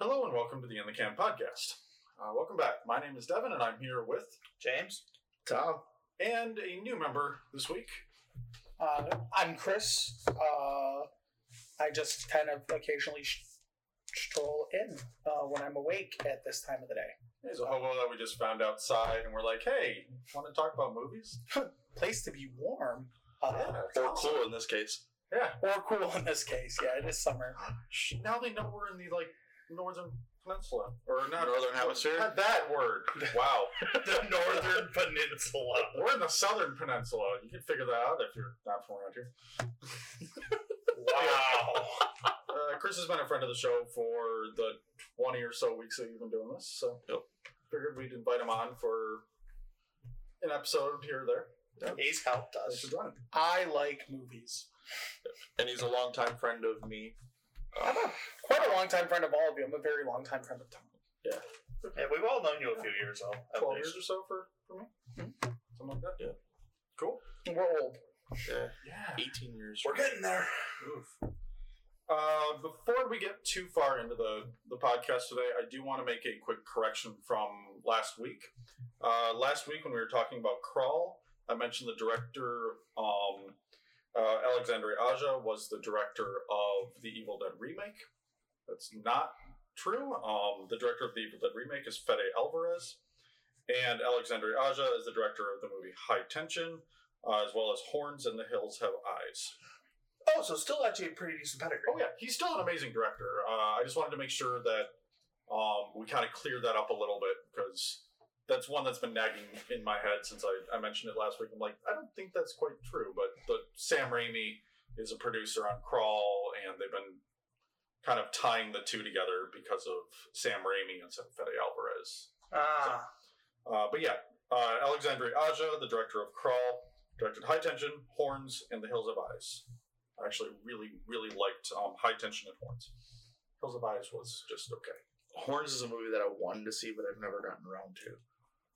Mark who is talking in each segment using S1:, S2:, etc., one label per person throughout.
S1: Hello and welcome to the In the Can podcast. Uh, welcome back. My name is Devin, and I'm here with
S2: James.
S3: Tom.
S1: and a new member this week.
S2: Uh, I'm Chris. Uh, I just kind of occasionally sh- stroll in uh, when I'm awake at this time of the day.
S1: There's a hobo that we just found outside, and we're like, "Hey, want to talk about movies?"
S2: Place to be warm. Uh,
S3: Or cool in this case.
S1: Yeah.
S2: Or cool in this case. Yeah, it is summer.
S1: Sh- Now they know we're in the like northern peninsula, or not
S3: Northern hemisphere?
S1: Not that word. Wow.
S4: the Northern Peninsula.
S1: we're in the southern peninsula. You can figure that out if you're not from around here.
S4: Wow.
S1: Uh, Chris has been a friend of the show for the 20 or so weeks that you've been doing this, so
S3: Yep.
S1: figured we'd invite him on for an episode here or there.
S2: He's helped
S1: Thanks for joining.
S2: I like movies.
S3: And he's a longtime friend of me.
S2: I'm
S4: Uh-huh.
S2: a, quite a long time friend of all of you. I'm a very long time friend of Tom.
S4: Yeah, we've all known you a few years, though. at
S1: 12
S4: least.
S1: years or so for, for me? Something like that?
S3: Yeah.
S1: Cool.
S2: We're old.
S3: Yeah.
S1: Yeah.
S3: 18 years.
S4: We're getting there.
S1: Uh, before we get too far into the, the podcast today, I do want to make a quick correction from last week. Uh, last week, when we were talking about Crawl, I mentioned the director, um, uh, Alexandre Aja, was the director of the Evil Dead remake. That's not true. Um, the director of the Evil Dead remake is Fede Alvarez, and Alexandre Aja is the director of the movie High Tension, uh, as well as Horns and the Hills Have Eyes.
S4: Oh, so still actually a pretty decent pedigree.
S1: Oh yeah, he's still an amazing director. Uh, I just wanted to make sure that um, we kind of cleared that up a little bit because that's one that's been nagging in my head since I, I mentioned it last week. I'm like, I don't think that's quite true, but the Sam Raimi is a producer on Crawl, and they've been kind of tying the two together because of Sam Raimi and Sam Fede Alvarez.
S4: Ah,
S1: Uh, but yeah, uh, Alexandre Aja, the director of Crawl, directed High Tension, Horns, and The Hills of Eyes. I actually really, really liked um, High Tension and Horns. Hills of Eyes was just okay.
S3: Horns is a movie that I wanted to see, but I've never gotten around to.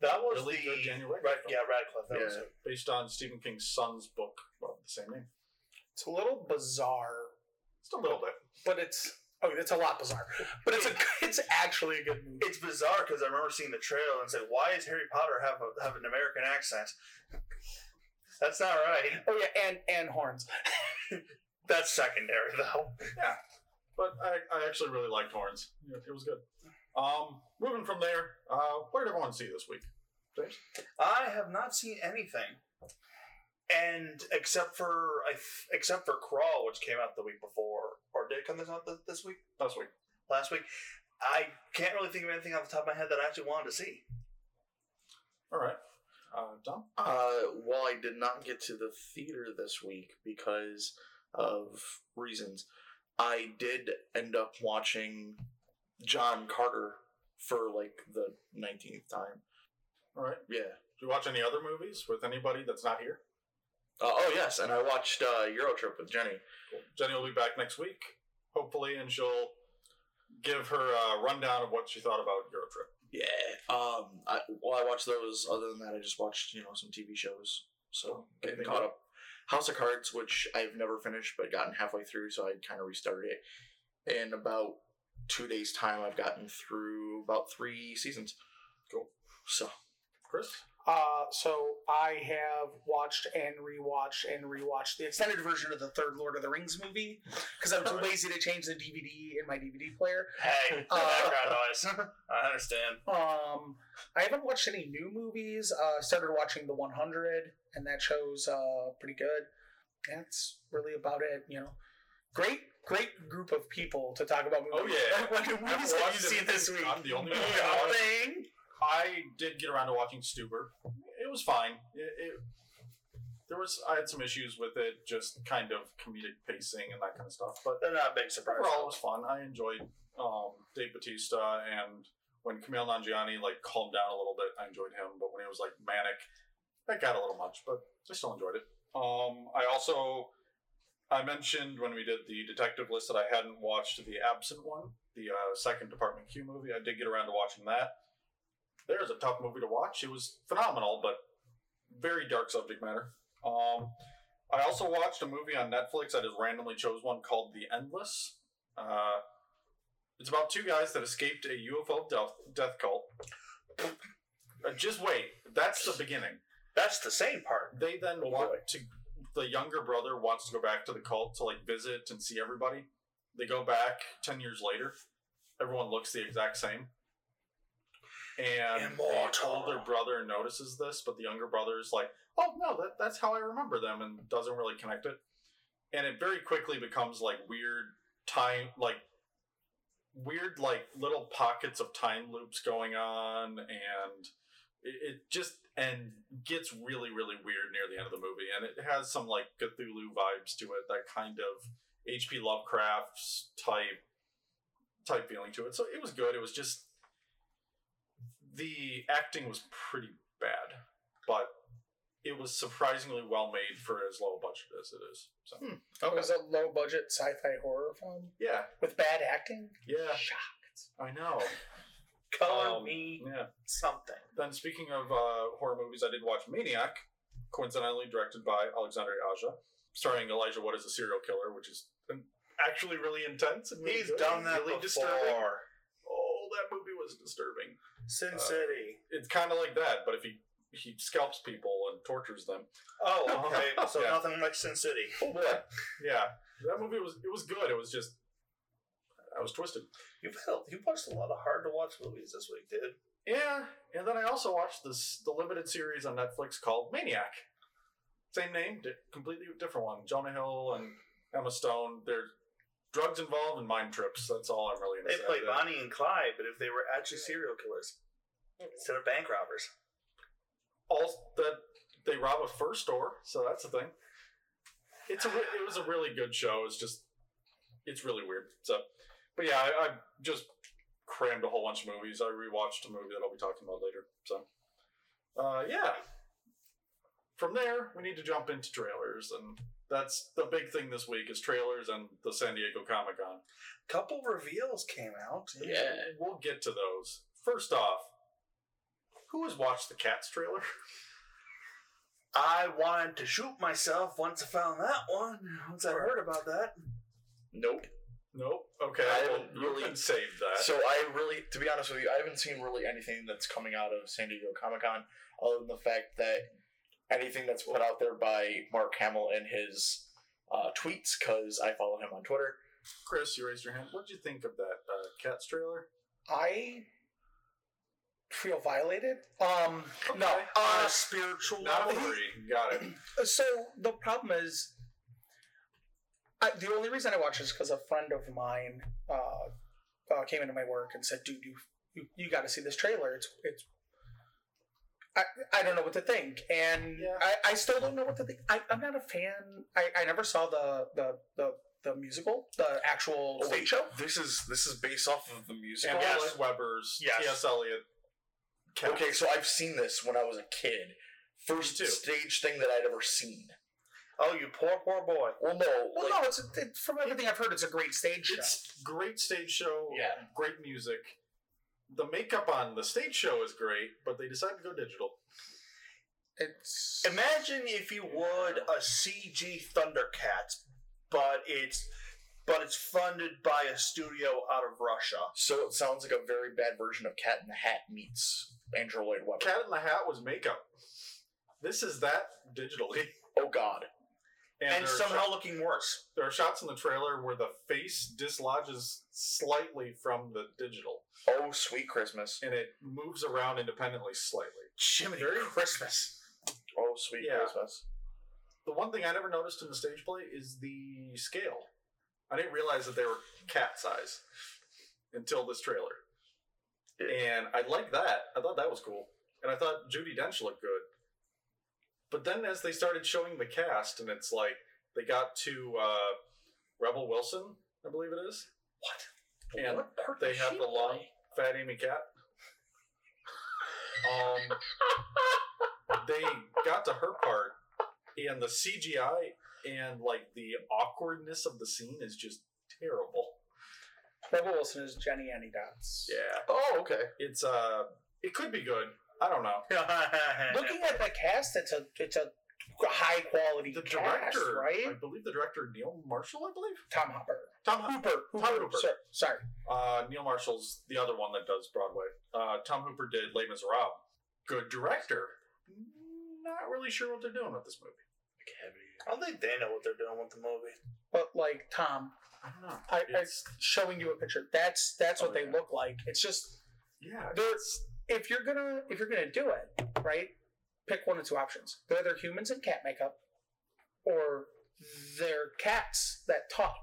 S4: that was
S1: Really
S4: the
S1: good Daniel
S4: Rad-
S1: Radcliffe.
S4: yeah Radcliffe. That was
S3: Yeah.
S4: it.
S1: Based on Stephen King's son's book of the same name.
S2: It's a little bizarre,
S1: Just a little bit.
S2: but it's oh, it's a lot bizarre. But it's a it's actually a good movie.
S4: It's bizarre because I remember seeing the trailer and said, "Why is Harry Potter have a, have an American accent?" That's not right.
S2: Oh yeah, and and horns.
S4: That's secondary though.
S1: But I, I actually really liked Horns. Yeah, It was good. Um, moving from there, uh, what did everyone see this week?
S4: I have not seen anything, and except for I f- except for Crawl, which came out the week before, or did it come this out th- this week?
S1: Last week.
S4: last week. I can't really think of anything off the top of my head that I actually wanted to see.
S1: All right. Uh, Tom?
S3: Uh, well, I did not get to the theater this week because of reasons. I did end up watching John Carter for like the 19th time.
S1: All right.
S3: Yeah.
S1: Did you watch any other movies with anybody that's not here?
S3: Uh, oh, yes. And I watched uh, Euro Trip with Jenny.
S1: Cool. Jenny will be back next week, hopefully, and she'll give her uh, rundown of what she thought about Euro Trip.
S3: Yeah. Um. I, well, I watched those. Other than that, I just watched you know some TV shows. So getting
S1: Anything
S3: caught
S1: good?
S3: up. House of Cards, which I've never finished, but gotten halfway through, so I kind of restarted it. In about two days' time, I've gotten through about three seasons.
S1: Cool.
S3: So
S1: Chris?
S2: Uh, so I have watched and rewatched and rewatched the extended version of the third Lord of the Rings movie because I was
S1: Uh-huh.
S2: too lazy to change the DVD in my DVD player.
S4: Hey,
S2: Uh,
S4: background noise. I understand.
S2: Um, I haven't watched any new movies. Uh, I started watching The 100, and that show's uh, pretty good. That's really about it, you know. Great, great group of people to talk about movies.
S1: Oh, yeah.
S2: What new movies have you
S1: watched
S2: seen
S1: it.
S2: this week?
S1: I'm the only one.
S2: Nothing.
S1: I did get around to watching Stuber. It was fine. It, it, there was I had some issues with it, just kind of comedic pacing and that kind of stuff. But
S4: They're not a big surprise.
S1: overall, it was fun. I enjoyed um, Dave Batista, and when Camille Nangiani like calmed down a little bit, I enjoyed him. But when he was like manic, that got a little much. But I still enjoyed it. Um, I also I mentioned when we did the detective list that I hadn't watched the Absent one, the uh, second Department Q movie. I did get around to watching that. There's a tough movie to watch. It was phenomenal, but very dark subject matter. Um, I also watched a movie on Netflix. I just randomly chose one called The Endless. Uh, It's about two guys that escaped a UFO death, death cult. Uh, just wait. That's the beginning.
S4: That's the same part.
S1: They then
S3: Oh,
S1: want
S3: boy.
S1: to. The younger brother wants to go back to the cult to like visit and see everybody. They go back ten years later. Everyone looks the exact same. And the
S4: Immortal.
S1: older brother notices this, but the younger brother is like, "Oh no, that, that's how I remember them," and doesn't really connect it. And it very quickly becomes like weird time, like weird like little pockets of time loops going on and it, it just and gets really really weird near the end of the movie and it has some like cthulhu vibes to it that kind of hp lovecraft's type type feeling to it so it was good it was just the acting was pretty bad but it was surprisingly well made for as low a budget as it is so
S2: It was a low budget sci fi horror film
S1: yeah
S2: with bad acting.
S1: yeah
S2: Shocked.
S1: i know
S4: Color
S1: Um,
S4: me
S1: yeah
S4: something.
S1: Then, speaking of uh, horror movies, I did watch Maniac, coincidentally directed by Alexandre Aja, starring Elijah Wood as a serial killer, which is um, actually really intense. And really
S4: He's
S1: good,
S4: done that
S1: really
S4: before.
S1: Disturbing. Oh, that movie was disturbing.
S4: Sin
S1: Uh,
S4: City.
S1: It's kind of like that, but if he he scalps people and tortures them.
S4: Oh, okay. So
S1: Yeah.
S4: nothing like Sin City.
S1: Oh boy, yeah, that movie was it was good. It was just I was twisted.
S4: You've you watched a lot of hard to watch movies this week, dude.
S1: Yeah, and then I also watched this the limited series on Netflix called Maniac. Same name, di- completely different one. Jonah Hill and Emma Stone. There's drugs involved and mind trips. That's all I'm really.
S4: They
S1: into.
S4: play Bonnie and Clyde, but if they were actually serial killers
S1: Mm.
S4: instead of bank robbers,
S1: All that they rob a fur store, so that's the thing. It's a re- it was a really good show. It's just it's really weird. So, but yeah, I, I just crammed a whole bunch of movies. I rewatched a movie that I'll be talking about later. So, uh, yeah. From there, we need to jump into trailers, and that's the big thing this week is trailers and the San Diego Comic Con.
S4: couple reveals came out.
S3: Yeah.
S1: We'll get to those. First off, who has watched the Cats trailer?
S4: I wanted to shoot myself once I found that one. Once I heard about that,
S3: Nope.
S1: Nope. Okay,
S3: I
S1: well,
S3: haven't
S1: you
S3: really-
S1: can save that.
S3: So I really, to be honest with you, I haven't seen really anything that's coming out of San Diego Comic Con, other than the fact that anything that's put out there by Mark Hamill and his uh, tweets, because I follow him on Twitter.
S1: Chris, you raised your hand. What did you think of that uh, Cats trailer?
S2: I feel violated. Um, no.
S1: Okay.
S2: Uh,
S4: a spiritual
S1: Not
S4: level.
S1: worry. Got it.
S2: so the problem is, I, the only reason I watched it is because a friend of mine uh, uh, came into my work and said, "Dude, you you, you got to see this trailer. It's it's." I, I don't know what to think, and
S1: Yeah.
S2: I, I still don't know what to think. I, I'm not a fan. I, I never saw the the the, the musical, the actual
S3: Oh,
S2: stage
S3: wait,
S2: show.
S3: This is this is based off of the music.
S1: And
S4: Yes.
S1: Wes Weber's
S4: Yes.
S1: T.S. Eliot. Cats.
S3: Okay, so I've seen this when I was a kid. First
S1: Me too.
S3: stage thing that I'd ever seen.
S4: Oh, you poor, poor boy.
S3: Well, no,
S2: Well,
S3: like,
S2: no, it's it, from everything I've heard, it's a great stage show.
S1: It's great stage show.
S3: Yeah.
S1: Great music. The makeup on the stage show is great, but they decided to go digital.
S2: It's
S4: Imagine if you would a CG Thundercats, but it's but it's funded by a studio out of Russia.
S3: so it sounds like a very bad version of Cat in the Hat meets Andrew Lloyd Webber.
S1: Cat in the Hat was makeup. This is that digitally.
S3: oh God,
S1: And,
S4: And,
S1: there are
S4: somehow
S1: shot-
S4: looking worse.
S1: there are shots in the trailer where the face dislodges slightly from the digital,
S3: oh sweet Christmas,
S1: and it moves around independently slightly.
S4: Jiminy
S1: Very-
S4: Christmas.
S3: oh sweet
S1: Yeah.
S3: Christmas.
S1: The one thing I never noticed in the stage play is the scale. I didn't realize that they were cat size until this trailer. And I liked that. I thought that was cool. And I thought Judy Dench looked good. But then as they started showing the cast, and it's like they got to uh, Rebel Wilson, I believe it is. What? And
S3: What part
S1: they
S3: does
S1: have
S3: she
S1: the long,
S3: play?
S1: fat Amy Cat. Um, they got to her part, and the CGI and like the awkwardness of the scene is just terrible.
S2: Rebel Wilson is Jenny Annie Dots.
S1: Yeah,
S3: Oh okay.
S1: it's uh, it could be good. I don't know.
S2: Looking at the cast, it's a it's a high quality
S1: The
S2: cast,
S1: director,
S2: right?
S1: I believe the director Neil Marshall, I believe
S2: Tom Hopper.
S1: Tom Hooper.
S2: Hooper,
S1: Tom Hooper.
S2: Sir, sorry.
S1: Uh, Neil Marshall's the other one that does Broadway. Uh, Tom Hooper did Les Miserables. Good director. Not really sure what they're doing with this movie.
S4: I don't think they know what they're doing with the movie.
S2: But like Tom,
S1: I don't know.
S2: I, I
S1: It's-
S2: showing you a picture. That's that's what
S1: Oh,
S2: they
S1: yeah.
S2: look like. It's just
S1: yeah.
S2: they're if you're gonna if you're gonna do it right, pick one of two options. They're either humans in cat makeup, or they're cats that talk.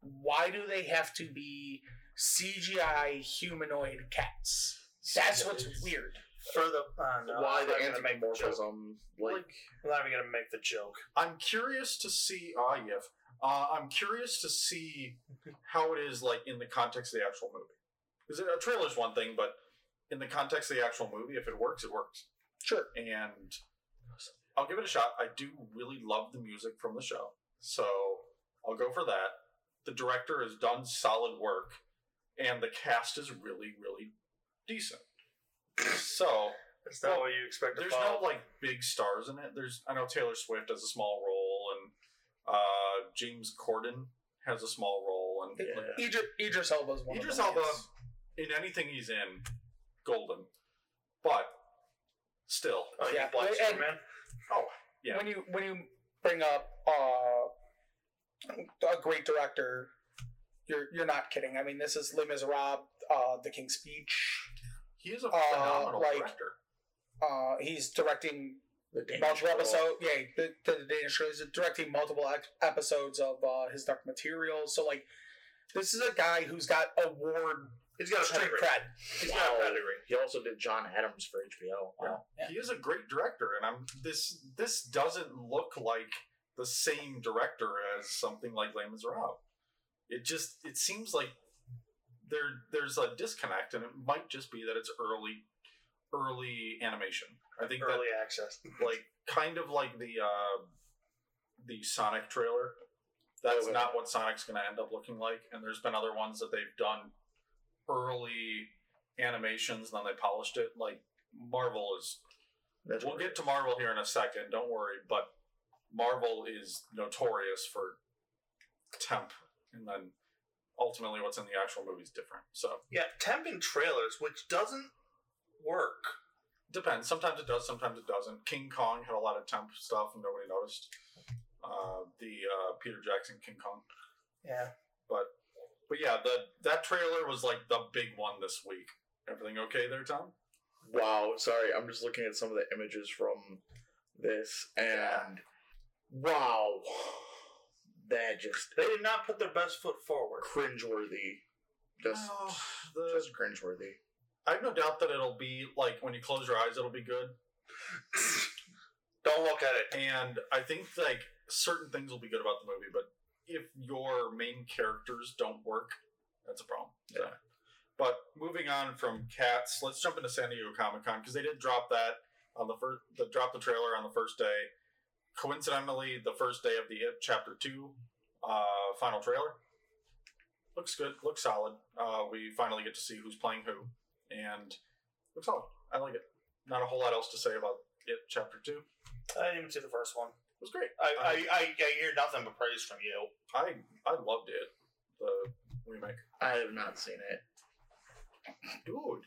S2: Why do they have to be CGI humanoid cats? That's what's weird.
S4: For the uh, no,
S3: Why
S4: I'm
S3: the
S4: not gonna make the joke.
S3: anthropomorphism? Like,
S4: I'm not even gonna make the joke.
S1: I'm curious to see. Ah, yes. Uh, I'm curious to see how it is like in the context of the actual movie. Because a trailer's one thing, but in the context of the actual movie, if it works, it works.
S2: Sure.
S1: And I'll give it a shot. I do really love the music from the show, so I'll go for that. The director has done solid work, and the cast is really, really decent. So
S4: It's not
S1: Well,
S4: what you expect to
S1: there's
S4: follow.
S1: no like big stars in it. There's I know Taylor Swift has a small role and uh, James Corden has a small role and
S2: Yeah. Idris, Idris Elba's one.
S1: Idris
S2: of them,
S1: Elba
S2: yes.
S1: in anything he's in, golden. But still, uh,
S4: oh,
S2: yeah.
S4: yeah, Black
S2: And-
S4: Superman.
S1: Yeah.
S2: When you when you bring up uh, a great director, you're you're not kidding. I mean, this is Les Miserables, uh, The King's Speech.
S1: he is a
S2: Uh,
S1: phenomenal
S2: like-
S1: director.
S2: Uh, he's directing
S3: the Danish
S2: multiple
S3: girl.
S2: episodes. Yeah, the, the Danish show. He's directing multiple ep- episodes of uh, his Dark Materials. So like, this is a guy who's got award
S4: He's got a
S2: street
S4: pedigree.
S2: cred.
S4: He's got a
S3: Wow.
S4: pedigree.
S3: He also did John Adams for HBO. Wow.
S2: Yeah.
S1: He is a great director, and I'm this. This doesn't look like the same director as something like Les Miserables. It just it seems like there there's a disconnect, and it might just be that it's early early animation. I think
S4: Early access.
S1: that like kind of like the uh, the Sonic trailer. That's
S3: Oh, yeah.
S1: not what Sonic's going to end up looking like, and there's been other ones that they've done early animations, and then they polished it. Like Marvel is
S3: That's
S1: we'll
S3: weird.
S1: get to Marvel here in a second. Don't worry, but Marvel is notorious for temp, and then ultimately, what's in the actual movie is different. So
S4: Yeah, temp in trailers, which doesn't work.
S1: depends. Sometimes it does. Sometimes it doesn't. King Kong had a lot of temp stuff, and nobody noticed. Uh, the uh, Peter Jackson King Kong,
S4: Yeah.
S1: but yeah, the that trailer was like the big one this week. Everything okay there, Tom?
S3: Wow, sorry, I'm just looking at some of the images from this and
S4: Yeah.
S3: wow. That just
S4: They did not put their best foot forward.
S3: cringeworthy. Just
S1: Well, the-
S3: just cringeworthy.
S1: I have no doubt that it'll be like when you close your eyes, it'll be good.
S4: Don't look at it.
S1: and I think like certain things will be good about the movie, but if your main characters don't work, that's a problem. So.
S3: Yeah.
S1: But moving on from Cats, let's jump into San Diego Comic Con because they did drop that on the first, they dropped the trailer on the first day. Coincidentally, the first day of the It Chapter Two uh, final trailer looks good, looks solid. Uh, we finally get to see who's playing who, and looks solid. I like it. Not a whole lot else to say about It Chapter Two. It
S4: I didn't even see the first one. Um,
S1: was great.
S4: I, I, I, I hear nothing but praise from you.
S1: I I loved it. The remake,
S3: I have not seen it.
S1: dude.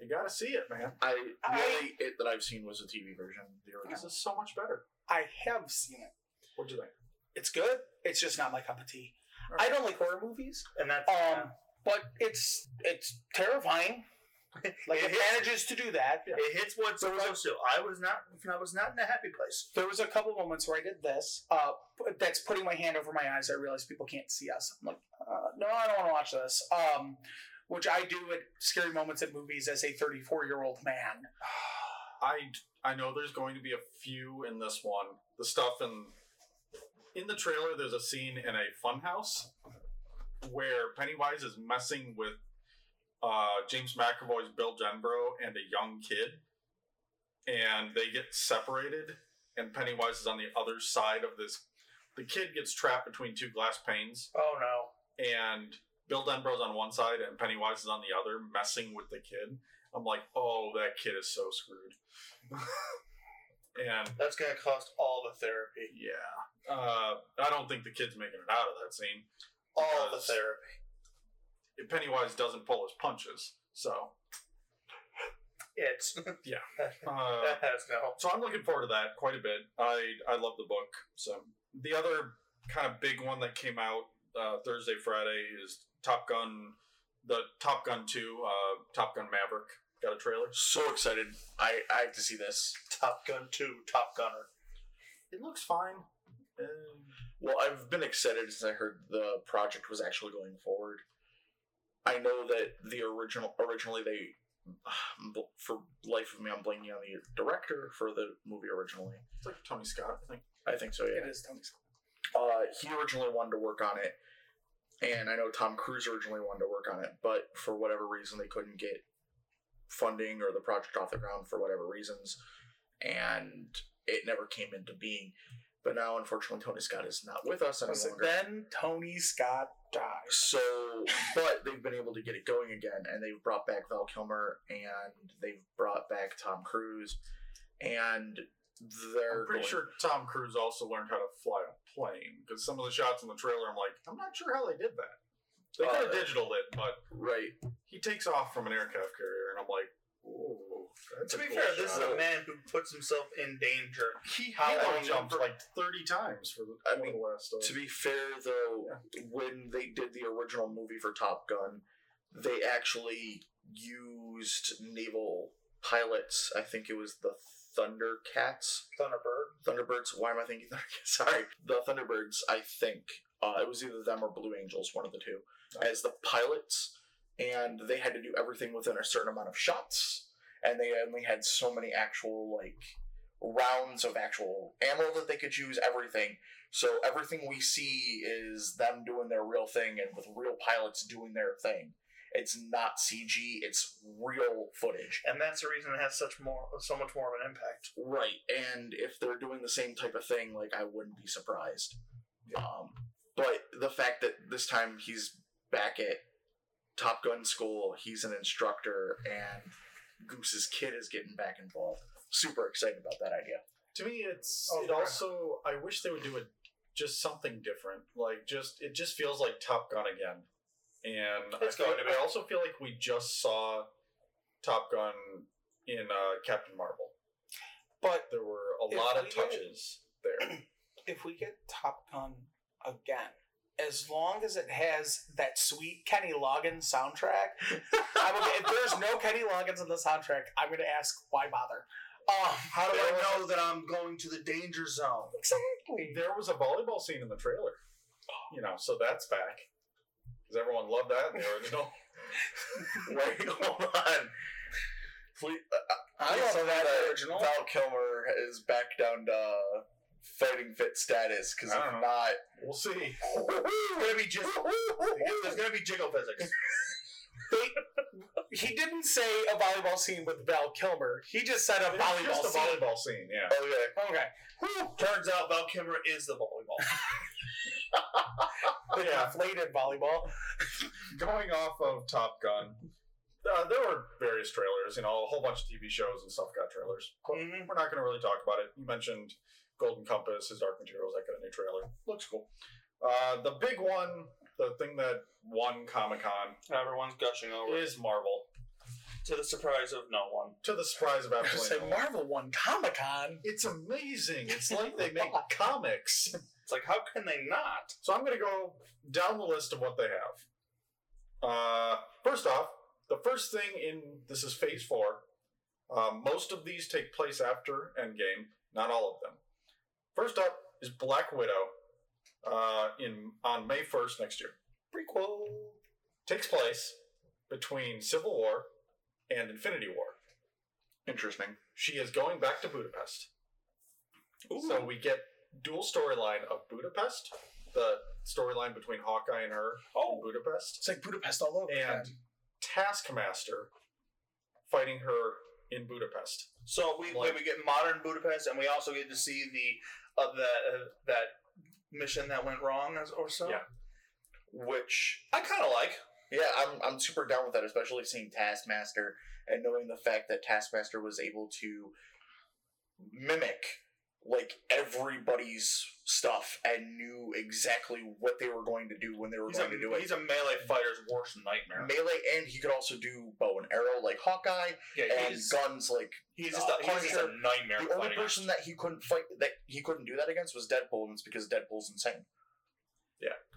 S1: You gotta see it, man.
S3: I
S2: I-
S3: the only it that I've seen was the TV version. The
S1: This
S3: original.
S1: is so much better.
S2: I have seen it.
S1: What'd you think?
S2: It's good. It's just not my cup of tea. I don't like horror movies.
S4: And that's
S2: Um, but it's it's terrifying. Like it manages to do that.
S4: it hits what it's supposed to. I was not I was not in a happy place.
S2: There was a couple moments where I did this. Uh, p- that's putting my hand over my eyes. I realized people can't see us. I'm like, uh, no, I don't want to watch this. Um, which I do at scary moments at movies as a 34 year old man.
S1: I I know there's going to be a few in this one. The stuff in in the trailer, there's a scene in a funhouse where Pennywise is messing with uh, James McAvoy's Bill Denbrough and a young kid, and they get separated. And Pennywise is on the other side of this. The kid gets trapped between two glass panes,
S4: Oh no.
S1: and Bill Denbrough's on one side and Pennywise is on the other, messing with the kid. I'm like, oh, that kid is so screwed. and
S4: That's gonna cost all the therapy.
S1: yeah, uh, I don't think the kid's making it out of that scene.
S4: all the
S1: Because-
S4: therapy.
S1: Pennywise doesn't pull his punches. So,
S4: It's
S1: uh,
S4: that has no.
S1: so I'm looking forward to that quite a bit. I I love the book. So the other kind of big one that came out uh, Thursday Friday is Top Gun, the Top Gun Two, uh, Top Gun Maverick got a trailer.
S3: So excited! I I have to see this.
S4: Top Gun Two, Top Gunner.
S1: It looks fine. Uh,
S3: Well, I've been excited since I heard the project was actually going forward. I know that the original originally they I'm bl- for life of me I'm blanking on the director for the movie originally.
S1: it's like Tony Scott, I think.
S3: I think so, yeah.
S2: It is Tony Scott.
S3: Uh, he originally wanted to work on it, and I know Tom Cruise originally wanted to work on it, but for whatever reason they couldn't get funding or the project off the ground for whatever reasons, and it never came into being. But now, unfortunately, Tony Scott is not with us any
S2: Was it
S3: longer.
S2: then Tony Scott dies?
S3: So, but they've been able to get it going again, and they've brought back Val Kilmer and they've brought back Tom Cruise, and they're
S1: I'm pretty
S3: going-
S1: sure Tom Cruise also learned how to fly a plane because some of the shots in the trailer, I'm like, I'm not sure how they did that. They could
S3: Uh,
S1: have digital it, but
S3: right.
S1: he takes off from an aircraft carrier, and I'm like, ooh. That's
S4: To
S1: a
S4: be
S1: cool
S4: fair, this is
S1: shot."
S4: a man who puts himself in danger.
S3: He
S1: He
S4: How
S1: wall
S4: long
S1: jumped
S4: for-
S1: like 30 times for the,
S3: I
S1: one of
S3: mean,
S1: the last. Uh,
S3: To be fair, though, when they did the original movie for Top Gun, they actually used naval pilots. I think it was the Thundercats.
S4: Thunderbird.
S3: Thunderbirds. Why am I thinking Thundercats? Sorry, the Thunderbirds. I think uh, it was either them or Blue Angels, one of the two, as the pilots, and they had to do everything within a certain amount of shots, and they only had so many actual like rounds of actual ammo that they could use. Everything. So everything we see is them doing their real thing and with real pilots doing their thing. It's not CG. It's real footage.
S4: And that's the reason it has such more, so much more of an impact.
S3: Right, and if they're doing the same type of thing, like I wouldn't be surprised. Um, but the fact that this time he's back at Top Gun school, he's an instructor, and Goose's kid is getting back involved. Super excited about that idea.
S1: to me, it's
S4: Oh,
S1: it
S4: crap.
S1: also. I wish they would do it just something different. Like just it just feels like Top Gun again. And
S4: It's
S1: I, feel-
S4: going to be.
S1: I also feel like we just saw Top Gun in uh, Captain Marvel.
S2: But
S1: There were a
S2: If
S1: lot of
S2: we get-
S1: touches there.
S2: if we get Top Gun again, as long as it has that sweet Kenny Loggins soundtrack, I'm okay. if there's no Kenny Loggins in the soundtrack, I'm going to ask why bother. Um,
S4: How do
S1: There
S4: I
S1: was-
S4: know that I'm going to the danger zone?
S2: exactly.
S1: There was a volleyball scene in the trailer. You know, so that's back. Because everyone loved that in the original.
S3: Wait, hold on. Please, uh,
S2: I love
S3: saw
S2: that original.
S3: Val Kilmer is back down to fighting fit status because
S1: I
S3: if
S1: don't
S3: not,
S1: we'll see.
S4: It's gonna be jig- There's gonna be jiggle physics.
S2: He didn't say a volleyball scene with Val Kilmer. He just said a
S1: It was
S2: volleyball
S1: just a
S2: scene.
S1: volleyball scene, yeah.
S3: okay.
S2: Okay.
S4: Turns out Val Kilmer is the volleyball.
S2: The
S1: Yeah.
S2: inflated volleyball.
S1: going off of Top Gun, uh, there were various trailers. You know, a whole bunch of TV shows and stuff got trailers. But
S4: Mhm.
S1: We're not going to really talk about it. You mentioned Golden Compass, His Dark Materials. That got a new trailer. Looks cool. Uh, the big one, the thing that won Comic Con,
S4: Everyone's gushing over
S1: is Marvel.
S4: to the surprise of no one.
S1: To the surprise of
S2: I was
S1: absolutely,
S2: gonna say,
S1: no one.
S2: Marvel won Comic Con.
S1: it's amazing. It's like they make comics.
S4: It's like, how can they not?
S1: So I'm going to go down the list of what they have. Uh, first off, the first thing in this is Phase Four. Uh, most of these take place after Endgame, not all of them. First up is Black Widow. Uh, in on May 1st next year,
S2: Prequel.
S1: takes place between Civil War and Infinity War.
S3: Interesting.
S1: She is going back to Budapest. So
S3: So
S1: we get dual storyline of Budapest, the storyline between Hawkeye and her in
S4: Oh,
S1: Budapest,
S2: It's like Budapest
S3: Oh,
S2: all over.
S1: And-
S2: again.
S1: Taskmaster fighting her in Budapest.
S4: so we
S1: Like-
S4: we get modern Budapest, and we also get to see the uh, the uh, that mission that went wrong as- or so.
S1: Yeah.
S3: which
S4: I kind of like.
S3: Yeah, I'm, I'm super down with that, especially seeing Taskmaster and knowing the fact that Taskmaster was able to mimic like everybody's stuff and knew exactly what they were going to do when they were
S4: He's a,
S3: going to do it.
S4: he's a melee fighter's worst nightmare.
S3: Melee, and he could also do bow and arrow like Hawkeye,
S4: yeah,
S3: and
S4: he's,
S3: guns like
S4: he's just
S3: uh,
S4: a, he's just a
S3: Punisher.
S4: nightmare.
S3: the only
S4: fighting.
S3: person that he couldn't fight that he couldn't do that against was Deadpool, and it's because Deadpool's insane.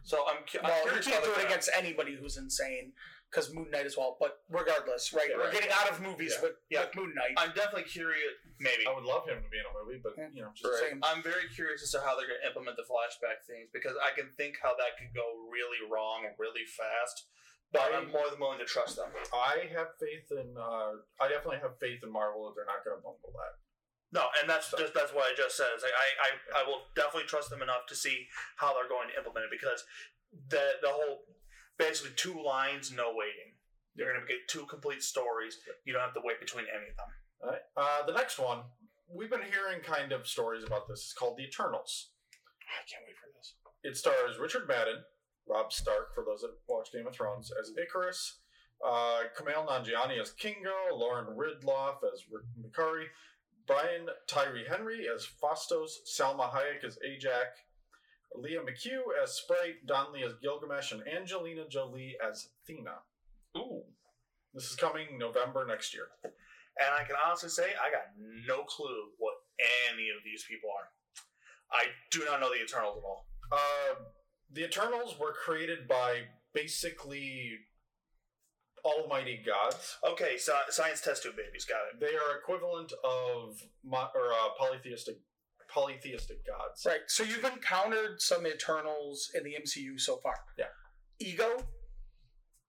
S4: So I'm, cu- I'm
S2: Well, you
S4: curious. how
S2: can't do
S4: they-
S2: it against anybody who's insane because Moon Knight as well. But regardless, right?
S1: Yeah,
S2: we're
S1: right.
S2: getting out of movies
S1: Yeah.
S2: with,
S4: Yeah.
S2: with Moon Knight.
S4: I'm definitely curious. Maybe
S1: I would love him to be in a movie, but
S2: Yeah.
S1: you know, just
S3: Right.
S2: Same.
S4: I'm very curious as to how they're going to implement the flashback things because I can think how that could go really wrong really fast. But I'm more than willing to trust them.
S1: I have faith in. Uh, I definitely have faith in Marvel that they're not going to bungle that.
S4: No, and that's just that's what I just said. It's like I, I, I will definitely trust them enough to see how they're going to implement it because the the whole basically two lines, no waiting. You're going to get two complete stories. You don't have to wait between any of them.
S1: All right. Uh, the next one we've been hearing kind of stories about this. It's called The Eternals.
S3: I can't wait for this.
S1: It stars Richard Madden, Rob Stark, for those that watch Game of Thrones, as Icarus, uh, Kamal Nanjiani as Kingo, Lauren Ridloff as Rick Mikari, Brian Tyree Henry as Fastos, Salma Hayek as Ajak, Leah McHugh as Sprite, Don Lee as Gilgamesh, and Angelina Jolie as Athena. Ooh. This is coming November next year.
S4: And I can honestly say I got no clue what any of these people are. I do not know the Eternals at all.
S1: Uh, the Eternals were created by basically almighty gods.
S4: Okay, so science test tube babies, got it.
S1: They are equivalent of mo- or uh, polytheistic polytheistic gods.
S2: Right. So you've encountered some Eternals in the MCU so far.
S1: Yeah.
S2: Ego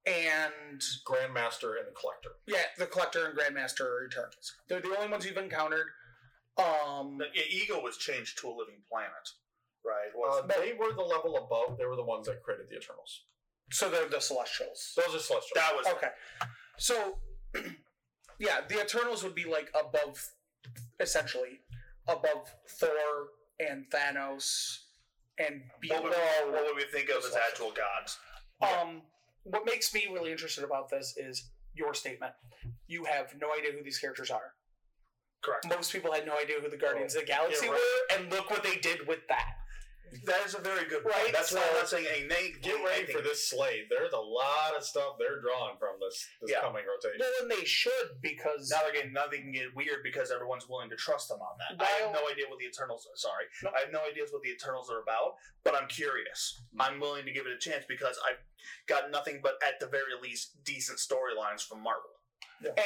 S2: and
S1: Grandmaster and the Collector.
S2: yeah, the Collector and Grandmaster are Eternals. They're the only ones you've encountered. Um
S4: The e- ego was changed to a living planet, right?
S1: Uh,
S4: Was
S1: they were the level above. They were the ones that created the Eternals.
S2: so they're the Celestials.
S1: Those are celestial.
S4: that was
S2: Okay. So yeah, the Eternals would be like above essentially above Thor and Thanos and below
S4: what would, what would we think of as actual gods? Yeah.
S2: Um, what makes me really interested about this is your statement. You have no idea who these characters are.
S4: Correct.
S2: Most people had no idea who the Guardians of the Galaxy
S4: yeah,
S2: were, and look what they did with that.
S4: That is a very good point.
S2: Right,
S4: That's why
S2: so-
S4: I'm not saying a name.
S1: Get ready for this slate. There's a lot of stuff they're drawing from this this
S4: Yeah.
S1: coming rotation.
S2: Well, and they should because
S4: Now they're getting now they can get weird because everyone's willing to trust them on that. I have
S2: While-
S4: no idea what the Eternals are. Sorry,
S2: No.
S4: I have no idea what the Eternals are about, but I'm curious. I'm willing to give it a chance because I've got nothing but at the very least decent storylines from Marvel.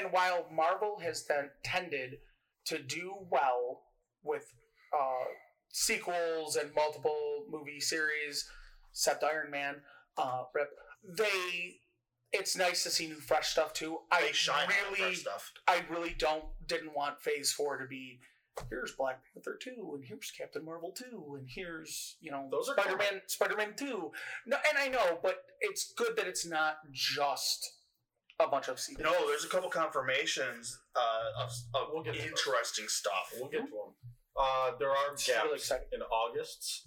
S2: and while Marvel has ten- tended to do well with uh, sequels and multiple movie series, except Iron Man, uh, rip, they it's nice to see new fresh stuff too. I
S4: They shine on
S2: really
S4: their stuff.
S2: I really don't didn't want Phase Four to be here's Black Panther two and here's Captain Marvel two and here's you know
S1: Those are
S2: Spider Man Spider Man two. No, and I know, but it's good that it's not just a bunch of sequels.
S4: No, there's a couple confirmations uh, of, of
S1: We'll get to those.
S4: interesting stuff.
S1: We'll get to them. Uh, there are
S2: It's
S1: gaps
S2: really exciting.
S1: in August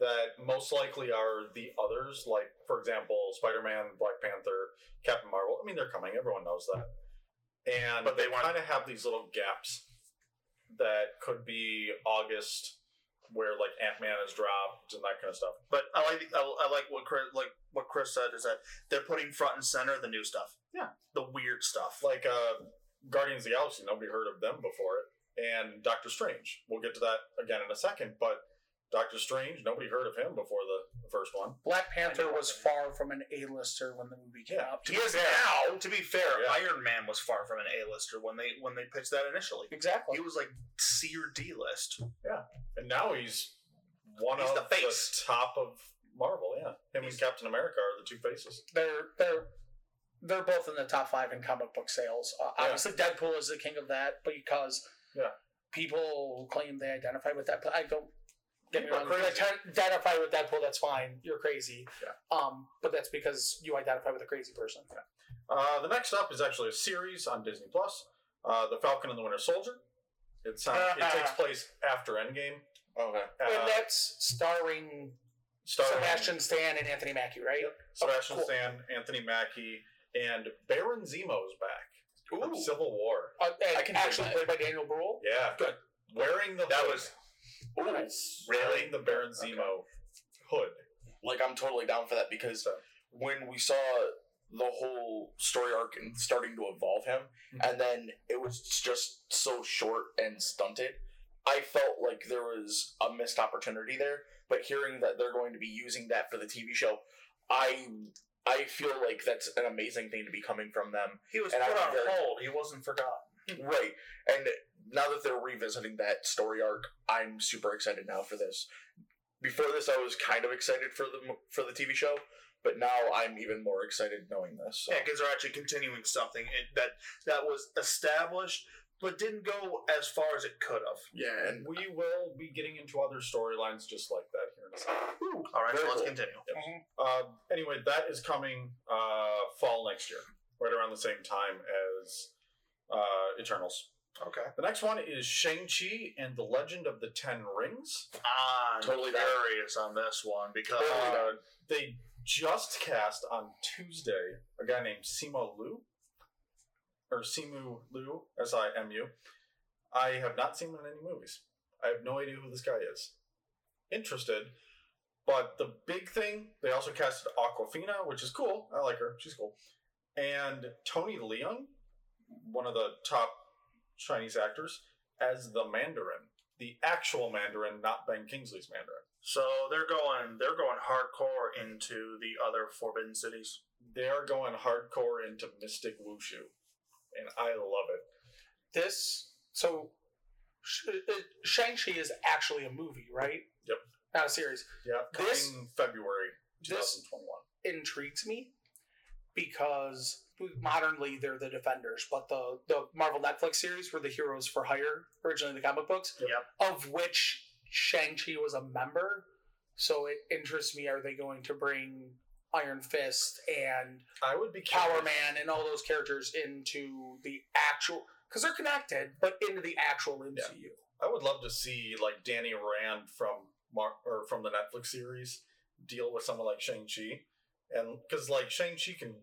S1: that most likely are the others, like for example, Spider Man, Black Panther, Captain Marvel. I mean, they're coming. Everyone knows that. And
S4: But
S1: they,
S4: they want-
S1: kind of have these little gaps that could be August, where like Ant Man is dropped and that kind of stuff.
S4: But I like I, I like what Chris like what Chris said is that they're putting front and center the new stuff.
S1: Yeah.
S4: the weird stuff.
S1: Like uh, Guardians of the Galaxy, nobody heard of them before it. And Doctor Strange, we'll get to that again in a second. But Doctor Strange, nobody heard of him before the, the first one.
S2: Black Panther
S4: know.
S2: was far from an A lister when the movie came
S1: Yeah.
S2: out.
S4: To be fair, to be fair,
S1: Yeah.
S4: Iron Man was far from an A-lister when they when they pitched that initially.
S2: Exactly.
S4: He was like C or D list.
S1: And now he's one
S4: He's
S1: of
S4: the face.
S1: the top of Marvel. Yeah, him
S4: He's-
S1: and Captain America are the two faces.
S2: They're they're they're both in the top five in comic book sales. Uh,
S1: Yeah.
S2: Obviously, Deadpool is the king of that because
S1: Yeah.
S2: people claim they identify with Deadpool. I don't get me
S1: People
S2: wrong.
S1: are
S2: If you
S1: crazy.
S2: ident- identify with Deadpool, that's fine. You're crazy.
S1: Yeah.
S2: Um, but that's because you identify with a crazy person.
S1: Uh, the next up is actually a series on Disney Plus, uh, The Falcon and the Winter Soldier. It's on, it takes place after Endgame.
S3: Okay.
S1: Uh,
S2: and that's starring
S1: starring
S2: Sebastian Stan and Anthony Mackie, right?
S1: Sebastian
S2: Cool.
S1: Stan, Anthony Mackie, and Baron Zemo's back from
S4: Ooh.
S1: Civil War.
S2: Uh, and
S3: I can dig
S2: actually
S3: that.
S2: played by Daniel Bruhl.
S1: Yeah,
S2: Good.
S1: Wearing the
S4: That
S1: hood.
S4: was
S3: Ooh,
S1: Wearing the Baron
S2: Okay.
S1: Zemo hood.
S3: Like I'm totally down for that because when we saw the whole story arc and starting to evolve him,
S1: Mhm.
S3: and then it was just so short and stunted. I felt like there was a missed opportunity there, but hearing that they're going to be using that for the TV show, I I feel like that's an amazing thing to be coming from them
S4: He was
S3: And
S4: put
S3: I'm
S4: on
S3: very-
S4: hold. He wasn't forgotten.
S3: Right. And now that they're revisiting that story arc, I'm super excited now for this. Before this, I was kind of excited for the for the TV show, but now I'm even more excited knowing this. So.
S4: Yeah, because they're actually continuing something it- that that was established but didn't go as far as it could have.
S3: Yeah, and
S1: We will be getting into other storylines just like that here in a second.
S4: All right, so
S3: Very
S4: let's
S3: cool.
S4: continue.
S1: Um, anyway, that is coming uh, fall next year, right around the same time as uh, Eternals.
S4: Okay.
S1: The next one is Shang-Chi and the Legend of the Ten Rings.
S4: I'm
S3: Totally down.
S4: curious on this one because
S1: Uh, they just cast on Tuesday a guy named Simo Lu, or Simu Lu, S I M U. I have not seen him in any movies. I have no idea who this guy is. Interested, but the big thing they also casted Aquafina, which is cool. I like her; she's cool. And Tony Leung, one of the top Chinese actors, as the Mandarin, the actual Mandarin, not Ben Kingsley's Mandarin.
S4: so they're going they're going hardcore into the other Forbidden Cities.
S1: they are going hardcore into Mystic Wushu, and I love it.
S2: This so Sh- uh, Shang-Chi is actually a movie, right?
S1: Yep.
S2: Not a series.
S1: Yeah, coming
S2: This-
S1: February
S2: This
S1: 2021.
S2: intrigues me because modernly they're the defenders, but the the Marvel Netflix series were the heroes for hire originally in the comic books.
S4: Yep.
S2: Of which Shang-Chi was a member. So it interests me, are they going to bring Iron Fist and
S1: I would be
S2: Power
S1: curious-
S2: Man and all those characters into the actual because they're connected, but into the actual MCU.
S1: I would love to see like Danny Rand from Mar- or from the Netflix series deal with someone like Shang Chi, and because like Shang Chi can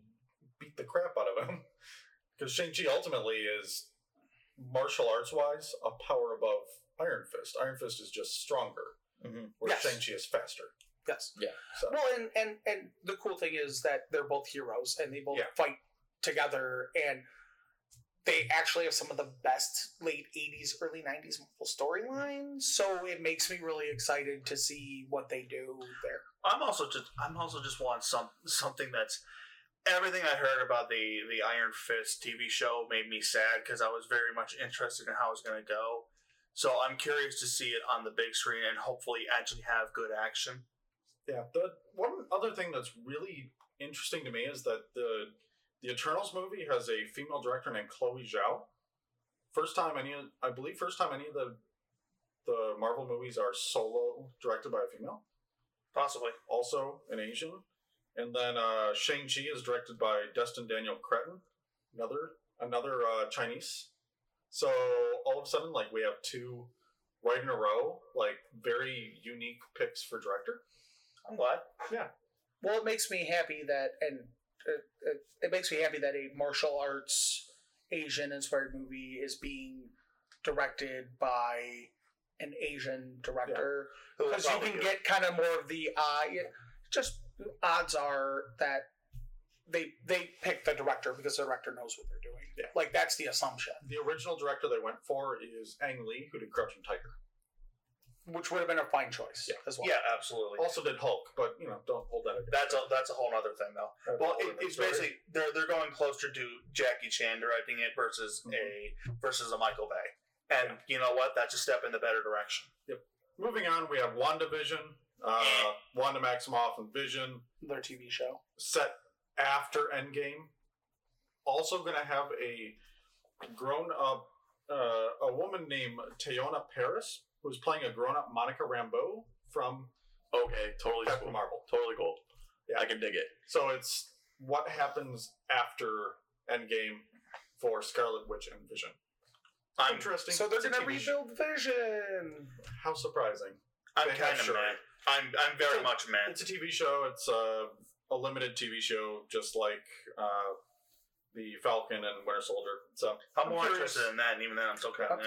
S1: beat the crap out of him, because Shang Chi ultimately is martial arts wise a power above Iron Fist. Iron Fist is just stronger,
S3: Mhm.
S1: where
S2: Mm-hmm. Yes.
S1: Shang Chi is faster.
S2: Yes.
S3: Yeah.
S1: So-
S2: Well, and and and the cool thing is that they're both heroes and they both
S1: Yeah.
S2: fight together and they actually have some of the best late 80s early 90s Marvel storylines so it makes me really excited to see what they do there
S4: I'm also just I'm also just want some something that's everything I heard about the the Iron Fist TV show made me sad because I was very much interested in how it was going to go. So I'm curious to see it on the big screen and hopefully actually have good action.
S1: Yeah. The one other thing that's really interesting to me is that the the Eternals movie has a female director named Chloe Zhao. First time any, of- I believe, first time any of the the Marvel movies are solo directed by a female,
S4: Possibly.
S1: also an Asian. And then uh, Shang Chi is directed by Destin Daniel Cretton, another another uh, Chinese. So all of a sudden, like we have two right in a row, like very unique picks for director.
S4: I'm glad.
S2: well it makes me happy that and it, it, it makes me happy that a martial arts asian inspired movie is being directed by an asian director
S4: Who will
S2: because you
S4: probably
S2: can
S4: do it.
S2: get kind of more of the uh, yeah, just odds are that they they pick the director because the director knows what they're doing.
S1: Yeah.
S2: Like that's the assumption,
S1: The original director they went for is Ang Lee, who did Crouching Tiger.
S2: which would have been a fine choice
S1: Yeah.
S2: as well.
S4: yeah, absolutely.
S1: Also did Hulk, but you know, don't hold that
S4: that's a that's a whole other thing though.
S1: against.
S4: Well, it, it's
S1: Sorry.
S4: basically they're they're going closer to Jackie Chan directing it versus
S1: Mm-hmm.
S4: a versus a Michael Bay, and you know what? That's a step in the better direction.
S1: moving on. We have WandaVision, uh, Wanda Maximoff, and Vision
S2: Their TV show.
S1: set after Endgame. Also, going to have a grown up, uh, a woman named Tayona Paris, who's playing a grown up Monica Rambeau from
S3: okay, totally
S1: Captain
S3: cool.
S1: Marvel.
S3: Totally cool.
S1: Yeah.
S3: I can dig it.
S1: So it's what happens after Endgame for Scarlet Witch and Vision.
S4: I'm
S1: Interesting.
S2: So they're
S1: It's a
S2: gonna
S1: TV show.
S2: rebuild Vision.
S1: How surprising.
S4: I'm
S1: They
S4: kind
S1: have
S4: of
S1: Shuri.
S4: mad. I'm I'm very
S1: So,
S4: much mad.
S1: It's a TV show. It's a, a limited TV show, just like uh, the Falcon and Winter Soldier. So
S4: I'm, more
S1: curious.
S4: interested in that, and even then, I'm still kind of.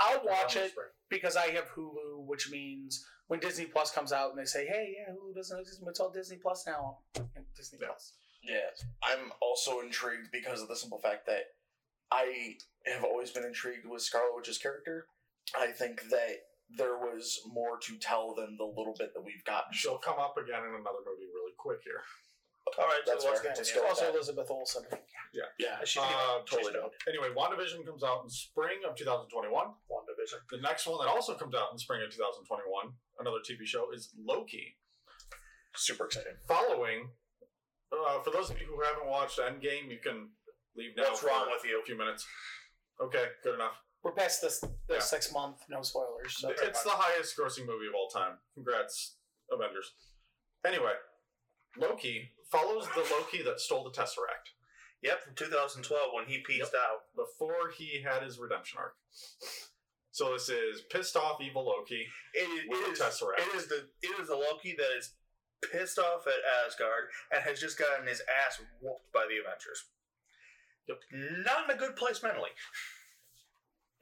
S2: I'll watch it because I have Hulu Hulu, which means when Disney Plus comes out and they say, "Hey, yeah, Hulu doesn't exist, but it's all Disney Plus now." And Disney
S1: Yeah.
S2: Plus.
S3: Yeah, I'm also intrigued because of the simple fact that I have always been intrigued with Scarlet Witch's character. I think that there was more to tell than the little bit that we've gotten.
S1: She'll come up again in another movie really quick here.
S4: All right,
S3: That's
S4: so let's
S3: fair.
S4: continue.
S3: Let's go.
S2: Also,
S3: that.
S2: Elizabeth Olsen.
S3: Yeah,
S4: She's
S1: Uh,
S3: totally
S4: she's
S3: down.
S1: Anyway, WandaVision comes out in spring of 2021.
S4: one division.
S1: The next one that also comes out in spring of 2021, another TV show, is Loki.
S3: Super excited.
S1: Following, uh, for those of you who haven't watched Endgame, you can leave now.
S4: What's wrong
S1: for
S4: with you?
S1: A few minutes. Okay, good enough.
S2: We're past this the
S1: Yeah.
S2: six month no spoilers. So
S1: it's the highest grossing movie of all time. Congrats, Avengers. Anyway, Loki follows the Loki that stole the Tesseract
S4: Yep, from 2012 when he peaced out.
S1: before he had his redemption arc. So this is pissed off evil Loki.
S4: It is,
S1: With the
S4: it is,
S1: Tesseract.
S4: it is the it is the Loki that is pissed off at Asgard and has just gotten his ass whooped by the Avengers. Not in a good place mentally.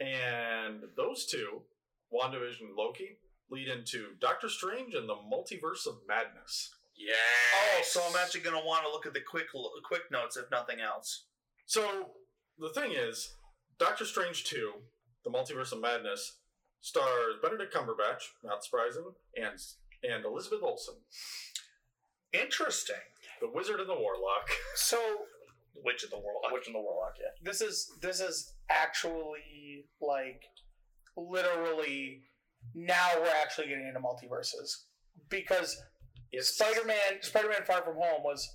S1: And those two, WandaVision and Loki, lead into Doctor Strange and the Multiverse of Madness.
S3: Yeah.
S4: Oh, so I'm actually going to want to look at the quick lo- quick notes if nothing else.
S1: So the thing is, Doctor Strange 2, The Multiverse of Madness, stars Benedict Cumberbatch, not surprising, and and Elizabeth Olsen,
S4: Interesting.
S1: the Wizard and the Warlock.
S2: so
S4: Witch of the Warlock.
S3: Witch in the Warlock. Yeah.
S2: this is this is actually like literally now we're actually getting into multiverses because Spider-Man, Spider-Man: Far From Home was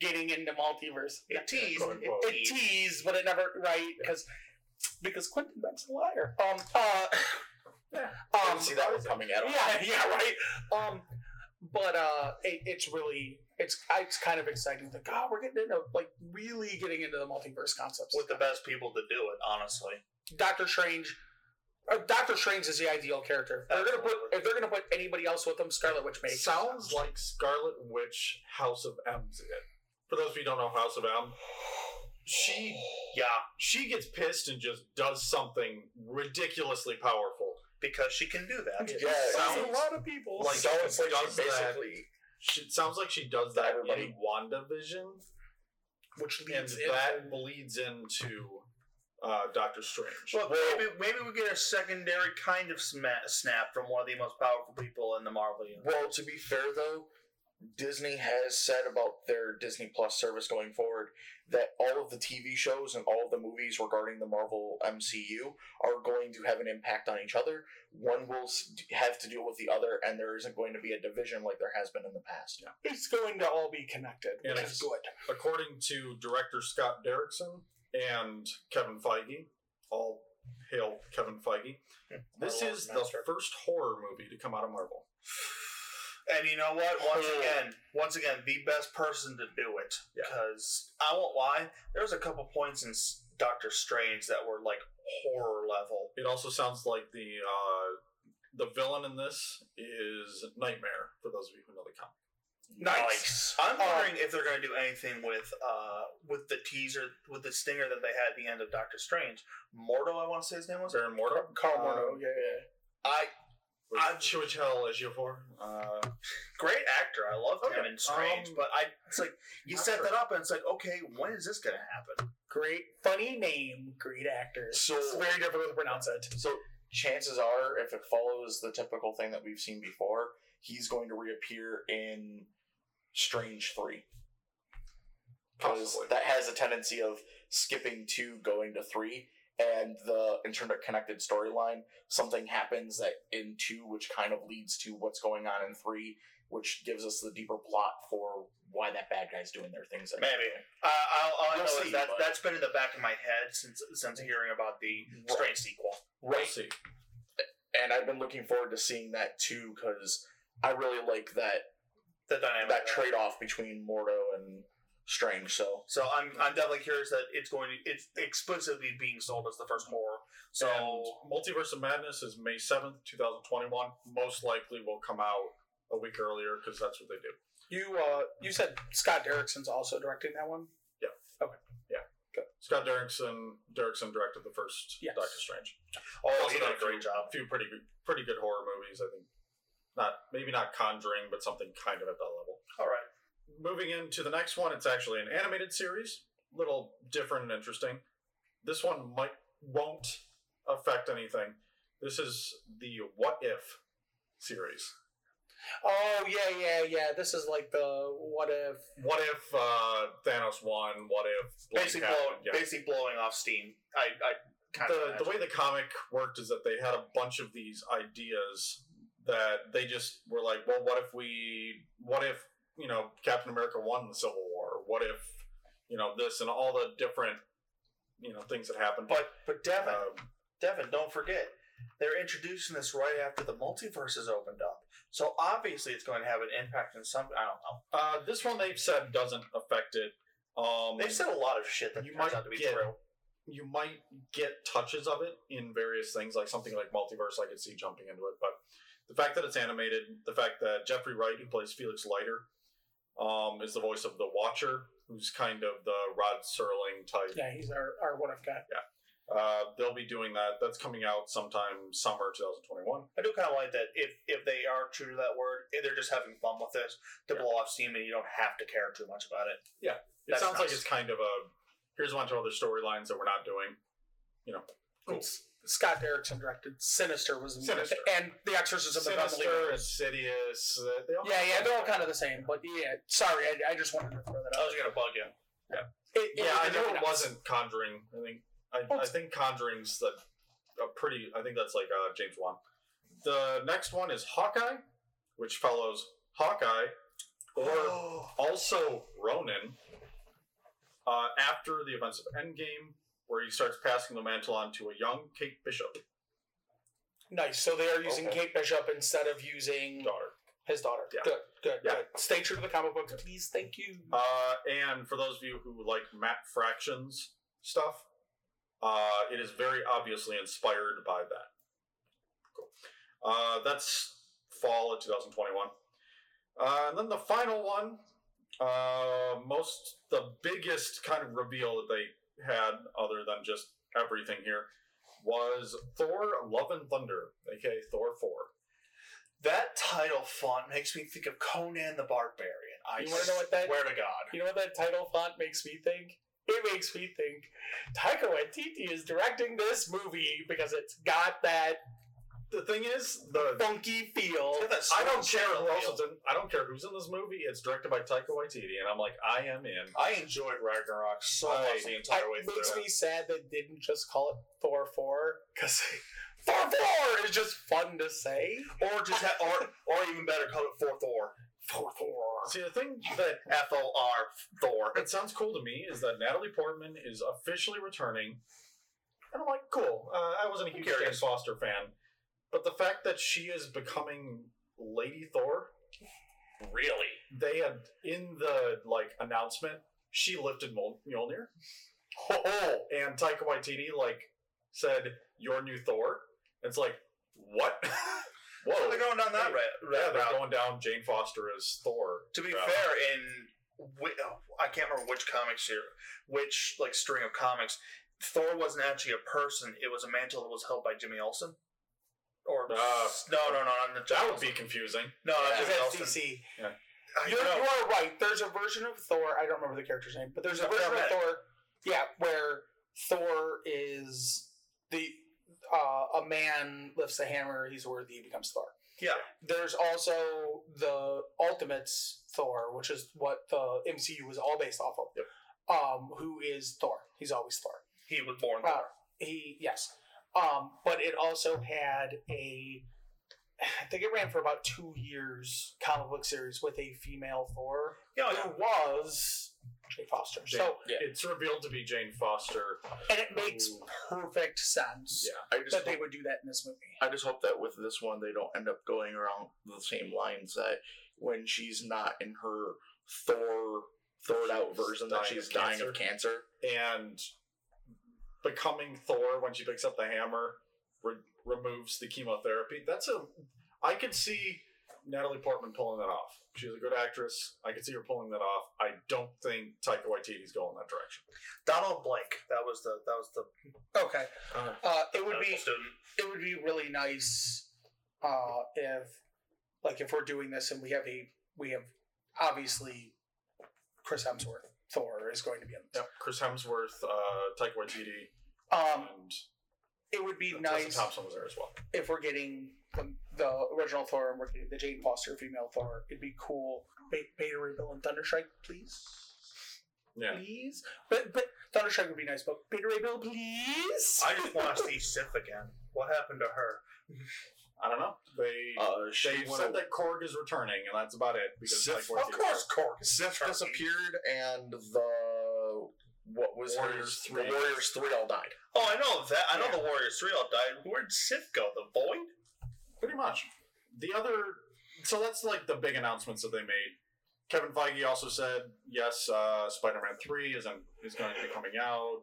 S2: getting into multiverse.
S4: It teased.
S1: quote,
S4: It
S1: unquote.
S2: It
S4: teased.
S2: teased, but it never right because because Quentin Beck's a liar. Um. Uh,
S1: Yeah.
S3: I
S2: Um.
S3: didn't see that one coming at all.
S2: Yeah. Yeah. Right. Um. But uh, it, it's really it's it's kind of exciting. Like, God, we're getting into like really getting into the multiverse concepts.
S4: With the best people to do it, honestly.
S2: Doctor Strange. Uh, Doctor Strange is the ideal character. If They're gonna put
S4: Absolutely.
S2: if they're gonna put anybody else with them. Scarlet Witch makes
S1: Sounds like Scarlet Witch House of M's in it. For those of you who don't know House of M, she
S4: Yeah,
S1: she gets pissed and just does something ridiculously powerful.
S4: because she can do that.
S3: Yeah, it
S1: sounds-
S3: sounds
S2: of people.
S1: Like,
S3: so it's like
S1: does
S3: she
S1: that-
S3: basically.
S1: She, it sounds like she does that in
S3: Everybody-
S1: WandaVision,
S2: which
S1: and
S2: leads
S1: that
S2: into
S1: bleeds into uh, Doctor Strange.
S4: Look, maybe maybe we get a secondary kind of sma- snap from one of the most powerful people in the Marvel universe.
S3: Well, to be fair though, Disney has said about their Disney Plus service going forward that all of the TV shows and all of the movies regarding the Marvel MCU are going to have an impact on each other. One will s- have to deal with the other, and there isn't going to be a division like there has been in the past.
S2: it's going to all be connected,
S1: And
S2: which
S1: it's-
S2: is good.
S1: according to director Scott Derrickson and Kevin Feige, all hail Kevin Feige, this
S4: Hmm. Marvel
S1: is the
S4: master.
S1: first horror movie to come out of Marvel.
S4: And you know what? Once
S3: Oh.
S4: again, once again, the best person to do it
S1: Yeah.
S4: because I won't lie. There was a couple points in Doctor Strange that were like horror level.
S1: It also sounds like the uh, the villain in this is Nightmare, for those of you who know the comic.
S2: Nice.
S4: I'm
S2: Uh,
S4: wondering if they're going to do anything with uh with the teaser with the stinger that they had at the end of Doctor Strange. Mordo, I want to say his name was. Uh,
S1: Baron Mordo?
S2: Carl
S1: Um,
S4: Oh,
S3: Oh,
S2: Mordo, yeah, yeah,
S4: I
S1: Uh, Chiwetel Ejiofor. Uh,
S4: great actor. I love him
S1: Okay,
S4: in Strange,
S1: um,
S4: but I it's like you
S1: not
S4: set
S1: sure.
S4: that up and it's like okay, when is this going to happen?
S2: great, funny name, great actor.
S3: So-
S2: it's very difficult to pronounce it.
S3: So chances are, if it follows the typical thing that we've seen before, he's going to reappear in Strange Three. Because
S1: Possibly.
S3: that has a tendency of skipping two, going to three, and the interconnected storyline. Something happens that in two, which kind of leads to what's going on in three, which gives us the deeper plot for why that bad guy's doing their things. that-
S4: Maybe. Uh, all, all I
S3: We'll
S4: know
S3: see,
S4: is that
S3: but-
S4: that's been in the back of my head since since hearing about the Strange sequel.
S1: we'll
S3: Right
S1: see.
S3: and I've been looking forward to seeing that too because I really like that
S4: The dynamic
S3: that trade off between Mordo and Strange. So
S4: So I'm I'm definitely curious that it's going to it's explicitly being sold as the first horror. So oh,
S1: and Multiverse of Madness is May 7th, 2021. Most likely will come out a week earlier because that's what they do.
S2: You uh, you said Scott Derrickson's also directing that one.
S1: Yeah.
S2: Okay.
S1: Yeah.
S2: Good.
S1: Scott Derrickson Derrickson directed the first
S2: Yes.
S1: Doctor Strange.
S4: Oh,
S1: Also
S4: he did a
S1: few,
S4: great job.
S1: few pretty good, pretty good horror movies, I think. Not maybe not Conjuring, but something kind of at that level.
S4: All right.
S1: Moving into the next one, it's actually an animated series, little different and interesting. This one might won't affect anything. This is the What If series.
S2: Oh yeah, yeah, yeah. This is like the what if?
S1: What if uh, Thanos won? What if Blade
S4: Basically,
S1: happened?
S4: blow,
S1: Yeah.
S4: basically blowing off steam. I, I kind of
S1: the, the way the comic worked is that they had a bunch of these ideas that they just were like, well, what if we, what if, you know, Captain America won the Civil War? What if, you know, this and all the different, you know, things that happened.
S4: but but Devin,
S1: Um,
S4: Devin, don't forget they're introducing this right after the multiverse is opened up. So obviously, it's going to have an impact in some. I don't know.
S1: uh, this one they've said doesn't affect it. Um,
S4: They've said a lot of shit that
S1: You
S4: turns
S1: might
S4: out to be
S1: get-
S4: true.
S1: you might get touches of it in various things, like something like multiverse. I could see jumping into it, but the fact that it's animated, the fact that Jeffrey Wright, who plays Felix Leiter, um, is the voice of the Watcher, who's kind of the Rod Serling type.
S2: Yeah, he's our, our what if guy.
S1: Uh, they'll be doing that. That's coming out sometime summer 2021.
S4: I do kind of like that. If if they are true to that word, if they're just having fun with this to blow off steam, and you don't have to care too much about it.
S1: It
S4: That's
S1: sounds like
S4: nice.
S1: it's kind of a here's a bunch of other storylines that we're not doing. Cool.
S2: It's- Scott Derrickson directed. Sinister was in
S1: Sinister.
S2: and The Exorcism of Beverly
S1: Sinister,
S2: Hills.
S1: Insidious. Uh, they all
S2: Yeah, yeah, they're all kind of the same. But yeah, sorry, I, I just wanted to throw that
S4: I
S2: out.
S4: was gonna bug you.
S2: It-
S1: Yeah, I
S2: it-
S1: know it wasn't Conjuring. I think I, I
S2: What?
S1: think Conjuring's the a pretty. I think that's like uh, James Wan. The next one is Hawkeye, which follows Hawkeye, or also Ronin, uh, after the events of Endgame, where he starts passing the mantle on to a young Kate Bishop
S2: Nice. So they are using
S1: Okay.
S2: Kate Bishop instead of using
S1: daughter.
S2: his daughter.
S1: Yeah.
S2: Good, good,
S1: Yeah.
S2: good. Stay true to the comic books, please. Thank you.
S1: Uh, and for those of you who like Matt Fractions stuff, uh, it is very obviously inspired by that. Cool. Uh, that's fall of 2021. Uh, and then the final one, uh, most the biggest kind of reveal that they had, other than just everything here, was Thor: Love and Thunder, aka Thor Four.
S4: That title font makes me think of Conan the Barbarian. I
S2: You wanna know what that-
S4: swear to God.
S2: You know what that title font makes me think? It makes me think Taika Waititi is directing this movie because it's got that
S1: The thing is, the
S2: funky feel.
S4: It's got that
S1: I don't
S4: strong
S1: care
S4: sound
S1: who else
S4: feel.
S1: is in. I don't care who's in this movie. It's directed by Taika Waititi, and I'm like, I am in.
S4: I enjoyed Ragnarok so
S1: I-
S4: much the
S2: I-
S4: entire way
S2: It
S4: through.
S2: makes me sad they didn't just call it Thor 4 because Thor 4 is just fun to say.
S4: or just ha- or or even better, call it Fourth Or
S2: Thor 4.
S1: See, the thing that
S4: F O R Thor.
S1: that sounds cool to me is that Natalie Portman is officially returning, and I'm like, cool. Uh, I wasn't a
S4: I'm
S1: huge
S4: curious.
S1: Jane Foster fan, but the fact that she is becoming Lady Thor,
S4: Really?
S1: they had in the like announcement, she lifted Mjol- Mjolnir,
S4: Oh,
S1: and Taika Waititi like said, "Your new Thor." It's like, what? Whoa.
S4: they're going down that
S1: Hey,
S4: ra-
S1: Yeah,
S4: that
S1: they're
S4: route.
S1: going down Jane Foster as Thor.
S4: To be
S1: Yeah.
S4: fair, in whi- I can't remember which comics here, which like string of comics, Thor wasn't actually a person. It was a mantle that was held by Jimmy Olsen. Or
S1: Uh,
S4: no, no, no, not the
S1: That would be confusing.
S4: no, not
S2: Because
S4: Jimmy
S2: that's
S4: Olsen.
S2: DC.
S4: I
S2: You're, you
S4: know.
S2: are right. There's a version of Thor. I don't remember the character's name, but there's a
S4: Thor
S2: version of
S4: Red.
S2: Thor. Yeah, where Thor is the uh, a man lifts a hammer. He's worthy. He becomes Thor.
S4: Yeah.
S2: There's also the Ultimates Thor, which is what the MCU was all based off of.
S1: Yep.
S2: Um, who is Thor? He's always Thor.
S4: He was born.
S2: Uh, he yes, um, but it also had a. I think it ran for about two years comic book series with a female Thor
S4: yeah, yeah.
S2: who was Jane Foster. So
S1: Jane- it's revealed to be Jane Foster.
S2: and it makes perfect sense
S1: Yeah.
S3: I just
S2: that they
S3: hope,
S2: would do that in this movie.
S3: I just hope that with this one they don't end up going around the same lines that when she's not in her Thor Thored out
S1: She's
S3: version that
S1: dying
S3: she's
S1: of
S3: dying of cancer.
S1: And becoming Thor when she picks up the hammer re- removes the chemotherapy. That's a. I could see Natalie Portman pulling that off. She's a good actress. I can see her pulling that off. I don't think Taika Waititi's going that direction.
S4: Donald Blake. That was the that was the
S2: Okay.
S1: Uh,
S2: Uh, it would
S4: medical
S2: be
S4: student.
S2: it would be really nice uh, if like if we're doing this and we have a we have obviously Chris Hemsworth Thor is going to be in this.
S1: yeah, Chris Hemsworth, uh, Taika Waititi,
S2: Um,
S1: and
S2: it would be
S1: Tessa
S2: nice
S1: Thompson was there as well.
S2: if we're getting the, the original Thor and we're getting the Jane Foster female Thor. It'd be cool. Ba- Beta Ray Bill and Thunderstrike, please,
S1: Yeah.
S2: please. But but Thunderstrike would be nice, but Beta Ray Bill, please.
S4: I just want to see Sith again. What happened to her?
S1: I don't know. They
S3: Uh, she
S1: they
S3: went
S1: said
S3: away-
S1: that Korg is returning, and that's about it. Because
S3: Sif-
S1: Taika
S3: of
S1: Waititi-
S3: course,
S4: Cork.
S3: Sif disappeared, and the what was her-
S1: Warriors three.
S3: The Warriors three all died.
S4: Oh, I know that. I know the Warriors three all died. Where'd Sith go? The Void.
S1: Pretty much. The other, so that's like the big announcements that they made. Kevin Feige also said, yes, uh, Spider-Man three is in, is going to be coming out.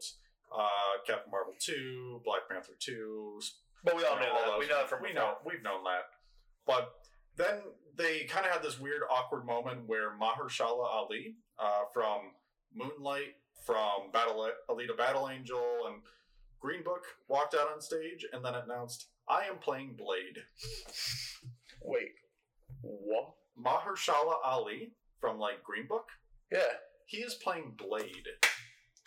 S1: Uh, Captain Marvel two, Black Panther two.
S4: But we all
S1: you
S4: know
S1: all
S4: that.
S1: those-
S4: We know that from
S1: we know we've known that. But then they kind of had this weird awkward moment where Mahershala Ali uh, from Moonlight, from Battle Alita Battle Angel, and Green Book walked out on stage and then announced, "I am playing Blade."
S3: Wait, what?
S1: Mahershala Ali from like Green Book.
S3: Yeah.
S1: He is playing Blade.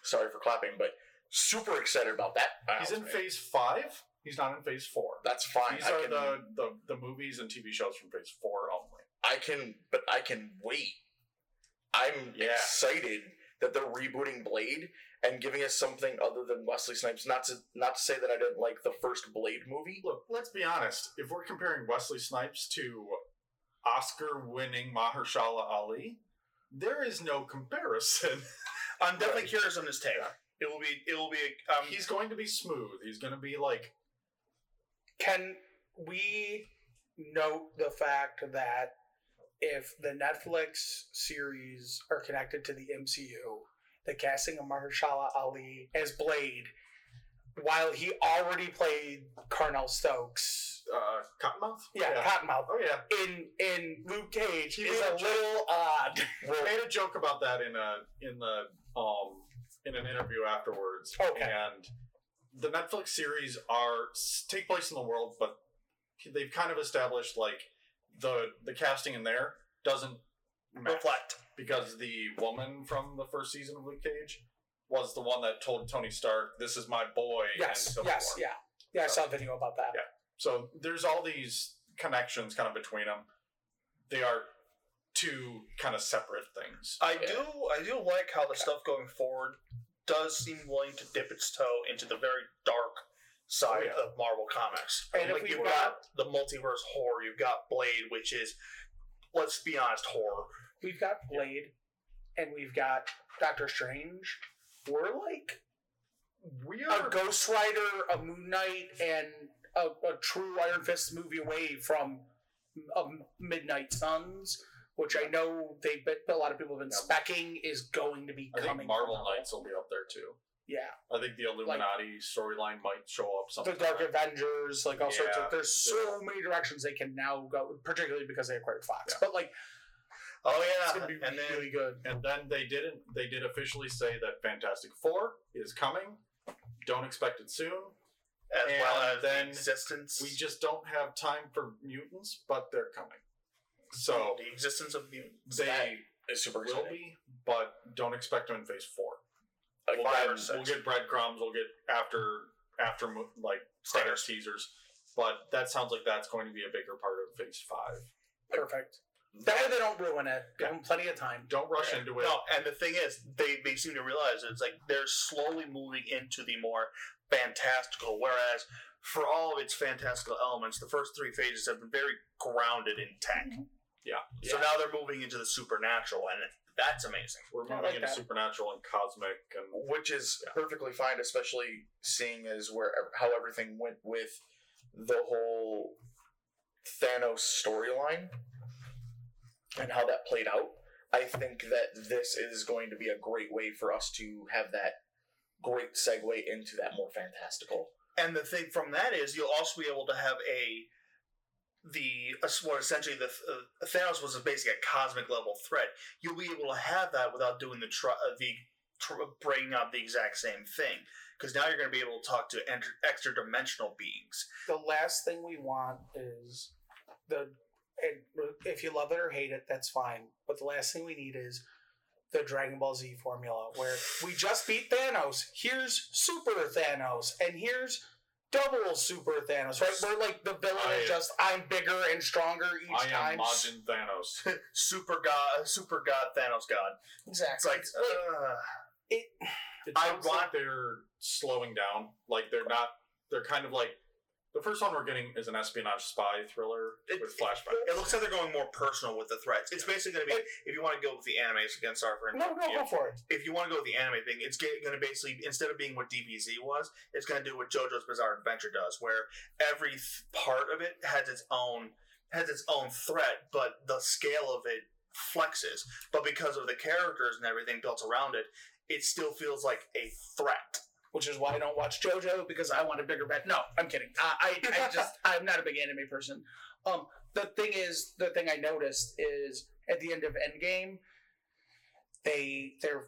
S3: Sorry for clapping, but super excited about that.
S1: He's in
S3: announcement.
S1: Phase Five. He's not in Phase Four.
S3: That's fine.
S1: These
S3: I
S1: are
S3: can,
S1: the, the the movies and TV shows from Phase Four only.
S3: I can, but I can wait. I'm
S1: Yeah.
S3: excited that they're rebooting Blade and giving us something other than Wesley Snipes. Not to not to say that I didn't like the first Blade movie.
S1: Look, let's be honest. If we're comparing Wesley Snipes to Oscar-winning Mahershala Ali, there is no comparison.
S4: I'm definitely curious on this tape. It will be. It will be. Um,
S1: He's going to be smooth. He's going to be like
S2: Can we note the fact that if the Netflix series are connected to the MCU, the casting of Mahershala Ali as Blade, while he already played Carnell Stokes,
S1: uh, Cottonmouth.
S2: yeah, Cottonmouth,
S1: Oh yeah.
S2: in in Luke Cage
S1: He
S2: is
S1: was
S2: a
S1: a
S2: little odd.
S1: I made a joke about that in a in the um in an interview afterwards.
S2: Okay.
S1: And the Netflix series are take place in the world, but they've kind of established like the the casting in there doesn't match
S4: reflect.
S1: because the woman from the first season of Luke Cage was the one that told Tony Stark, "This is my boy." and
S2: Yes,
S1: Civil
S2: yes,
S1: War.
S2: yeah, yeah. I saw a video about that.
S1: Yeah. So there's all these connections kind of between them. They are two kind of separate things.
S4: I
S3: Yeah.
S4: do. I do like how the stuff going forward does seem willing to dip its toe into the very dark side
S1: Oh, yeah.
S4: of Marvel Comics.
S2: And if
S4: like
S2: we
S4: you've
S2: were-
S4: got the multiverse horror, you've got Blade, which is, let's be honest, horror.
S2: we've got Blade, and we've got Doctor Strange. We're like
S1: We
S2: a Ghost Rider, a Moon Knight, and a, a true Iron Fist movie away from um, Midnight Suns, which I know they've been, a lot of people have been specking is going to be
S1: I
S2: coming.
S1: think Marvel
S2: from-
S1: Knights will be up there too.
S2: Yeah,
S1: I think the Illuminati storyline might show up something.
S2: the Dark
S1: like that.
S2: Avengers, like all sorts
S1: Yeah.
S2: of. There's so many directions they can now go, particularly because they acquired Fox.
S1: Yeah.
S2: But like,
S4: Oh
S2: it's
S4: yeah,
S2: gonna be
S4: and then
S2: really good.
S1: And then they didn't. They did officially say that Fantastic Four is coming. Don't expect it soon.
S4: as well
S1: and
S4: as
S1: then
S4: then existence.
S1: We just don't have time for mutants, but they're coming. So
S4: the existence of mutants.
S1: they
S3: It's super
S1: will
S3: exciting.
S1: be, but don't expect them in Phase Four.
S3: Like,
S1: We'll
S4: Five
S1: get,
S4: or
S1: we'll
S4: six.
S1: get breadcrumbs. We'll get after after mo- like credit
S4: Stairs.
S1: teasers. But that sounds like that's going to be a bigger part of Phase Five.
S2: Perfect. Better they don't ruin it. Give them plenty of time.
S1: Don't rush
S4: Yeah.
S1: into it.
S4: No, and the thing is, they, they seem to realize it's like they're slowly moving into the more fantastical. Whereas for all of its fantastical elements, the first three phases have been very grounded in tech.
S1: Yeah.
S4: So now they're moving into the supernatural, and that's amazing.
S1: We're
S2: Yeah, I
S1: moving
S2: like
S1: into
S2: that.
S1: supernatural and cosmic, and
S3: which is perfectly fine, especially seeing as where how everything went with the whole Thanos storyline and how that played out. I think that this is going to be a great way for us to have that great segue into that more fantastical.
S4: And the thing from that is, you'll also be able to have a the what essentially the uh, Thanos was basically a cosmic level threat. You'll be able to have that without doing the tr- uh, the tr- bringing up the exact same thing because now you're going to be able to talk to enter- extra dimensional beings.
S2: the last thing we want is the and if you love it or hate it that's fine but the last thing we need is the dragon ball z formula where we just beat thanos here's super thanos and here's double super thanos right we're like the villain
S1: I-
S2: is just i'm bigger and stronger each
S1: I am
S2: time
S1: Majin Thanos.
S4: Super god, super god, Thanos god. It's
S2: exactly
S4: like uh,
S2: it,
S1: It
S4: I
S1: sounds like
S4: want-
S1: they're slowing down. Like they're not. They're kind of like the first one we're getting is an espionage spy thriller
S4: It-
S1: with flashbacks.
S4: it looks like they're going more personal with the threats. It's basically going to be if you want to go with the animes against our friend.
S2: no no
S4: Yeah.
S2: go for it
S4: if you want to go with the anime thing, it's going to basically instead of being what DBZ was, it's going to do what JoJo's Bizarre Adventure does, where every th- part of it has its own has its own threat, but the scale of it flexes. But because of the characters and everything built around it, it still feels like a threat.
S2: which is why I don't watch JoJo because I want a bigger bet. No, I'm kidding. I, I, I just I'm not a big anime person. Um, the thing is, the thing I noticed is at the end of Endgame, they they're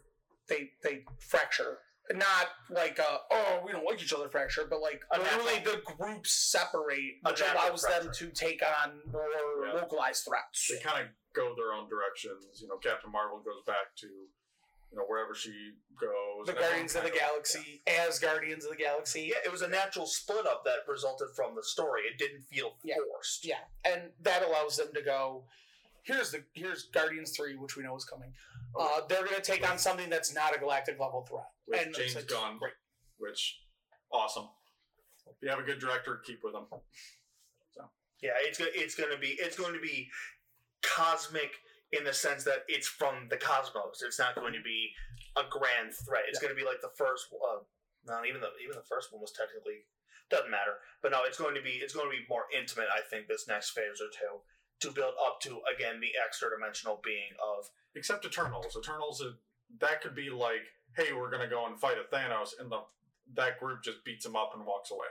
S2: they they fracture. Not like uh oh we don't like each other fracture, but like
S4: A
S2: literally the groups separate,
S4: A
S2: which
S4: natural
S2: allows them
S4: fracture.
S2: to take on more
S1: Yeah.
S2: localized threats.
S1: they kind of go their own directions. You know, Captain Marvel goes back to you know wherever she goes.
S2: The
S1: And everyone
S2: Guardians of the
S1: kind
S2: Galaxy, as Guardians of the Galaxy,
S4: Yeah, it was a natural split up that resulted from the story. It didn't feel
S2: Yeah.
S4: forced.
S2: Yeah, and that allows them to go. Here's the here's Guardians three, which we know is coming. Uh, they're going to take on something that's not a galactic level threat.
S1: With
S2: and
S1: James
S2: it's-
S1: Gunn,
S2: great.
S1: which awesome. If you have a good director, keep with them.
S4: Yeah, it's go- it's going to be it's going to be cosmic in the sense that it's from the cosmos. It's not going to be a grand threat. It's going to be like the first. Uh, no, even the even the first one was technically doesn't matter. But no, it's going to be it's going to be more intimate. I think this next phase or two to build up to again the extra dimensional being of
S1: Except Eternals. Eternals uh, that could be like, hey, we're gonna go and fight a Thanos, and the that group just beats him up and walks away.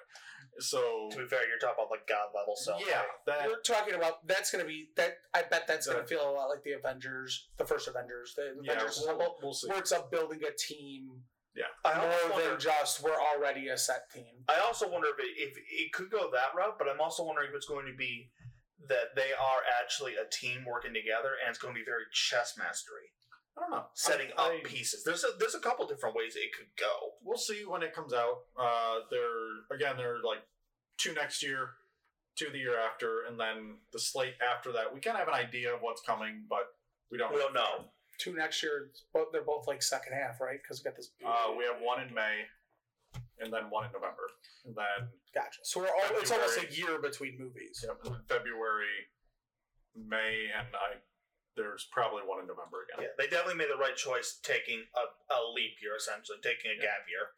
S1: So
S4: to be fair, you're talking about like god level. So
S1: yeah, that
S2: We're talking about that's going to be that. I bet that's going
S1: The-
S2: to feel a lot like the Avengers, the first Avengers, the
S1: yeah,
S2: Avengers
S1: we'll,
S2: Assemble,
S1: we'll see.
S2: where it's up building a team
S4: I
S2: more
S4: almost wonder-
S2: than just we're already a set team.
S4: I also wonder if it, if it could go that route, but I'm also wondering if it's going to be that they are actually a team working together, and it's going to be very chess mastery,
S1: I don't know.
S4: setting
S1: I-
S4: up
S1: I-
S4: pieces. There's a there's a couple different ways it could go.
S1: we'll see when it comes out. Uh, they're again, they're like two next year, two the year after, and then the slate after that. We kind of have an idea of what's coming, but we don't.
S4: We don't know.
S2: Two next year, but they're both like second half, right? Because we got this.
S1: Uh, we have one in May, and then one in November, and then
S2: gotcha. So we're all, it's almost a
S1: February.
S2: year between movies.
S1: yep, and then February, May, and I. There's probably one in November again.
S4: Yeah, they definitely made the right choice taking a, a leap year, essentially taking a gap year.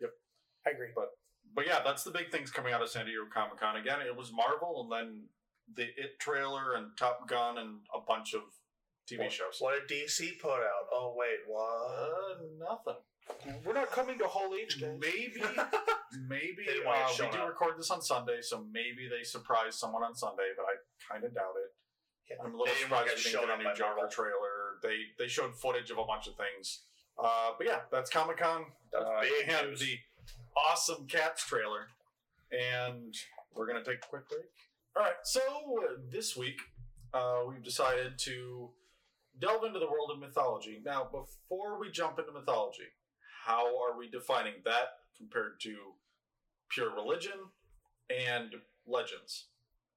S2: I agree.
S1: But yeah, that's the big things coming out of San Diego Comic Con. Again, it was Marvel, and then the It trailer, and Top Gun, and a bunch of TV shows.
S4: What did DC put out? Oh wait, what?
S1: Uh, nothing.
S2: We're not coming to whole age, guys.
S1: Maybe, maybe
S4: They might
S1: uh,
S4: have
S1: we
S4: shown
S1: do
S4: up.
S1: record this on Sunday, so maybe they surprise someone on Sunday, but I kind of doubt it.
S4: Yeah,
S1: I'm a little
S4: they didn't
S1: surprised
S4: get
S1: they didn't
S4: shown
S1: get
S4: up
S1: a
S4: by
S1: new Joker
S4: Marvel.
S1: trailer. They they showed footage of a bunch of things. Uh, but yeah, that's Comic Con.
S4: That was
S1: uh,
S4: big
S1: and
S4: news.
S1: the awesome Cats trailer, and we're gonna take a quick break. All right, so uh, this week uh, we've decided to delve into the world of mythology. Now, before we jump into mythology, how are we defining that compared to pure religion and legends?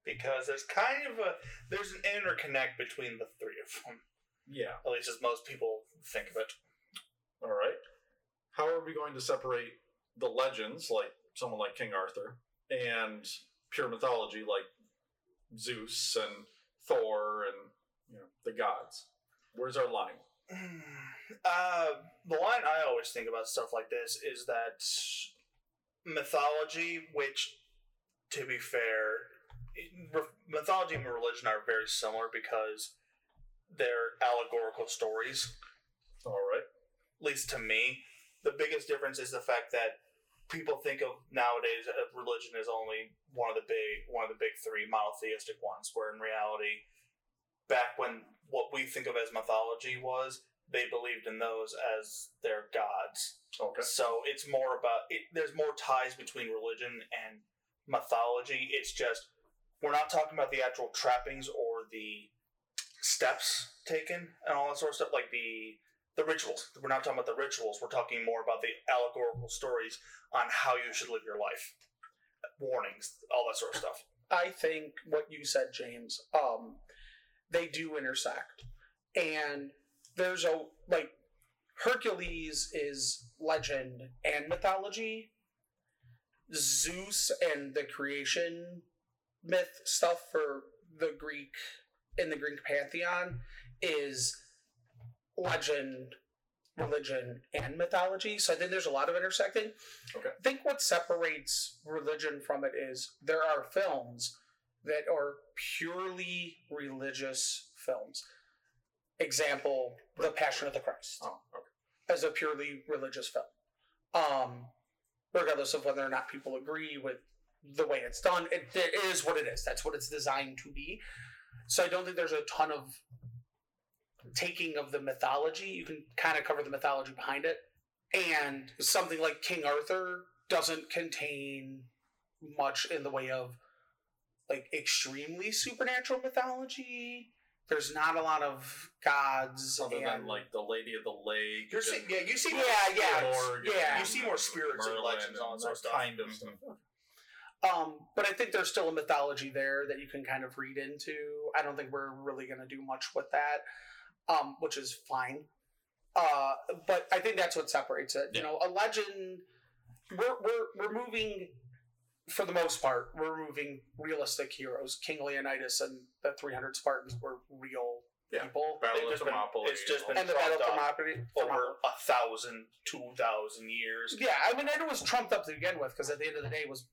S4: Because there's kind of a there's an interconnect between the three of them.
S1: Yeah.
S4: At least as most people think of it.
S1: All right. How are we going to separate the legends, like someone like King Arthur, and pure mythology, like Zeus and Thor and you know the gods? Where's our line?
S4: Uh, the line I always think about stuff like this is that mythology, which, to be fair, it- re- mythology and religion are very similar because they're allegorical stories.
S1: All right.
S4: At least to me, the biggest difference is the fact that people think of nowadays of religion as only one of the big one of the big three monotheistic ones, where in reality, back when what we think of as mythology was, they believed in those as their gods.
S1: Okay.
S4: So it's more about it, there's more ties between religion and mythology. It's just we're not talking about the actual trappings or the steps taken and all that sort of stuff, like the the rituals. We're not talking about the rituals. We're talking more about the allegorical stories on how you should live your life, warnings, all that sort of stuff.
S2: I think what you said, James, um, they do intersect. And there's a like Hercules is legend and mythology. Zeus and the creation myth stuff for the Greek in the Greek pantheon is legend, religion, and mythology. So I think there's a lot of intersecting.
S1: Okay.
S2: I think what separates religion from it is there are films that are purely religious films. Example, The Passion of the Christ
S1: Oh, okay.
S2: as a purely religious film. Um, regardless of whether or not people agree with the way it's done, it, it is what it is. That's what it's designed to be. So I don't think there's a ton of taking of the mythology. You can kind of cover the mythology behind it. And something like King Arthur doesn't contain much in the way of like extremely supernatural mythology. There's not a lot of gods.
S1: Other than
S2: and-
S1: like the Lady of the Lake.
S4: You're see,
S1: and
S4: yeah, you see,
S2: Yeah, yeah.
S1: Morg
S2: yeah.
S1: and
S4: You see more spirits and
S1: Merlin
S4: legends and all that sort of stuff.
S1: Kind of stuff.
S2: Um, but I think there's still a mythology there that you can kind of read into. I don't think we're really going to do much with that, um, which is fine. Uh, but I think that's what separates it. You
S1: Yeah.
S2: know, a legend. We're we're we're moving, for the most part, we're moving realistic heroes. King Leonidas and the 300 Spartans were real
S1: Yeah.
S2: people,
S1: Battle
S4: They've
S1: of
S4: just been-
S1: Thermopylae.
S4: it's just been-
S2: and the Battle of
S4: Propped up
S2: Thermopylae.
S4: over a thousand, two thousand years.
S2: Yeah, I mean, it was trumped up to begin with because at the end of the day, it was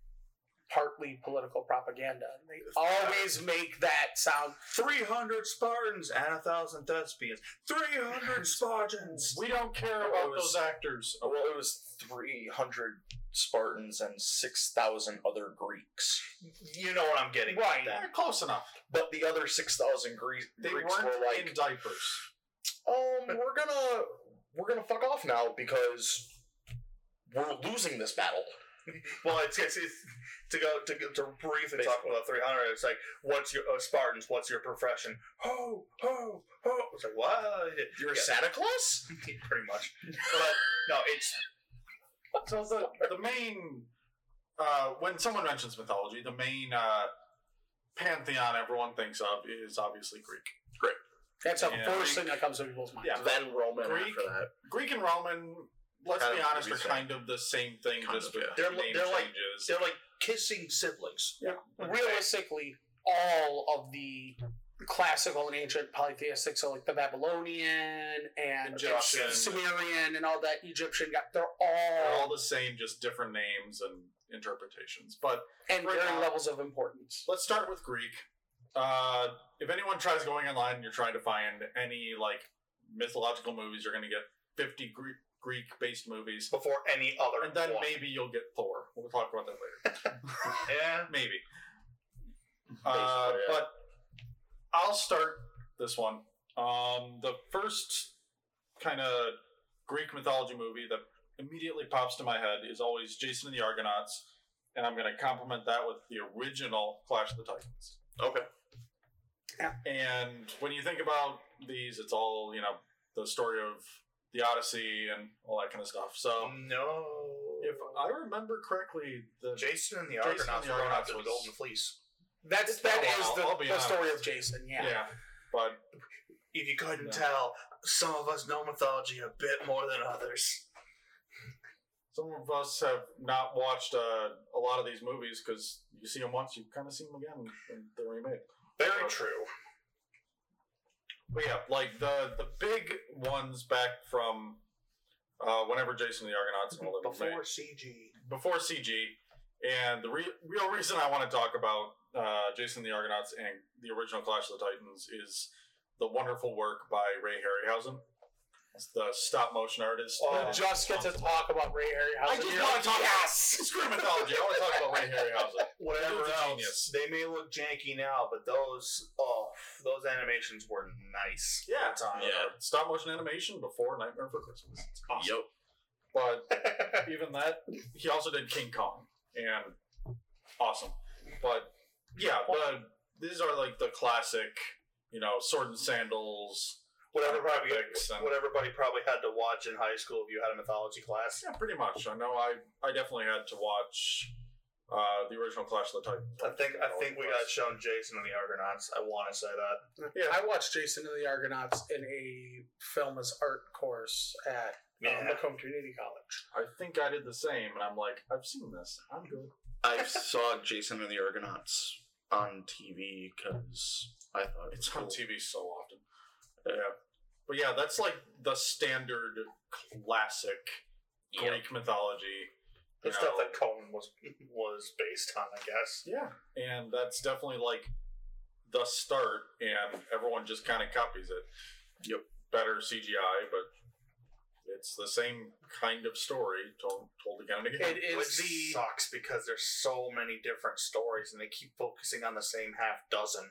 S2: partly political propaganda. They always make that sound.
S4: 300 Spartans and a thousand thespians. 300 Spartans!
S1: We don't care
S3: about
S1: about
S3: those
S1: those actors.
S3: Oh, well, it was 300 Spartans and 6,000 other Greeks.
S4: You know what I'm getting
S2: Right.
S4: at.
S1: They're close enough.
S3: But the other 6,000 Gre-
S1: They
S3: Greeks
S1: weren't
S3: were like,
S1: in diapers.
S3: um, we're gonna, we're gonna fuck off now because we're losing this battle.
S4: Well, it's, it's, it's to go to, go- to briefly talk
S3: Basically.
S4: about 300. It's like, what's your oh, Spartans? What's your profession? Ho, ho, ho. It's like, what?
S3: You're
S4: Yeah.
S3: Santa Claus?
S4: Pretty much. But no, it's
S1: So the, the main uh, when someone mentions mythology, the main uh, pantheon everyone thinks of is obviously Greek.
S2: That's the
S1: Yeah.
S2: first thing that comes to people's mind.
S1: Yeah.
S3: Then Roman
S1: Greek?
S3: after that.
S1: Greek and Roman, let's
S3: Kind
S1: be
S3: of
S1: honest,
S3: the
S1: are
S3: same.
S1: kind of the same thing.
S3: Kind
S1: just
S3: of, yeah.
S1: with
S4: They're-
S1: name
S4: they're like-
S1: changes.
S4: they're like kissing siblings.
S2: Realistically, all of the classical and ancient polytheistic, so like the Babylonian and
S1: Egyptian.
S2: Sumerian and all that Egyptian, got they're
S1: They're
S2: all
S1: all the same, just different names and interpretations. But
S2: and
S1: right
S2: varying
S1: now-
S2: levels of importance.
S1: let's start with Greek. Uh, if anyone tries going online and you're trying to find any like mythological movies, you're going to get 50 Greek Greek based movies,
S4: Before any other
S1: and then
S4: one.
S1: maybe you'll get Thor. We'll talk about that later.
S4: Yeah.
S1: maybe. Uh,
S3: Basically, yeah.
S1: But I'll start this one. Um, the first kind of Greek mythology movie that immediately pops to my head is always Jason and the Argonauts, and I'm going to complement that with the original Clash of the Titans.
S3: Okay.
S1: And when you think about these, it's all you know the story of the Odyssey and all that kind of stuff. So
S4: um, no.
S1: if I remember correctly, the
S4: Jason and the
S1: Jason and
S4: Argonauts
S1: the
S4: were going
S1: Argonauts
S4: after the
S1: was-
S4: Golden Fleece.
S2: That's that
S1: I'll-
S2: is
S1: I'll
S2: the,
S1: be
S2: the story
S1: honest.
S2: of Jason. Yeah.
S1: yeah, but
S4: If you couldn't
S1: No.
S4: tell, some of us know mythology a bit more than others.
S1: some of us have not watched uh, a lot of these movies because you see them once, you kind of see them again when they're remade.
S4: Very true.
S1: But yeah, like the the big ones back from uh, whenever Jason and the Argonauts and all that was
S4: Before
S1: made.
S4: CG.
S1: before CG, and the re- real reason I want to talk about uh, Jason and the Argonauts and the original Clash of the Titans is the wonderful work by Ray Harryhausen. the stop motion artist.
S2: Oh,
S1: that is
S2: just get to
S1: responsible.
S2: talk about Ray Harryhausen.
S1: I just
S2: You're
S1: wanna
S2: like,
S1: talk about-
S2: yes.
S1: Screw mythology. I want to talk about Ray Harryhausen.
S4: Whatever
S1: Dude's a
S4: else,
S1: genius.
S4: they may look janky now, but those oh, those animations were nice.
S1: Yeah.
S4: Time.
S3: Yeah.
S1: Stop motion animation before Nightmare for Christmas. It's awesome.
S3: Yep.
S1: But even that, he also did King Kong and awesome. But yeah, but these are like the classic, you know, sword and sandals.
S4: What everybody,
S1: Epics and-
S4: what everybody probably had to watch in high school if you had a mythology class.
S1: Yeah, pretty much. I know. I I definitely had to watch uh, the original Clash of the Titans.
S4: I think I think we got shown Jason and the Argonauts. I want to say that.
S1: Yeah.
S2: I watched Jason and the Argonauts in a film as art course at
S4: Man,
S2: um, Macomb Community College.
S1: I think I did the same, and I'm like, I've seen this. I'm good.
S3: I saw Jason and the Argonauts on TV because I thought
S1: It's on TV so often. Yeah, but yeah, that's like the standard classic
S3: Yeah.
S1: Greek mythology.
S4: the
S1: you
S4: stuff
S1: know.
S4: that Cohen was was based on, I guess.
S1: Yeah, and that's definitely like the start, and everyone just kind of copies it.
S3: Yep.
S1: Better CGI, but it's the same kind of story told, told again and again.
S2: It is
S4: Which
S2: the
S4: sucks because there's so many different stories and they keep focusing on the same half dozen.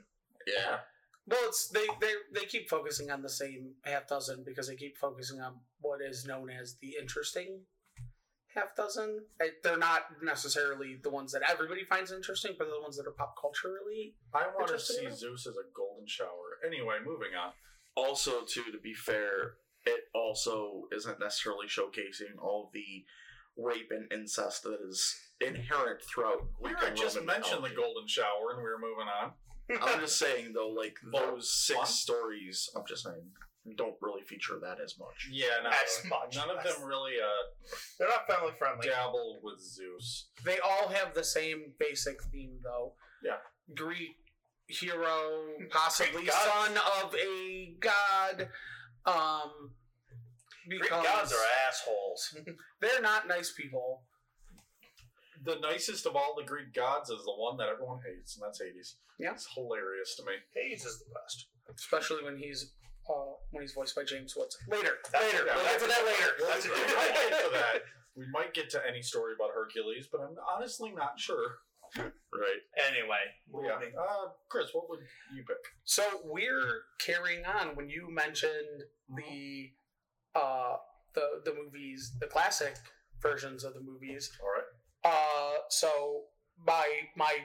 S3: Yeah.
S2: well, it's they they they keep focusing on the same half dozen because they keep focusing on what is known as the interesting half dozen. I, they're not necessarily the ones that everybody finds interesting, but they're the ones that are pop culturally.
S1: I want to
S2: Interesting
S1: see
S2: enough.
S1: Zeus as a golden shower. Anyway, moving on.
S3: Also, too, to be fair, it also isn't necessarily showcasing all the rape and incest that is inherent throughout.
S1: We
S3: Greek
S1: already
S3: and
S1: just
S3: Roman
S1: mentioned the
S3: mythology.
S1: golden shower, and we were moving on.
S3: I'm just saying though, like
S1: Well,
S3: those six
S1: what?
S3: stories, I'm just saying, don't really feature that as much.
S1: Yeah, no,
S4: As much.
S1: none of
S4: As-
S1: them really uh,
S4: They're not family friendly.
S1: dabble with Zeus.
S2: They all have the same basic theme, though.
S1: Yeah.
S2: Greek hero, possibly
S4: Greek gods.
S2: son of a god. Um,
S4: Greek
S2: because
S4: gods are assholes.
S2: they're not nice people.
S1: The nicest of all the Greek gods is the one that everyone hates, and that's Hades.
S2: Yeah.
S1: it's hilarious to me.
S4: Hades is the best.
S2: especially when he's uh, when he's voiced by James Woods. Later,
S4: That's-
S2: later,
S1: yeah,
S2: we'll get to that
S4: That's-
S2: later.
S1: we might get to that. We might get to any story about Hercules, but I'm honestly not sure.
S3: Right.
S4: Anyway,
S1: Yeah.
S4: moving.
S1: Uh, Chris, what would you pick?
S2: So we're carrying on when you mentioned the uh, the the movies, the classic versions of the movies.
S1: All right.
S2: Uh, so my my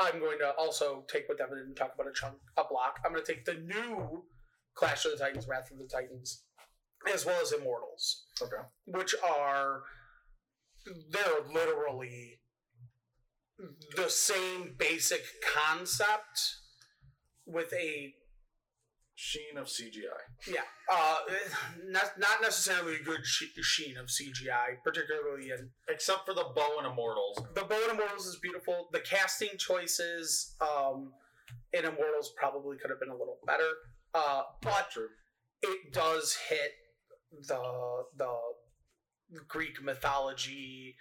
S2: I'm going to also take what Devin did and talk about a chunk a block. I'm going to take the new Clash of the Titans, Wrath of the Titans, as well as Immortals.
S1: Okay.
S2: which are they're literally the same basic concept with a
S1: Sheen of CGI.
S2: yeah uh not, not necessarily a good she- sheen of cgi particularly in
S1: Except for the bow and immortals.
S2: the bow in immortals is beautiful the casting choices um in immortals probably could have been a little better uh but
S1: True.
S2: it does hit the the Greek mythology.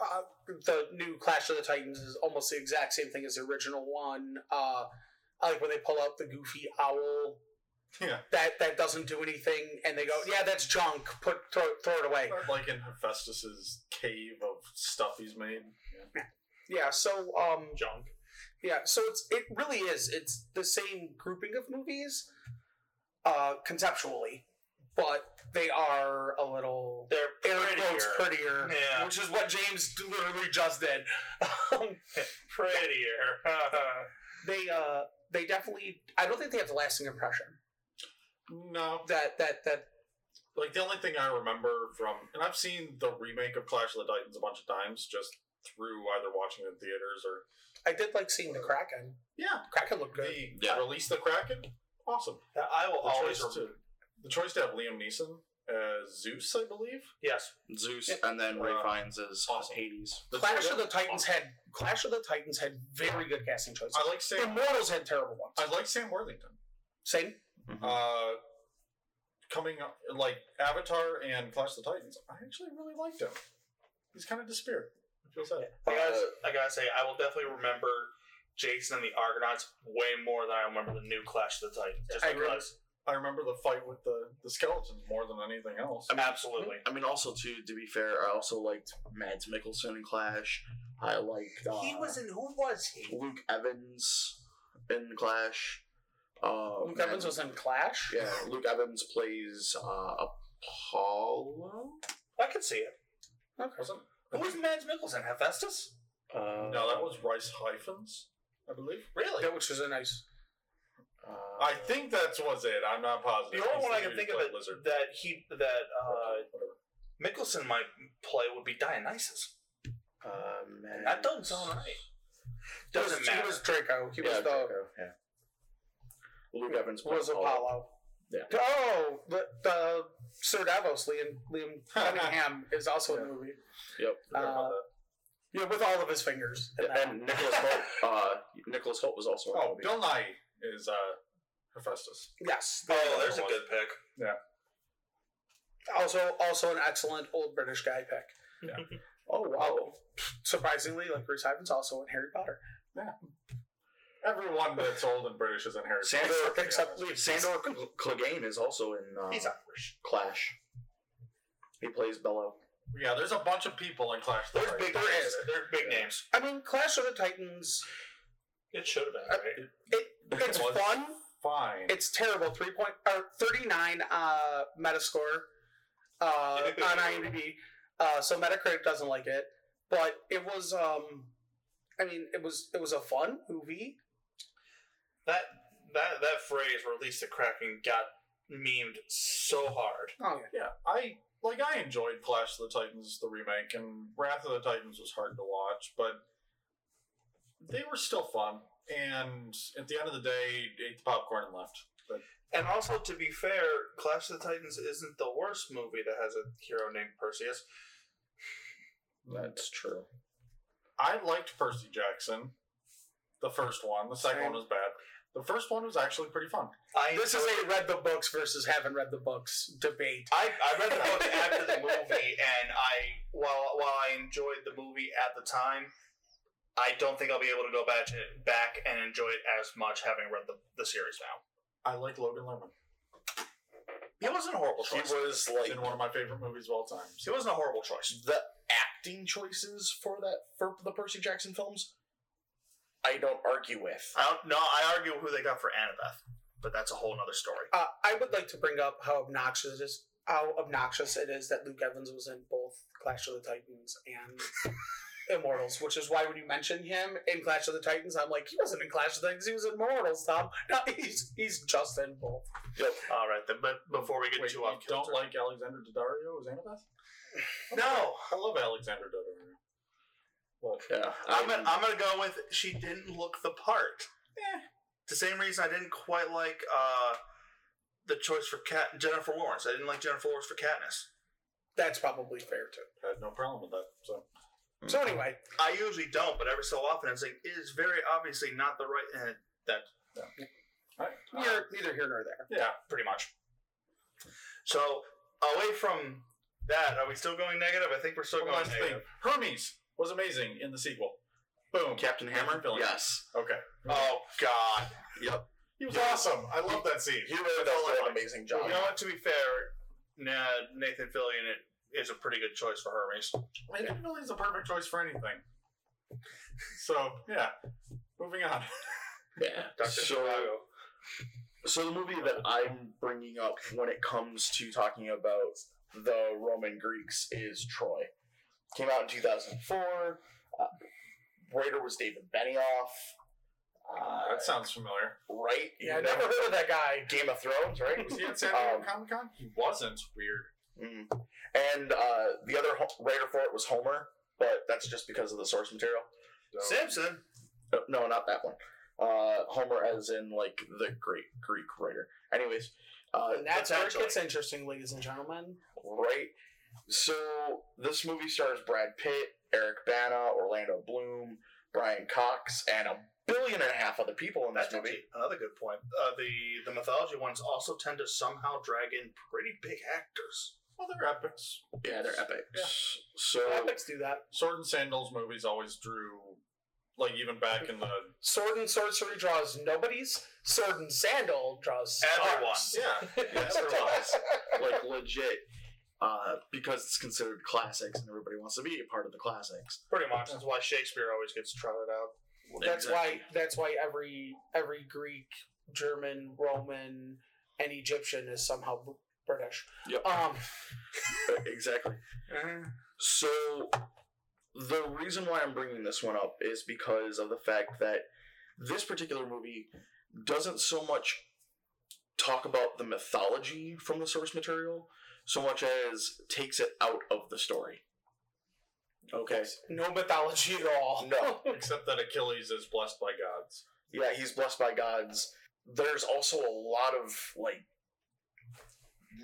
S2: Uh, the new Clash of the Titans is almost the exact same thing as the original one. Uh, I like when they pull out the goofy owl
S1: Yeah.
S2: that that doesn't do anything, and they go, "Yeah, that's junk. Put throw throw it away."
S1: Like in Hephaestus's cave of stuff he's made. Yeah.
S2: Yeah. So um,
S4: Junk.
S2: Yeah, so it's it really is. It's the same grouping of movies, uh, conceptually, but they are a little
S4: They're
S2: air
S4: prettier.
S2: quotes prettier,
S4: Yeah.
S2: which is what James literally just did. Um,
S4: Prettier.
S2: they uh, they definitely. I don't think they have the lasting impression
S1: No.
S2: that that that.
S1: Like the only thing I remember from, and I've seen the remake of Clash of the Titans a bunch of times, just through either watching it in theaters or
S2: I did like seeing the Kraken.
S1: yeah,
S2: Kraken looked good.
S1: the
S3: Yeah.
S1: release the Kraken, awesome.
S4: I will
S1: The
S4: always
S1: choice
S4: remember.
S1: to the choice to have Liam Neeson as Zeus, I believe.
S4: Yes.
S3: Zeus
S2: Yeah.
S3: and then Ray
S1: Uh,
S3: Fiennes is
S1: awesome.
S3: Hades.
S1: The-
S2: Clash of the Titans had Clash of the Titans had very good casting choices.
S1: I like Sam.
S2: Immortals had terrible ones.
S1: I like Sam Worthington.
S2: Same.
S3: Mm-hmm.
S1: Uh, coming up like Avatar and Clash of the Titans, I actually really liked him. He's kind of disappeared. I feel sad.
S4: I gotta,
S3: Uh,
S4: I gotta say, I will definitely remember Jason and the Argonauts way more than I remember the new Clash of the Titans. Just
S2: I agree.
S4: because
S1: I remember the fight with the the skeletons more than anything else.
S3: I mean,
S4: Absolutely.
S3: I mean, also too. To be fair, I also liked Mads Mikkelsen in Clash. I liked. Uh,
S4: he was in. Who was he?
S3: Luke Evans in Clash. Uh,
S2: Luke Evans was in Clash.
S3: Yeah, Luke Evans plays uh, Apollo.
S4: I could see it.
S2: Okay.
S1: Wasn't-
S4: Who was Mads Mikkelsen? Hephaestus?
S3: Uh,
S1: no, that was Rice Hyphens, I believe.
S4: Really?
S2: Yeah, which was a nice.
S3: Uh,
S1: I think that was it. I'm not
S4: The
S1: positive.
S4: only one I
S1: He
S4: can think of
S1: played
S4: it,
S1: Lizard.
S4: that he that uh,
S1: Whatever.
S4: Mickelson might play would be Dionysus.
S3: uh, Mads-
S4: That doesn't sound right. Doesn't
S2: he was,
S4: matter.
S2: He was Draco. He
S3: yeah,
S2: was the
S3: Draco, yeah. Luke Evans plays
S2: was Apollo.
S3: Yeah.
S2: Oh, the, the Sir Davos, Liam Liam Cunningham is also in the movie.
S3: Yep.
S1: Forgot about
S2: Uh,
S1: that.
S2: Yeah, with all of his fingers. in that.
S3: and Nicholas Holt. Uh, Nicholas Holt was also. in that
S1: Oh,
S3: movie.
S1: Bill Nye is uh, Hephaestus.
S2: yes.
S4: oh, there's a good pick.
S2: Also, also an excellent old British guy pick.
S3: Oh wow.
S2: Surprisingly, like Rhys Ivan's also in Harry Potter,
S1: Everyone that's old and British is in Harry
S3: Sandor-
S1: Potter. to be
S2: except
S1: honest.
S2: Lee.
S3: Sandor Cl- Clegane is also in uh,
S4: He's Irish.
S3: Clash. He plays Bello.
S1: Yeah, there's a bunch of people in Clash. that
S4: There's
S1: are-
S4: big
S2: There
S4: names.
S2: is.
S4: There's big
S3: Yeah.
S4: names.
S2: I mean, Clash of the Titans.
S4: It should have been
S2: Uh,
S4: right.
S2: It it's
S1: Was
S2: fun.
S1: Fine.
S2: It's terrible. Three point or thirty nine uh, Metascore uh, on IMDb. Uh, so Metacritic doesn't like it, but it was. Um, I mean, it was it was a fun movie.
S4: That that that phrase "release the Kraken" got memed so hard.
S2: Oh
S1: yeah, I like. I enjoyed Clash of the Titans, the remake, and Wrath of the Titans was hard to watch, but they were still fun. And at the end of the day, ate the popcorn and left. But
S4: And also, to be fair, Clash of the Titans isn't the worst movie that has a hero named Perseus.
S3: That's true.
S1: I liked Percy Jackson, the first one. The second
S2: Same.
S1: one was bad. The first one was actually pretty fun.
S4: I
S2: yeah. This is a read the books versus haven't read the books debate.
S4: I, I read the book after the movie, and I while while I enjoyed the movie at the time, I don't think I'll be able to go back to, back and enjoy it as much having read the, the series now.
S1: I liked Logan Lerman.
S4: He wasn't a horrible
S3: He
S4: choice.
S3: was
S1: He's
S3: like
S1: in one of my favorite movies of all time.
S4: He wasn't a horrible choice.
S3: the acting choices for that for the Percy Jackson films. I don't argue with.
S4: I don't no, I argue who they got for Annabeth, but that's a whole nother story.
S2: Uh, I would like to bring up how obnoxious it is, how obnoxious it is that Luke Evans was in both Clash of the Titans and Immortals, which is why when you mention him in Clash of the Titans, I'm like, he wasn't in Clash of the Titans, he was in Immortals, Tom. No, he's he's just in both.
S4: All right, then, but before we get
S1: Wait,
S4: too
S1: you
S4: off
S1: don't
S4: kilter-
S1: like Alexander Daddario as Annabeth?
S4: No,
S1: I love Alexander Daddario. Well,
S3: Yeah,
S4: I'm gonna, I'm gonna go with she didn't look the part.
S1: Eh.
S4: The same reason I didn't quite like uh, the choice for Cat Jennifer Lawrence. I didn't like Jennifer Lawrence for Katniss.
S2: That's probably fair too.
S1: I had no problem with that. So Mm.
S2: So
S1: Mm-hmm.
S2: anyway,
S4: I usually don't, but every so often it's like it is very obviously not the right. eh, And that
S1: all right.
S3: Uh,
S2: neither, neither here nor there.
S1: yeah.
S4: pretty much. So away from that, are we still going negative? I think we're still
S1: One
S4: going
S1: last thing.
S4: negative.
S1: Hermes was amazing in the sequel. Boom.
S3: Um, Captain Hammer.
S1: Villain.
S3: Yes.
S1: Okay.
S4: Oh God!
S3: Yep.
S1: He was
S3: Yeah.
S1: awesome. I love that scene.
S3: He really
S1: That's
S3: does
S1: all I
S3: do an
S1: like.
S3: amazing job.
S4: You know what? To be fair, nah, Nathan Fillion is a pretty good choice for Hermes.
S1: I didn't know he's a perfect choice for anything. So yeah. Moving on.
S3: Yeah.
S4: Doctor
S3: So,
S4: Chicago.
S3: so the movie that I'm bringing up when it comes to talking about the Roman Greeks is Troy. Came out in 2004. Uh, writer was David Benioff. Uh,
S1: that sounds familiar.
S3: right?
S2: Yeah, I never heard of that guy.
S3: Game of Thrones, right?
S1: Was he at San Diego
S3: Um,
S1: Comic Con? He wasn't. Weird.
S3: Mm. And uh, the other ho- writer for it was Homer, but that's just because of the source material.
S1: So-
S4: Simpson.
S3: Uh, no, not that one. Uh, Homer, as in like the great Greek writer. Anyways, uh,
S2: And that's
S3: that's
S2: where it
S3: actually
S2: gets interesting, ladies and gentlemen.
S3: right. So this movie stars Brad Pitt, Eric Bana, Orlando Bloom, Brian Cox, and a billion and a half other people in this
S4: That's
S3: movie.
S4: actually another good point. Uh, the the mythology ones also tend to somehow drag in pretty big actors.
S1: Well, they're epics.
S3: Yeah, they're epics. So
S2: Epics do that.
S1: Sword and Sandals movies always drew like even back in the
S5: Sword and sorcery draws nobodies. Sword and sandal draws
S4: Everyone.
S5: stars.
S1: yeah, yes, there was.
S3: like legit, uh, because it's considered classics and everybody wants to be a part of the classics.
S4: Pretty much. That's why Shakespeare always gets trotted out.
S5: That's
S3: Exactly.
S5: why. That's why every every Greek, German, Roman, and Egyptian is somehow B- British.
S3: Yep.
S5: Um,
S3: E-, exactly. So the reason why I'm bringing this one up is because of the fact that this particular movie doesn't so much talk about the mythology from the source material so much as takes it out of the story. Okay.
S5: no mythology at all.
S3: No.
S1: except that Achilles is blessed by gods.
S3: Yeah, he's blessed by gods. There's also a lot of like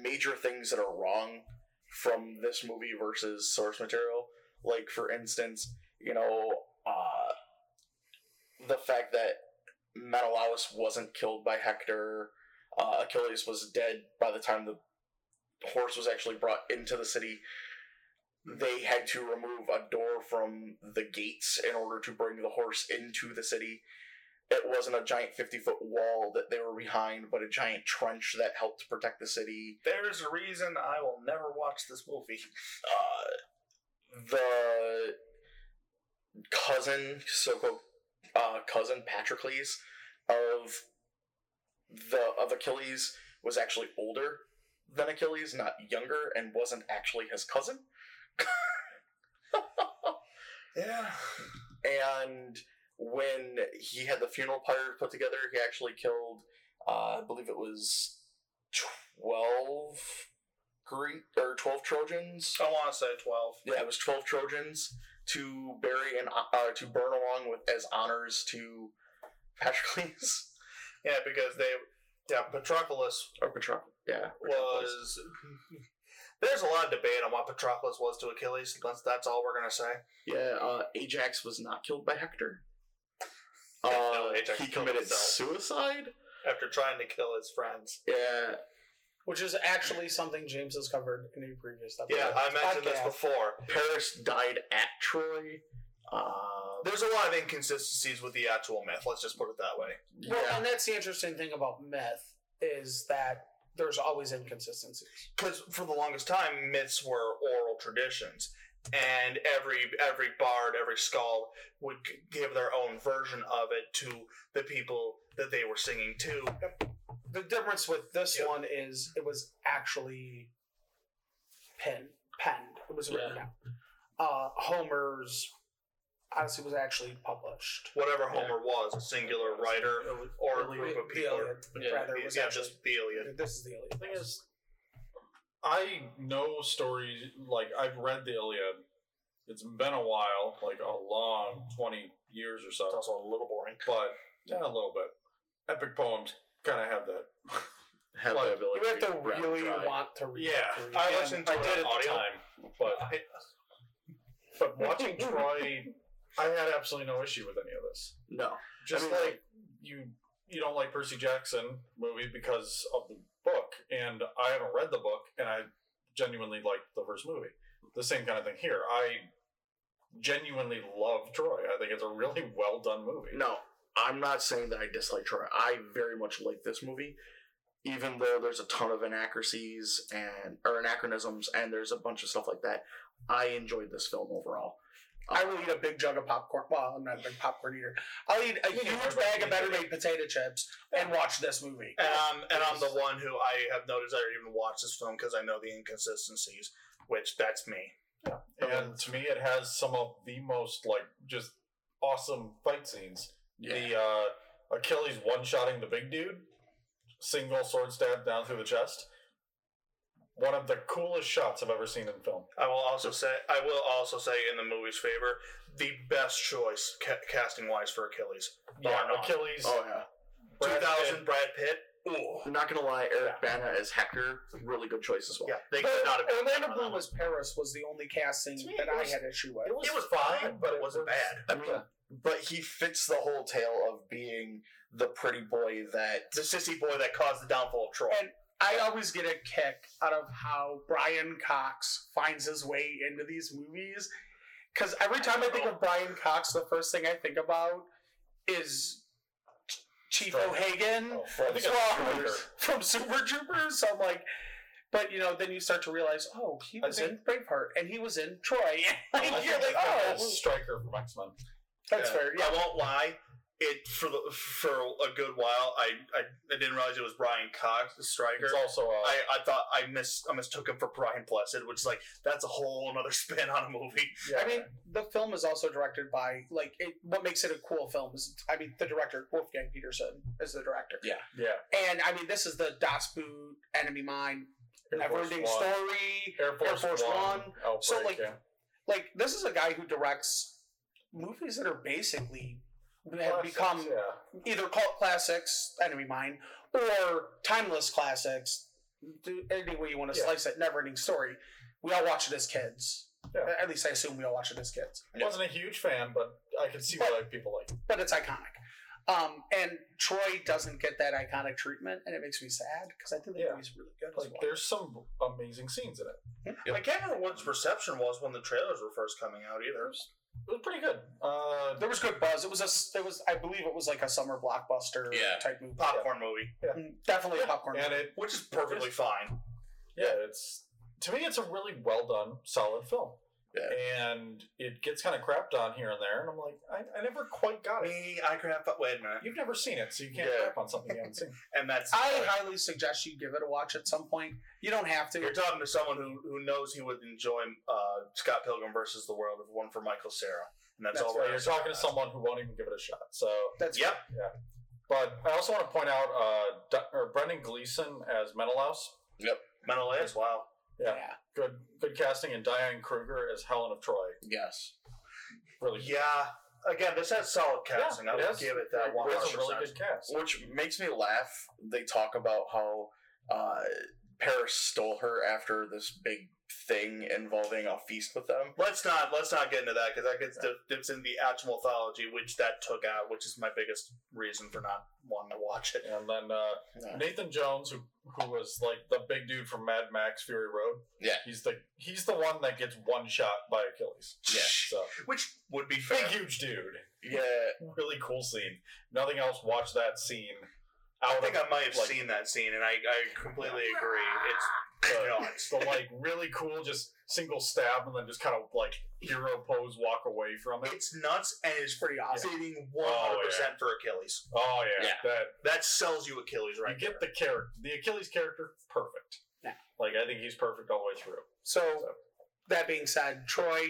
S3: major things that are wrong from this movie versus source material. Like for instance, you know, uh, the fact that Menelaus wasn't killed by Hector. Uh, Achilles was dead by the time the horse was actually brought into the city. They had to remove a door from the gates in order to bring the horse into the city it wasn't a giant 50 foot wall that they were behind, but a giant trench that helped protect the city.
S4: There's a reason I will never watch this movie.
S3: Uh, the cousin, so called uh, cousin Patrocles of the of Achilles was actually older than Achilles, not younger, and wasn't actually his cousin.
S4: Yeah.
S3: And when he had the funeral pyre put together, he actually killed, uh, I believe it was 12 Greek or 12 Trojans.
S4: I want to say 12.
S3: Yeah, it was 12 Trojans to bury and uh, to burn along with as honors to Patroclus
S4: Yeah, because they. Yeah, Patroclus
S3: or Patroc. Yeah, Patroclus.
S4: was. There's a lot of debate on what Patroclus was to Achilles. That's, that's all we're going to say.
S3: Yeah, uh, Ajax was not killed by Hector. Uh,
S4: No, Ajax
S3: he
S4: killed
S3: committed
S4: himself.
S3: suicide.
S4: After trying to kill his friends.
S3: Yeah,
S5: Which is actually something James has covered in a previous episode.
S4: Yeah,
S5: of
S4: I
S5: this
S4: mentioned this
S5: podcast.
S4: before.
S3: Paris died at Troy. Uh,
S4: There's a lot of inconsistencies with the actual myth. Let's just put it that way.
S5: Well,
S3: yeah.
S5: and that's the interesting thing about myth is that there's always inconsistencies.
S4: because for the longest time myths were oral traditions and every every bard every scald would g- give their own version of it to the people that they were singing to
S5: The difference with this
S4: Yeah.
S5: one is it was actually pen penned. It was written down. Uh, Homer's Odyssey was actually published.
S4: whatever homer was a singular writer or a group of
S5: The
S4: people
S5: Iliad,
S1: Yeah,
S5: rather, was
S4: yeah
S5: actually-
S4: just the iliad
S5: This is the Iliad.
S1: The thing is, I know stories like I've read the Iliad. It's been a while, like a long twenty years or so.
S4: it's also a little boring
S1: but yeah, a little bit. Epic poems kind of have that.
S3: have
S1: Like,
S3: the
S5: you
S3: ability
S5: have to
S3: run
S5: really
S3: dry.
S5: want to read. it through.
S1: I
S4: Yeah,
S1: listened to
S4: I
S1: it
S4: did it
S1: all the
S4: too.
S1: time, but but watching Troy, I had absolutely no issue with any of this.
S3: No,
S1: Just
S3: I mean,
S1: like you, you don't like Percy Jackson movie because of the book, and I haven't read the book, and I genuinely liked the first movie. The same kind of thing here. I genuinely love Troy. I think it's a really well done movie.
S3: no, I'm not saying that I dislike Troy. I very much like this movie, even though there's a ton of inaccuracies and or anachronisms, and there's a bunch of stuff like that. I enjoyed this film overall.
S5: I will eat a big jug of popcorn. Well, I'm not a big popcorn eater. I'll eat a
S1: You can
S5: huge
S1: never
S5: bag
S1: eat
S5: of better
S1: it.
S5: made potato chips and watch this movie.
S4: and I'm, Um, and I'm the one who I have no desire to even watch this film because I know the inconsistencies, which that's me.
S1: And to me, it has some of the most like just awesome fight scenes. The uh, Achilles one-shotting the big dude, single sword stab down through the chest. One of the coolest shots I've ever seen in film.
S4: I will also say I will also say in the movie's favor, the best choice ca- casting wise for Achilles. Bar none.
S1: Uh, Achilles.
S3: Oh yeah.
S1: Brad
S4: 2000
S1: Pitt.
S4: Brad Pitt. Ooh.
S3: I'm not gonna lie, Eric Bana as Hector, really good choice as well.
S4: Yeah, they could not have been
S5: Orlando
S4: better on that
S5: Bloom as Paris was the only casting
S1: To me,
S5: that
S1: it
S5: I
S1: was-
S5: had issue with.
S4: one. It was fine, but it wasn't
S1: was-
S4: bad.
S3: I mean, but he fits the whole tale of being the pretty boy that
S4: The sissy boy that caused the downfall of Troy.
S5: And- I always get a kick out of how Brian Cox finds his way into these movies
S2: Because every time I think of Brian Cox, the first thing I think about is Chief
S1: Right.
S2: O'Hagan
S1: Oh, I think that's
S2: Swampers
S1: Striker.
S2: from Super Troopers. So I'm like, but you know, then you start to realize, oh, he
S1: I
S2: was
S1: think-
S2: in Braveheart and he was in Troy.
S1: I
S2: like,
S1: think-
S2: you're
S1: I think
S2: like, oh,
S1: that's Striker from X Men.
S2: that's
S4: Yeah.
S2: fair. Yeah,
S4: I won't lie. It for the, for a good while. I, I I didn't realize it was Brian Cox, the striker.
S1: It's also uh,
S4: I, I thought I mis I mistook him for Brian Blessed, which is like that's a whole another spin on a movie.
S1: yeah.
S2: I mean, the film is also directed by like it, what makes it a cool film is I mean the director Wolfgang Peterson is the director.
S3: Yeah.
S1: yeah,
S2: and I mean this is the Das Boot, Enemy Mine,
S1: Air
S2: Never
S1: Force
S2: Ending
S1: One.
S2: Story.
S1: Air Force,
S2: Force
S1: One.
S2: One.
S1: Outbreak,
S2: So, like,
S1: yeah.
S2: Like this is a guy who directs movies that are basically have
S1: Classics,
S2: become
S1: yeah.
S2: either cult classics, Enemy Mine, or timeless classics. do- Any way you want to
S1: Yeah.
S2: slice it, Never Ending Story. We all watch it as kids.
S1: Yeah.
S2: At least I assume we all watch it as kids.
S1: I wasn't a huge fan, but I could see why people like. it.
S2: but it's iconic. Um, and Troy doesn't get that iconic treatment, and it makes me sad because I think the
S1: Yeah.
S2: movie's really good. as
S1: Like,
S2: well.
S1: there's some amazing scenes in it.
S4: I can't remember what its reception was when the trailers were first coming out either.
S1: It was pretty good. Uh,
S2: There was good buzz. It was a. s- It was. I believe it was like a summer blockbuster
S3: Yeah.
S2: type movie.
S4: Popcorn movie,
S2: Mm, Definitely
S1: yeah,
S2: a popcorn.
S1: and
S2: movie.
S1: it,
S4: which is perfectly fine.
S1: yeah, it's to me, it's a really well done, solid film.
S3: Yeah.
S1: And it gets kind of crapped on here and there, and I'm like, I, I never quite got it.
S4: Me, I crap. But wait a minute,
S1: You've never seen it, so you can't
S3: Yeah.
S1: crap on something you haven't seen.
S4: and that's
S2: I highly suggest you give it a watch at some point. You don't have to.
S4: you're talking to someone who, who knows he would enjoy uh, Scott Pilgrim versus the World, if one for Michael Sarah, and that's,
S2: That's
S4: all.
S1: Well,
S4: Right.
S1: you're talking to someone who won't even give it a shot. So,
S2: That's
S4: Yep.
S1: but I also want to point out, uh, Du- or Brendan Gleeson as Menelaus.
S4: Menelaus. Wow.
S1: Yeah. Good, good casting, and Diane Kruger as Helen of Troy.
S3: Yes.
S1: Really, good.
S4: Yeah. Again, this has solid casting. I
S1: it
S4: would
S1: has-
S4: give it that
S1: it has
S4: 100%.
S1: a really good cast.
S3: Which makes me laugh. They talk about how uh, Paris stole her after this big thing involving a feast with them.
S4: Let's not let's not get into that because that gets dips in the actual mythology, which that took out, which is my biggest reason for not wanting to watch it.
S1: And then uh,
S3: Yeah.
S1: Nathan Jones, who who was like the big dude from Mad Max Fury Road.
S3: Yeah.
S1: he's the he's the one that gets one shot by Achilles.
S3: Yeah.
S1: so
S4: Which would be
S1: big
S4: fair.
S1: huge dude.
S3: Yeah.
S1: Really cool scene. Nothing else. Watch that scene.
S4: I think I might have
S1: like-
S4: seen that scene, and I, I completely agree. It's nuts.
S1: the like really cool, just single stab, and then just kind of like hero pose, walk away from it.
S4: It's nuts, and it's
S2: pretty awesome.
S4: fitting one hundred percent for Achilles.
S1: Oh yeah,
S3: Yeah.
S1: that
S4: That sells you Achilles right
S1: you get the character, the Achilles character, perfect.
S2: Yeah.
S1: Like I think he's perfect all the way through.
S2: So that being said, Troy,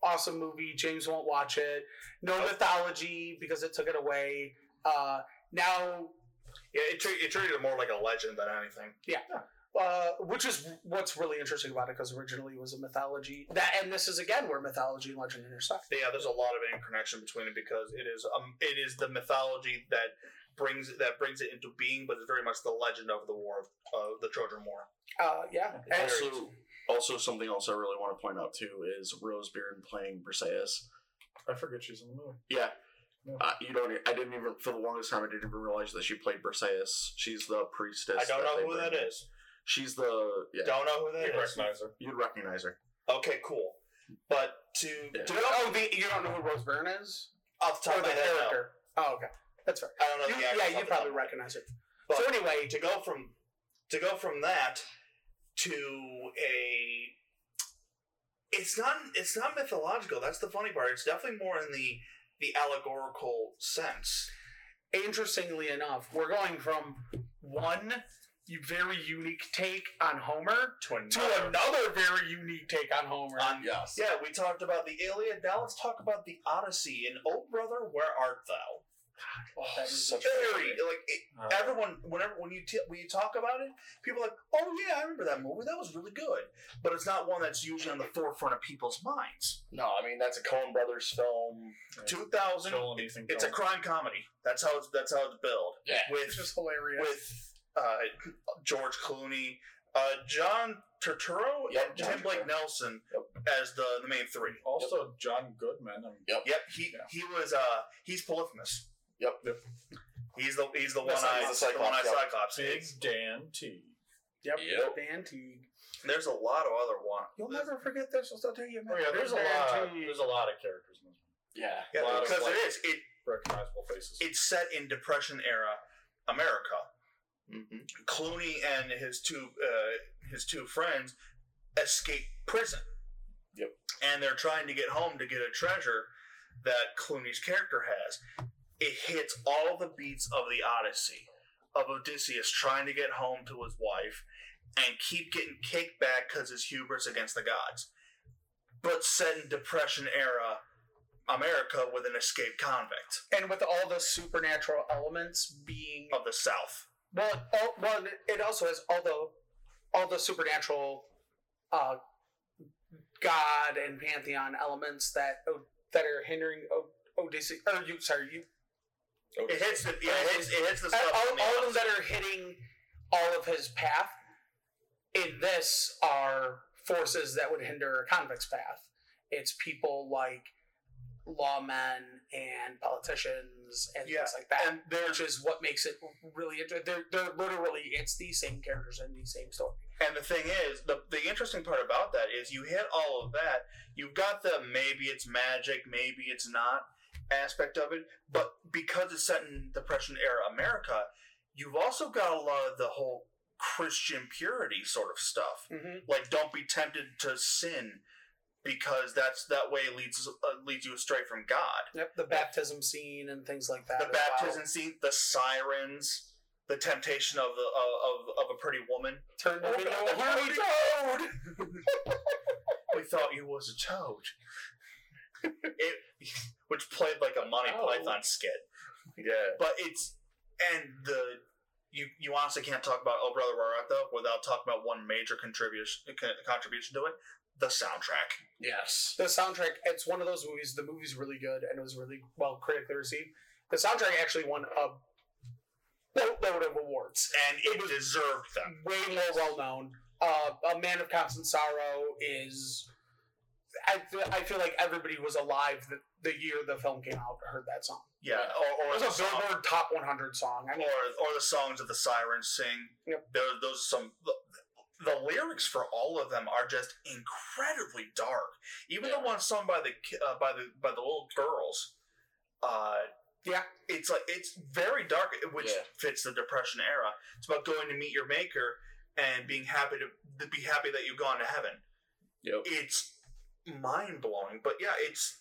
S2: awesome movie. James won't watch it. No mythology because it took it away. Uh, now
S4: there. Yeah, it, tre- it treated it more like a legend than anything.
S2: uh, which is what's really interesting about it because originally it was a mythology that and this is again where mythology and legend intersect
S4: yeah, there's a lot of interconnection between it because it is um it is the mythology that brings that brings it into being, but it's very much the legend of the war of uh, the Trojan War.
S2: uh, yeah and
S3: Also, also something else I really want to point out too is Rose Byrne playing Briseis.
S1: I forget she's in the movie.
S3: Yeah.
S1: Yeah.
S3: Uh, you don't. I didn't even for the longest time. I didn't even realize that she played Briseis. She's the priestess.
S4: I don't
S3: they
S4: know who
S3: bring
S4: that
S3: in.
S4: is.
S3: She's the. Yeah,
S4: Don't know who
S1: You
S4: that is.
S1: recognize her.
S3: you'd recognize her.
S4: Okay, cool. But to,
S3: Yeah.
S4: to
S2: oh the, you don't know who Rose Byrne is
S4: off the top
S2: or
S4: of
S2: the
S4: my head, no.
S2: character oh okay that's fair
S4: I don't know.
S2: you,
S4: the actress off the
S2: yeah you
S4: top
S2: probably
S4: of my head.
S2: recognize it
S4: But-
S2: so anyway
S4: to go from to go from that to a it's not it's not mythological that's the funny part it's definitely more in the the allegorical sense
S2: interestingly enough we're going from one very unique take on Homer
S4: to
S2: to
S4: another
S2: another very unique take on Homer
S4: On-
S3: Yes.
S4: Yeah, we talked about the Iliad. Now let's talk about the Odyssey. And oh, brother, where art thou?
S2: Oh, that is-
S3: such
S4: Very like it,
S1: Uh,
S4: everyone. Whenever when you t- when you talk about it, people are like, oh yeah, I remember that movie. That was really good. But it's not one that's usually on the forefront of people's minds.
S3: No, I mean that's a Coen Brothers film.
S4: Two thousand.
S1: Joel and Ethan
S4: It's a
S1: Coen.
S4: crime comedy. That's how it's that's how it's billed.
S3: Yeah.
S2: it's
S4: With
S2: just hilarious
S4: with uh, George Clooney, uh, John Turturro,
S3: Yep,
S4: and
S3: John
S4: Tim Blake
S3: Turturro.
S4: Nelson as the the main three.
S1: Also, John Goodman. And
S4: Yep, he
S1: Yeah.
S4: he was uh he's polyphamous.
S3: Yep.
S1: Yep.
S4: He's the he's the one
S3: That's
S4: eyed
S3: not- he's the
S4: one eyed
S3: Cyclops,
S4: Cyclops.
S1: Big Dan T.
S2: Yep.
S6: Yep.
S2: Banty.
S4: There's a lot of other ones.
S2: You'll never forget this. I'll tell you.
S1: Oh, yeah, there's a lot. There's a lot of characters in this
S6: Yeah.
S1: A lot of
S4: because
S1: like-
S4: it is. It
S1: one. Recognizable faces.
S4: it's set in Depression era America.
S3: Mm-hmm.
S4: Clooney and his two uh, his two friends escape prison.
S6: Yep.
S4: And they're trying to get home to get a treasure that Clooney's character has. It hits all the beats of the Odyssey of Odysseus trying to get home to his wife and keep getting kicked back because his hubris against the gods. But set in Depression era America with an escaped convict
S2: And with all the supernatural elements being
S4: of the South.
S2: well, all, well, it also has all the all the supernatural, uh, god and pantheon elements that O- that are hindering o- Odysseus. Or you, sorry, you.
S4: It hits the yeah, it hits, it hits the
S2: All,
S4: stuff. from the
S2: all of
S4: Odyssey.
S2: them that are hitting all of his path in this are forces that would hinder a convict's path. It's people like lawmen and politicians and
S4: Yeah,
S2: things like that.
S4: and there's
S2: which is what makes it really interesting. They're, they're literally it's the same characters in the same story.
S4: And the thing is, the, the interesting part about that is you hit all of that. You've got the maybe it's magic, maybe it's not aspect of it. But because it's set in Depression era America, you've also got a lot of the whole Christian purity sort of stuff.
S2: Mm-hmm.
S4: Like, don't be tempted to sin because that's that way leads uh, leads you astray from God.
S2: Yep, the baptism scene and things like that.
S4: The
S2: as well.
S4: baptism scene, the sirens, the temptation of the of, of a pretty woman.
S2: Turn the
S4: Oh,
S2: window.
S4: God,
S2: here we
S4: Harry
S2: go.
S4: we thought you was a toad. it, which played like a Monty
S6: Oh.
S4: Python skit,
S3: Yeah.
S4: but it's and the you you honestly can't talk about Oh Brother Where Art Thou without talking about one major contribution con- contribution to it, the soundtrack.
S6: Yes.
S2: The soundtrack. It's one of those movies. The movie's really good and it was really well critically received. The soundtrack actually won a boatload of awards.
S4: and it, deserved them.
S2: way more well known. Uh, a Man of Constant Sorrow is. I, th- I feel like everybody was alive the, the year the film came out heard that song.
S4: Yeah, or, or
S2: It
S4: the
S2: was a
S4: song,
S2: Billboard Top 100 song. I
S4: or
S2: mean,
S4: or the songs that the sirens sing.
S2: Yep.
S4: There- those are some. The, the lyrics for all of them are just incredibly dark. Even the one sung by the ki- uh, by the by the little girls. Uh,
S2: Yeah.
S4: it's like it's very dark, which
S6: Yeah.
S4: fits the depression era. It's about going to meet your maker and being happy to, to be happy that you've gone to heaven.
S6: Yep.
S4: It's mind blowing, but yeah, it's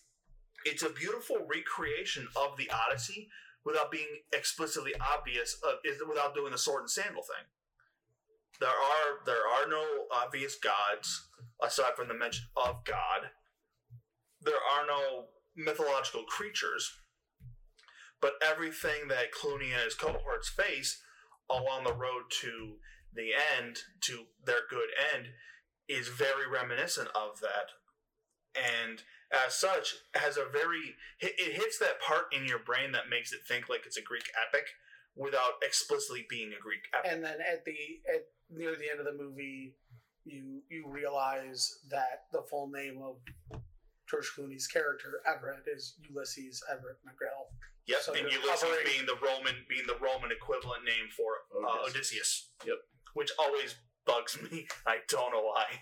S4: it's a beautiful recreation of the Odyssey without being explicitly obvious, of, is, without doing the sword and sandal thing. There are there are no obvious gods aside from the mention of God. There are no mythological creatures, but everything that Clooney and his cohorts face along the road to the end, to their good end, is very reminiscent of that. And as such, has a very it- it hits that part in your brain that makes it think like it's a Greek epic without explicitly being a Greek epic.
S2: and then at the at near the end of the movie, you you realize that the full name of George Clooney's character Everett is Ulysses Everett McGrail.
S4: Yep,
S2: So
S4: and
S2: you're
S4: Ulysses
S2: covering- Oh,
S4: being the Roman being the Roman equivalent name for uh,
S6: Odysseus.
S4: Odysseus.
S6: Yep.
S4: Which always bugs me. I don't know why.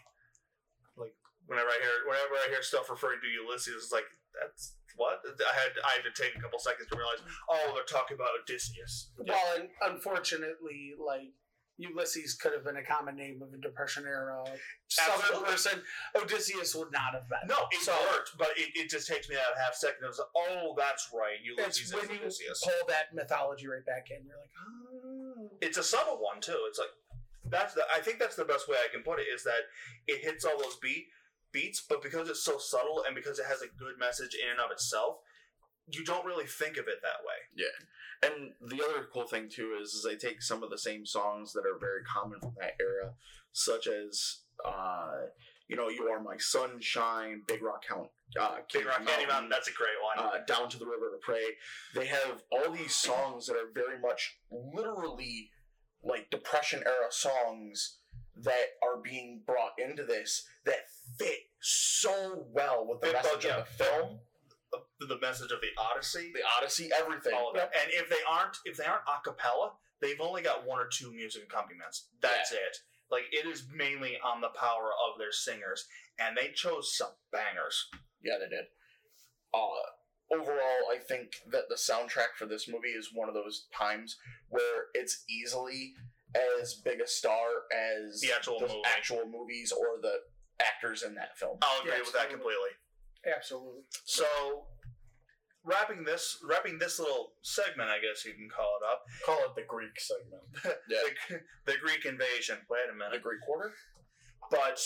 S4: Like whenever I hear whenever I hear stuff referring to Ulysses, it's like that's what I had. I had to take a couple seconds to realize. Oh, they're talking about Odysseus.
S2: Well, and unfortunately, like Ulysses could have been a common name of a Depression era Southern
S4: Absolutely.
S2: person. Odysseus would not have been.
S4: No, it
S2: So-
S4: worked, but it, it just takes me out of half second. It was like, oh, that's right, Ulysses
S2: It's
S4: is
S2: when you
S4: Odysseus.
S2: pull that mythology right back in. You're like, oh.
S4: it's a subtle one too. It's like that's the I think that's the best way I can put it is that it hits all those beat beats, but because it's so subtle and because it has a good message in and of itself, you don't really think of it that way.
S3: And the other cool thing too is, is they take some of the same songs that are very common from that era, such as uh, you know, "You Are My Sunshine," "Big Rock Count," uh,
S4: Big Rock Candy Mountain, that's a great one.
S3: uh, "Down to the River to Pray." They have all these songs that are very much literally like Depression era songs that are being brought into this that fit so well with the
S4: Fit
S3: message
S4: both,
S3: of the film,
S4: The- the message of the Odyssey,
S3: the Odyssey, everything.
S4: all of that. And if they aren't if they aren't a cappella, they've only got one or two music accompaniments. That's it. Like it is mainly on the power of their singers, and they chose some bangers.
S3: Yeah, they did. Uh, overall, I think that the soundtrack for this movie is one of those times where it's easily as big a star as
S4: The actual movie.
S3: actual movies or the actors in that film.
S4: I'll agree
S7: Yeah,
S4: with that
S7: absolutely.
S4: completely.
S2: "Ah."
S7: Absolutely.
S4: So wrapping this wrapping this little segment, I guess you can call it up.
S1: Call it the Greek segment.
S3: Yeah.
S4: The, the Greek invasion. Wait a
S3: The
S4: minute.
S3: Greek Quarter.
S4: But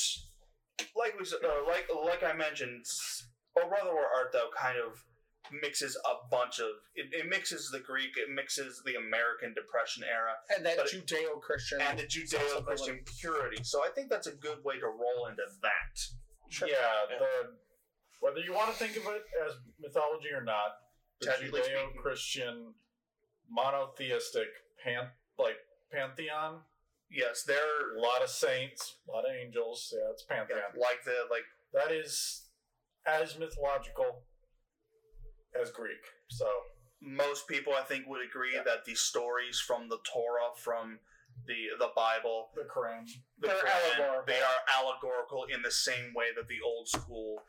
S4: like we s- uh, like like I mentioned, s- Oh Brother Where Art Thou kind of mixes a bunch of it, it mixes the Greek, it mixes the American Depression era,
S7: And that
S4: But-
S7: Judeo-Christian.
S4: and the Judeo-Christian purity. So I think that's a good way to roll into that.
S1: Yeah, the whether you want to think of it as mythology or not, the
S4: Technically speaking.
S1: Judeo-Christian monotheistic pan like pantheon.
S4: Yes, they're
S1: A lot of saints, a lot of angels. Yeah, it's pantheon.
S4: yeah, like the like
S1: That is as mythological as Greek. So
S4: most people I think would agree that the stories from the Torah, from the the Bible,
S1: the Quran.
S4: the
S7: They're
S4: Quran,
S7: allegorical.
S4: they are allegorical in the same way that the old school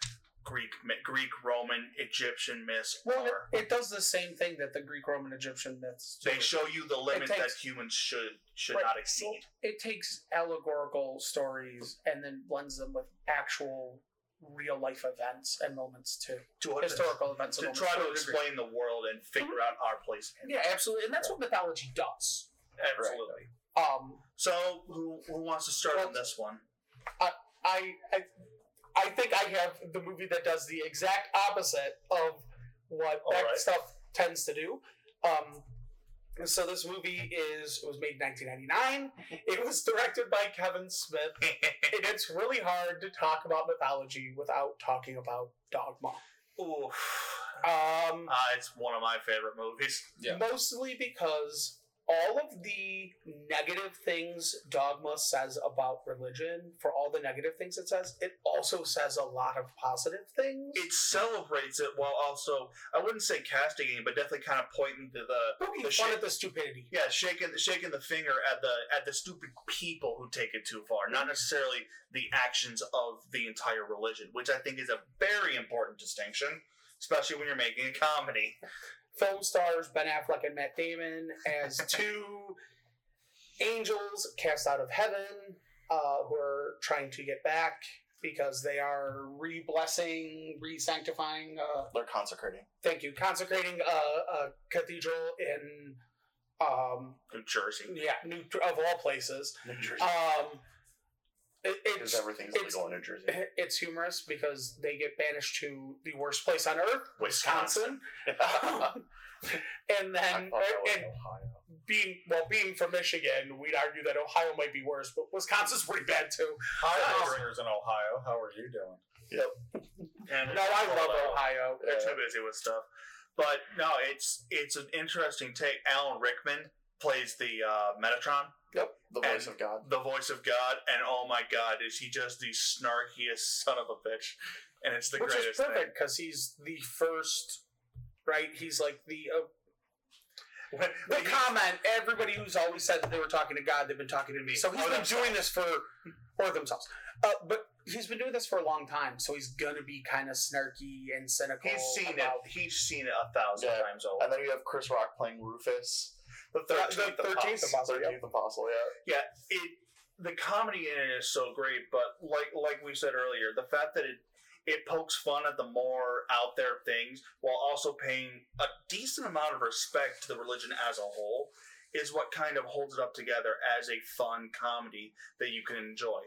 S4: Greek, mi- Greek, Roman, Egyptian myths
S7: well, it,
S4: are.
S7: it does the same thing that the Greek, Roman, Egyptian myths. do.
S4: They show you the limit that
S7: takes-
S4: humans should should
S7: Right.
S4: not exceed.
S7: it takes allegorical stories and then blends them with actual real life events and moments too.
S4: To,
S7: Historical Mm-hmm. events
S4: to
S7: and
S4: try to
S7: moments a degree.
S4: explain the world and figure out our place. in it.
S7: Yeah, absolutely. And that's what mythology does.
S4: Absolutely.
S7: Um
S4: So, who, who wants to start on this one?
S2: I, I I think I have the movie that does the exact opposite of what that
S1: Alright.
S2: stuff tends to do. Um, so this movie is it was made in 1999. It was directed by Kevin Smith, and it's really hard to talk about mythology without talking about Dogma.
S4: Ooh,
S2: Um,
S4: uh, it's one of my favorite movies.
S3: Yeah.
S2: Mostly because all of the negative things dogma says about religion, for all the negative things it says, it also says a lot of positive things.
S4: It celebrates it while also, I wouldn't say castigating, but definitely kind of pointing to the
S2: Poking
S4: the
S2: fun
S4: shit-
S2: at the stupidity.
S4: Yeah, shaking shaking the finger at the at the stupid people who take it too far, not necessarily the actions of the entire religion, which I think is a very important distinction, especially when you're making a comedy.
S2: Film stars Ben Affleck and Matt Damon as two angels cast out of heaven uh, who are trying to get back because they are re blessing, re sanctifying uh,
S3: They're consecrating.
S2: thank you consecrating uh, a, a cathedral in um
S4: New Jersey.
S2: yeah new of all places
S3: New Jersey.
S2: um it,
S3: Because
S2: it's
S3: everything's
S2: it's-
S3: legal in New Jersey.
S2: it's humorous because they get banished to the worst place on earth wisconsin, and
S3: I
S2: then
S3: thought that was
S2: and
S3: Ohio.
S2: being well being from michigan we'd argue that ohio might be worse but wisconsin's pretty bad too
S1: Hi,
S2: Nice.
S1: listeners in Ohio. How are you doing?
S4: And
S2: no i love ohio
S4: They're too busy with stuff. But no, it's it's an interesting take. Alan Rickman plays the uh, Metatron.
S3: Yep, the voice
S4: And-
S3: of God.
S4: the voice of God, and oh my God, is he just the snarkiest son of a bitch? And it's the
S2: which is
S4: greatest thing.
S2: perfect because he's the first right he's like the uh,
S4: When-
S2: the
S4: when he-
S2: comment everybody who's always said that they were talking to god they've been talking to me so he's
S4: Or
S2: been
S4: themselves.
S2: doing this for or themselves uh, but he's been doing this for a long time so he's gonna be kind of snarky and cynical
S4: he's seen it.
S2: about-
S4: He's seen it a thousand
S3: Yeah.
S4: times over.
S3: And then you have Chris Rock playing Rufus.
S4: The thirteenth,
S2: the 13th
S4: apostle.
S2: Apostle,
S3: Thirteenth Apostle, yeah.
S4: It the comedy in it is so great, but like like we said earlier, the fact that it it pokes fun at the more out there things while also paying a decent amount of respect to the religion as a whole is what kind of holds it up together as a fun comedy that you can enjoy.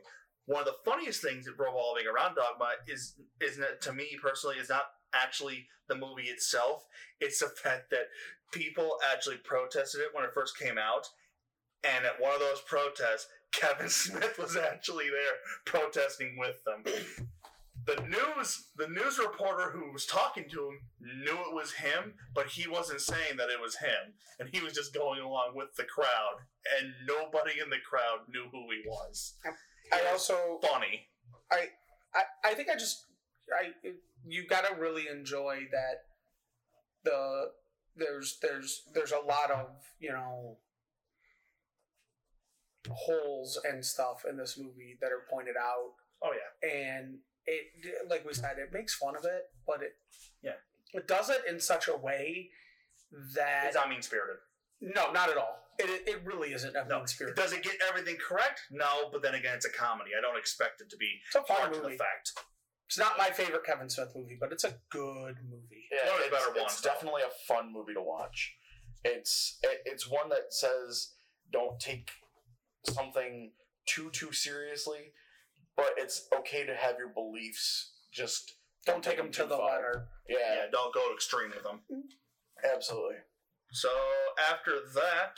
S4: One of the funniest things revolving around Dogma is isn't it, to me personally is not actually the movie itself. It's the fact that people actually protested it when it first came out, and at one of those protests, Kevin Smith was actually there protesting with them. The news, the news reporter who was talking to him knew it was him, but he wasn't saying that it was him, and he was just going along with the crowd, and nobody in the crowd knew who he was.
S2: i also
S4: Funny.
S2: I, I think i just i you gotta really enjoy that the there's there's there's a lot of you know holes and stuff in this movie that are pointed out
S4: Oh yeah.
S2: and it like we said it makes fun of it but it
S4: Yeah.
S2: it does it in such a way that
S4: It's not mean spirited.
S2: no not at all it, it really isn't a
S4: No.
S2: mean spirit
S4: Does it get everything correct? No, but then again, it's a comedy. I don't expect it to be
S2: it's a fun
S4: hard to the
S2: movie
S4: fact.
S2: it's not my favorite kevin smith movie but it's a good movie
S3: Yeah,
S4: One of the
S3: it's,
S4: better ones,
S3: it's
S4: though.
S3: definitely a fun movie to watch. It's it, it's one that says don't take something too too seriously, but it's okay to have your beliefs. Just
S2: don't take him to the letter
S3: Yeah,
S4: Yeah, don't go extreme with them.
S3: absolutely.
S4: So after that,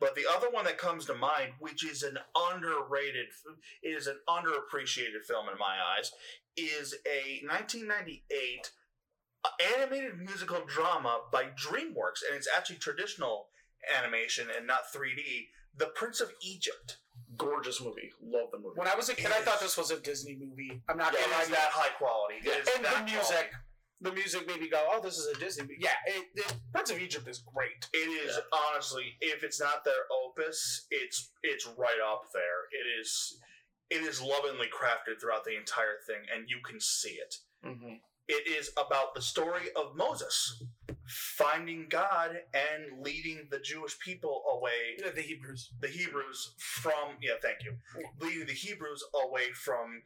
S4: but the other one that comes to mind, which is an underrated, is an underappreciated film in my eyes, is a 1998 animated musical drama by DreamWorks, and it's actually traditional animation and not 3D. The Prince of Egypt.
S3: Gorgeous movie. Love the movie.
S2: when i was a kid i thought this was a disney movie i'm not
S4: It
S2: gonna lie
S4: is
S2: to you.
S4: that high quality. It is
S2: and the
S4: that quality.
S2: music the music made me go oh this is a disney movie yeah it, it, prince of egypt is great
S4: It is honestly, if it's not their opus, it's it's right up there. It is it is lovingly crafted throughout the entire thing, and you can see it.
S3: Mhm.
S4: It is about the story of Moses finding God and leading the Jewish people away,
S2: the hebrews
S4: the Hebrews from yeah, thank you, leading the Hebrews away from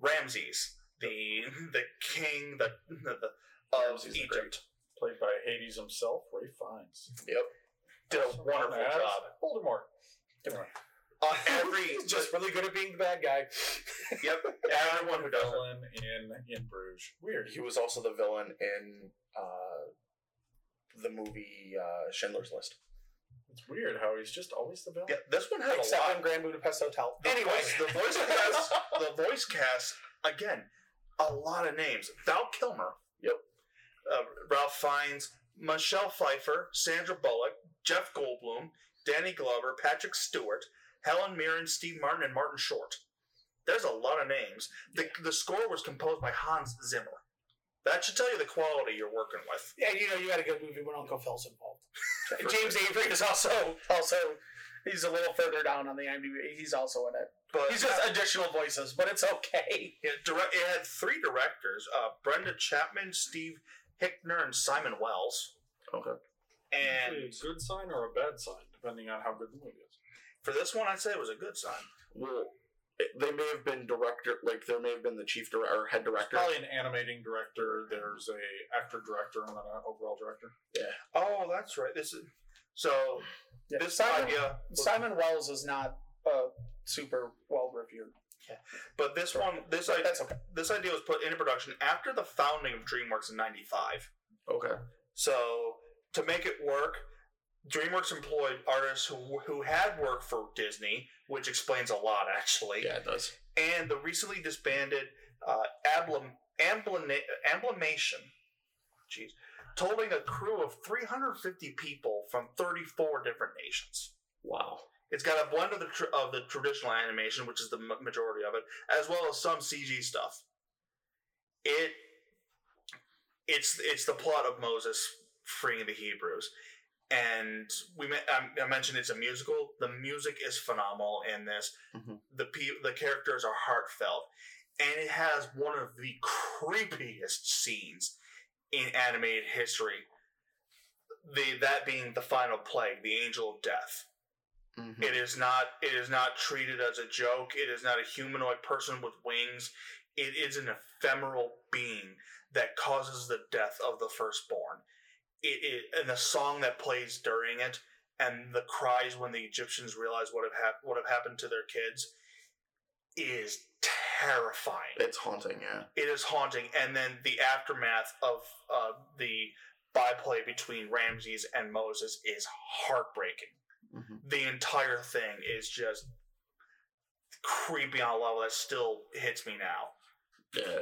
S4: Ramses, the the king, the, the, the of
S3: Ramses the
S4: Egypt.
S1: Played by Hades himself, Ray Fiennes.
S4: Did a wonderful
S1: Badass.
S4: job
S1: Voldemort.
S4: on every
S2: just really good at being the bad guy
S4: Yep. Everyone who does it.
S1: Villain in in Bruges. Weird.
S3: He was also the villain in uh, the movie uh, Schindler's List.
S1: It's weird how he's just always the villain.
S4: Yeah, this one had a
S2: except
S4: lot.
S2: in grand budapest hotel
S4: The voice- the voice cast, the voice cast again, a lot of names. Val Kilmer.
S3: Yep.
S4: Uh, Ralph Fiennes, Michelle Pfeiffer, Sandra Bullock, Jeff Goldblum, Danny Glover, Patrick Stewart, Helen Mirren, Steve Martin, and Martin Short. There's a lot of names. The, the score was composed by Hans Zimmer. That should tell you the quality you're working with.
S2: Yeah, you know, you got a good movie when Uncle Phil's involved. James Avery is also also he's a little further down on the IMDb. He's also in it.
S4: But
S2: He's just additional voices, but it's okay.
S4: It, direct, it had three directors: uh, Brenda Chapman, Steve Hickner, and Simon Wells.
S3: Okay.
S4: And
S1: Usually a good sign or a bad sign, depending on how good the movie is.
S4: for this one, I'd say it was a good sign.
S3: Well, it- they may have been director, like there may have been the chief director or head director.
S1: Probably an animating director. There's a actor director and then an overall director.
S4: Oh, that's right. This is so.
S2: Yeah,
S4: This
S2: Simon-
S4: idea,
S2: Simon Wells is not uh, super well reviewed.
S4: but this one, this
S2: So
S4: idea,
S2: that's okay.
S4: this idea was put into production after the founding of DreamWorks in '95.
S3: Okay.
S4: So to make it work, DreamWorks employed artists who who had worked for Disney, which explains a lot actually.
S3: Yeah, it does.
S4: and the recently disbanded uh, Ablam, Amblina, Amblimation, jeez, totaling a crew of 350 people from 34 different nations.
S3: Wow.
S4: It's got a blend of the tr- of the traditional animation, which is the m- majority of it, as well as some CG stuff. It it's it's the plot of Moses freeing the Hebrews, and we men- I, I mentioned it's a musical. The music is phenomenal in this.
S3: Mhm.
S4: The pe- the characters are heartfelt, and it has one of the creepiest scenes in animated history. The that being the final plague, the angel of death. It is not. It is not treated as a joke. It is not a humanoid person with wings. It is an ephemeral being that causes the death of the firstborn. It, it and the song that plays during it, and the cries when the Egyptians realize what have hap- what have happened to their kids, is terrifying
S3: It's haunting. Yeah.
S4: it is haunting and then the aftermath of uh, the byplay between ramses and moses is heartbreaking
S3: Mhm.
S4: the entire thing is just creepy on a level that still hits me now
S3: Yeah.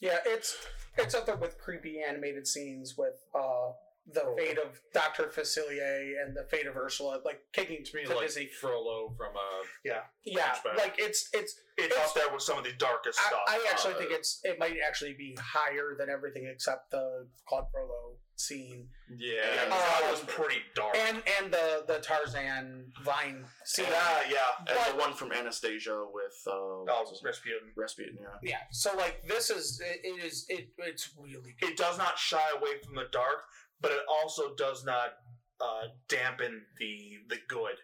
S2: Yeah, it's it's up there with creepy animated scenes with uh, the
S3: Oh.
S2: fate of Doctor Facilier and the fate of Ursula, like kicking
S1: To me,
S2: to
S1: like
S2: Disney.
S1: Frollo from uh,
S2: Yeah,
S1: Hunchback.
S2: like it's it's
S4: it's,
S2: It's-
S4: up there with some of the darkest
S2: I,
S4: stuff
S2: I actually
S3: uh,
S2: think it's it might actually be higher than everything except the Claude Frollo scene
S1: Yeah,
S3: Yeah,
S1: 'cause that
S2: um,
S1: was pretty dark.
S2: and and the the Tarzan vine scene. Uh,
S3: yeah, yeah. And
S2: But-
S3: the one from Anastasia with uh,
S4: Oh,
S3: what's his name?
S4: Rasputin.
S3: Rasputin. Yeah.
S2: Yeah. So like this is it, it is it it's really good.
S4: It does not shy away from the dark, but it also does not uh, dampen the the good,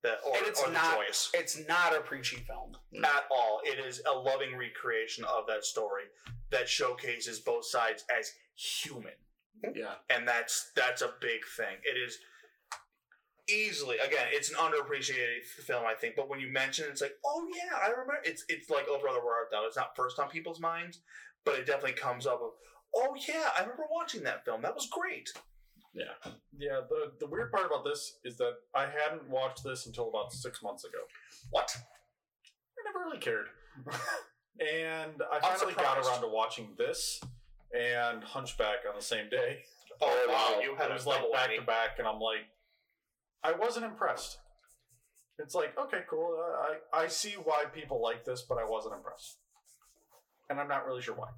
S4: the or,
S2: And it's
S4: or the
S2: not-
S4: joyous.
S2: It's not a preachy film.
S4: at all. It is a loving recreation of that story that showcases both sides as human,
S3: Yeah.
S4: and that's that's a big thing. It is easily again, it's an underappreciated film, I think. But when you mention it, it's like, oh yeah, I remember. It's it's like Oh Brother Where Art Thou. It's not first on people's minds, but it definitely comes up. Of, oh yeah, I remember watching that film. That was great.
S1: yeah, the the weird part about this is that I hadn't watched this until about six months ago.
S4: What?
S1: I never really cared. and I finally got
S4: surprised.
S1: around to watching this and Hunchback on the same day.
S4: Oh,
S3: wow.
S4: You
S1: It
S4: had
S1: was like back to back, and I'm like, I wasn't impressed. It's like, okay, cool. I, I I see why people like this, but I wasn't impressed. And I'm not really sure why.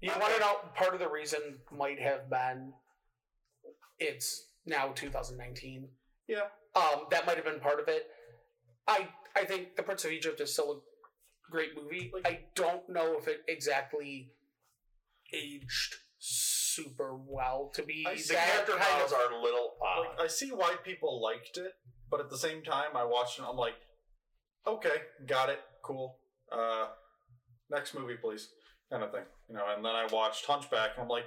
S2: You want to know part of the reason might have been it's now 2019.
S1: Yeah.
S2: Um, that might have been part of it. I I think The Prince of Egypt is still a great movie. I don't know if it exactly aged super well to be
S1: I
S4: The
S1: see
S2: that
S4: character
S2: kind of-
S4: models are a little odd.
S1: Like, I see why people liked it, but at the same time, I watched it. I'm like, okay, got it, cool. Uh, next movie, please, kind of thing, you know. And then I watched Hunchback, and I'm like,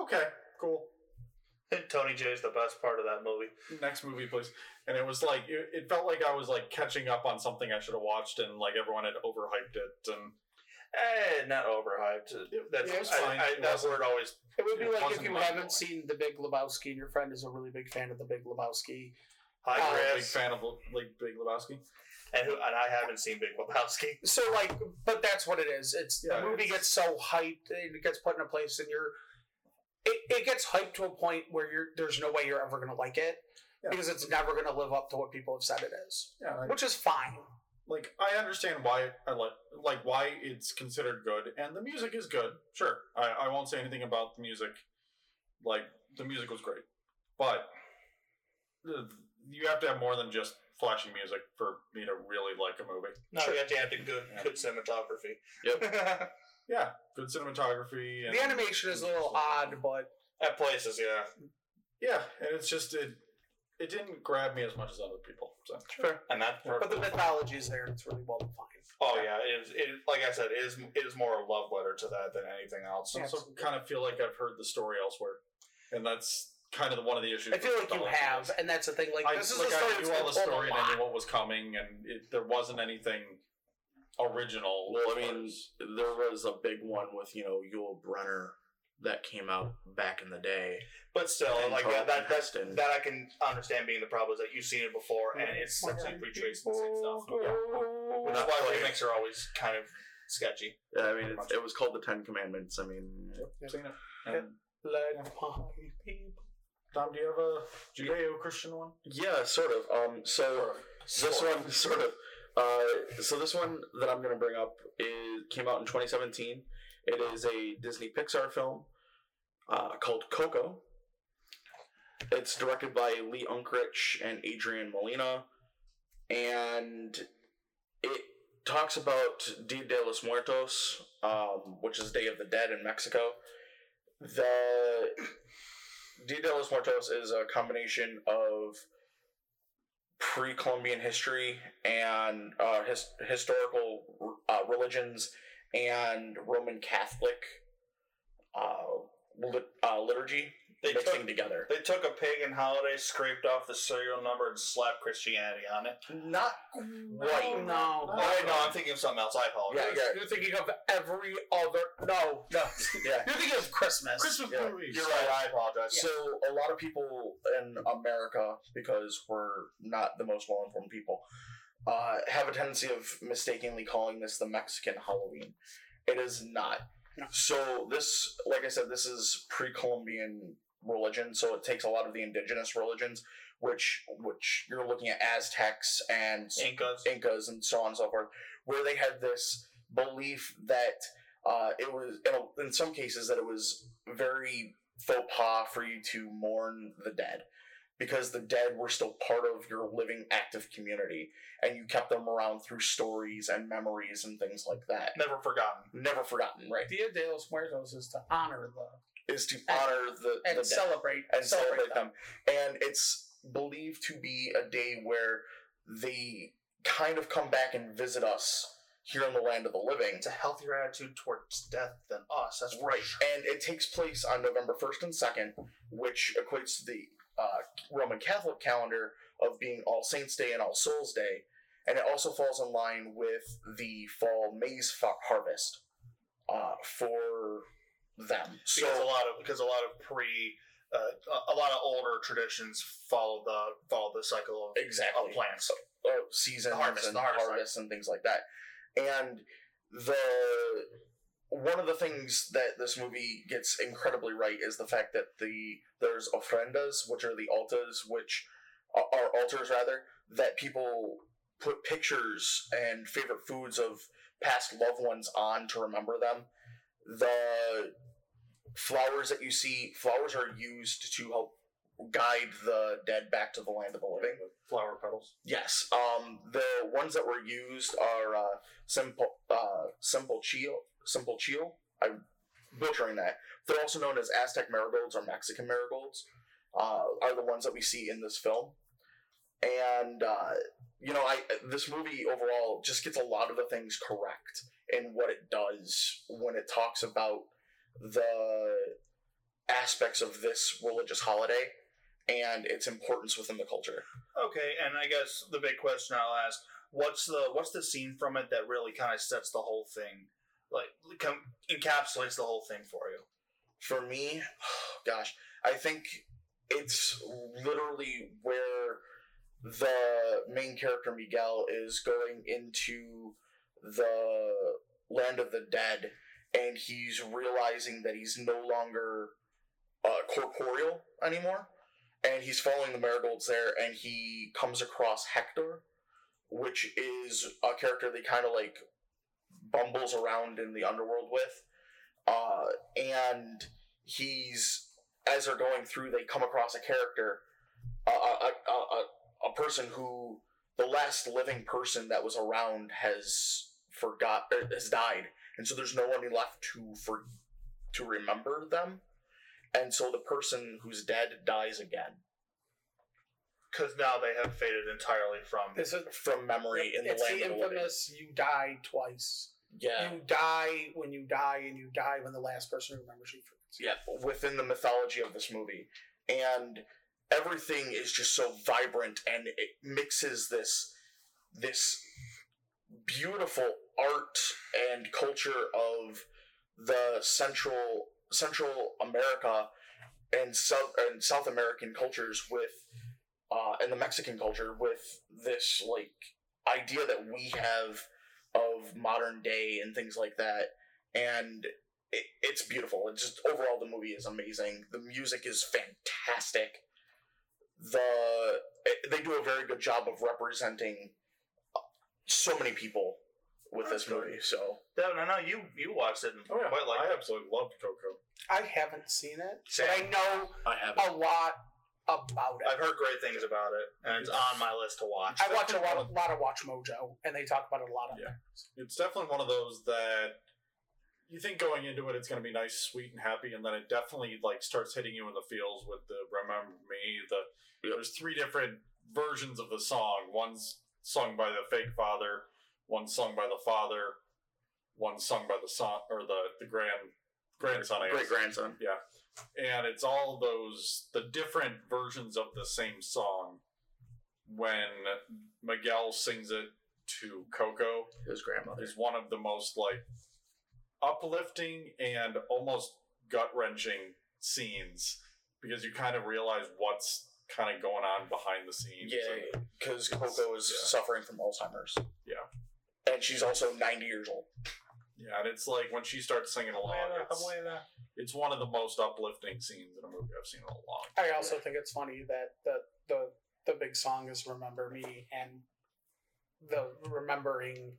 S1: okay, cool.
S4: Tony J is the best part of that movie.
S1: next movie please and it was like it, it felt like i was like catching up on something i should have watched and like everyone had overhyped it and
S4: Eh, not overhyped. That's
S1: Yeah, it was
S4: I-
S1: fine.
S4: I-
S1: It
S4: that
S1: wasn't-
S4: word always.
S2: It would be
S1: It
S2: like if
S1: wasn't
S2: you
S1: mind
S2: haven't
S1: blowing.
S2: seen The Big Lebowski and your friend is a really big fan of The Big Lebowski.
S4: Hi,
S2: Oh,
S1: i'm a big
S4: Chris.
S1: fan of like big lebowski
S4: and, who, and I haven't seen Big Lebowski.
S2: So like, but that's what it is. It's
S1: Yeah,
S2: the movie
S1: it's-
S2: gets so hyped, it gets put in a place, and you're it, it gets hyped to a point where you're there's no way you're ever gonna like it
S1: Yeah.
S2: because it's never gonna live up to what people have said it is,
S1: yeah and I,
S2: which is fine.
S1: like i understand why i like like why it's considered good and the music is good sure i, I won't say anything about the music like the music was great but uh, you have to have more than just flashy music for me to really like a movie
S4: No, you have to have to good, good cinematography. Yep.
S1: yeah good cinematography and
S2: The animation is a little odd, but
S4: At places, yeah.
S1: yeah and it's just it it didn't grab me as much as other people so
S4: And that.
S2: but the mythology is there. and It's really well defined.
S4: oh yeah, it is. It, like I said, it is. It is more a love letter to that than anything else.
S1: I also kind of feel like I've heard the story elsewhere, and that's kind of one of the issues.
S2: I feel
S1: with
S2: like you
S1: mythology
S2: have,
S1: is-
S2: and that's the thing. Like
S1: I,
S2: this is
S1: like
S2: a story.
S1: I
S2: that's
S1: knew all the
S2: been told a
S1: story and I
S2: lot.
S1: knew what was coming, and it, there wasn't anything original.
S3: Well, I
S1: as far
S3: mean,
S1: as-
S3: there was a big one with you know Yul Brenner that came out back in the day.
S4: But still,
S3: And
S4: like that.
S3: Charlton
S4: That, that's,
S3: Heston.
S4: that I can understand being the problem is that you've seen it before and it's essentially retracing the same stuff. Which is
S3: Not
S4: why
S3: quite.
S4: remakes are always kind of sketchy.
S3: Yeah, I mean, it's, it was called the Ten Commandments. I mean,
S1: I've seen it. And
S2: Let my people.
S1: Tom, do you have a Judeo-Christian one?
S3: yeah, sort of. Um, so this one, sort of. Uh, so this one that I'm gonna bring up is came out in 2017. It is a Disney Pixar film uh, called Coco. It's directed by Lee Unkrich and Adrian Molina, and it talks about Dia de los Muertos, um, which is Day of the Dead in Mexico. The Dia de los Muertos is a combination of pre-Columbian history and uh, his, historical uh, religions and Roman Catholic uh, lit, uh, liturgy
S4: They
S3: mixing
S4: took-
S3: together.
S4: They took a pagan holiday, scraped off the serial number, and slapped Christianity on it.
S3: Not
S2: Right.
S3: quite.
S2: No.
S4: Oh, wait, no, I'm thinking of something else. I apologize.
S3: Yeah, yeah.
S2: You're thinking of every other. No, no.
S3: Yeah.
S2: You're thinking of Christmas.
S1: Christmas
S3: Yeah.
S1: movies.
S4: You're right. I apologize.
S3: So a lot of people in America, because we're not the most well-informed people, uh, have a tendency of mistakenly calling this the Mexican Halloween. It is not.
S2: No.
S3: So this, like I said, this is pre-Columbian religion. So it takes a lot of the indigenous religions, which which you're looking at Aztecs and
S4: Incas.
S3: Incas and so on and so forth, where they had this belief that uh, it was, in, a- in some cases, that it was very faux pas for you to mourn the dead because the dead were still part of your living active community and you kept them around through stories and memories and things like that
S4: Never forgotten.
S3: never forgotten right
S2: Dia de los Muertos is to honor the
S3: is to honor the,
S2: and
S3: the dead.
S2: celebrate
S3: and celebrate them. And it's believed to be a day where they kind of come back and visit us here in the land of the living.
S4: It's a healthier attitude towards death than us. That's right.
S3: And it takes place on November 1st and 2nd, which equates to the uh, Roman Catholic calendar of being All Saints' Day and All Souls' Day. And it also falls in line with the fall maize fa- harvest uh, for them. So
S4: because a lot of because a lot of pre uh, a lot of older traditions follow the follow the cycle of,
S3: exactly.
S4: of plants.
S3: uh, seasons
S4: Harvest,
S3: and
S4: the harvest,
S3: harvests and things like that. And the one of the things that this movie gets incredibly right is the fact that the there's ofrendas, which are the altars, which are are altars rather that people put pictures and favorite foods of past loved ones on to remember them. The flowers that you see, flowers are used to help guide the dead back to the land of the living.
S1: Flower petals.
S3: Yes. Um, the ones that were used are uh, simple, uh, simple chio, simple chio. I'm butchering that. They're also known as Aztec marigolds or Mexican marigolds. Uh, are the ones that we see in this film, and uh, you know, I this movie overall just gets a lot of the things correct in what it does when it talks about the aspects of this religious holiday and its importance within the culture.
S4: Okay, and I guess the big question I'll ask: What's the what's the scene from it that really kind of sets the whole thing, like com- encapsulates the whole thing for you?
S3: for me, gosh, I think it's literally where the main character Miguel is going into the land of the dead and he's realizing that he's no longer uh, corporeal anymore and he's following the marigolds there and he comes across Hector which is a character they kind of like bumbles around in the underworld with uh, and he's as they're going through, they come across a character, a a, a, a, a person who the last living person that was around has forgot er, has died, and so there's no one left to for to remember them, and so the person who's dead dies again
S4: Because now they have faded entirely from.
S2: This is
S3: from memory in the
S2: it's
S3: land
S2: the
S3: of the living.
S2: infamous you die twice.
S3: Yeah,
S2: You die when you die, and you die when the last person who remembers you forgets.
S3: yeah, within the mythology of this movie. And everything is just so vibrant and it mixes this this beautiful art and culture of the central Central America and South and South American cultures with uh, and the Mexican culture with this like idea that we have of modern day and things like that and it, it's beautiful. It's just overall the movie is amazing. The music is fantastic. The it- they do a very good job of representing so many people with this movie. So
S4: Devin, I know you you watched it and
S1: Oh yeah,
S4: quite like
S1: I
S4: it.
S1: absolutely loved Coco.
S2: I haven't seen it,
S4: Same.
S2: but I know
S3: I have
S2: a lot about it.
S4: I've heard great things about it, and it's on my list to watch.
S2: I watch a lot, of, lot of Watch Mojo, and they talk about it a lot. On
S1: Yeah.
S2: there.
S1: It's definitely one of those that you think going into it, it's going to be nice, sweet, and happy, and then it definitely like starts hitting you in the feels with the "Remember Me." The
S3: Yep.
S1: there's three different versions of the song. One's sung by the fake father, one sung by the father, one sung by the son or the the grand grandson. I
S3: great
S1: guess.
S3: grandson.
S1: and it's all those the different versions of the same song when Miguel sings it to Coco
S3: His grandmother.
S1: is one of the most like uplifting and almost gut wrenching scenes because you kind of realize what's kind of going on behind the scenes.
S3: Yeah, because Coco is
S1: yeah.
S3: suffering from Alzheimer's.
S1: Yeah.
S3: and she's also ninety years old.
S1: yeah, and it's like when she starts singing along, it's, it's one of the most uplifting scenes in a movie I've seen in a long time.
S2: I also think it's funny that the the the big song is "Remember Me" and the remembering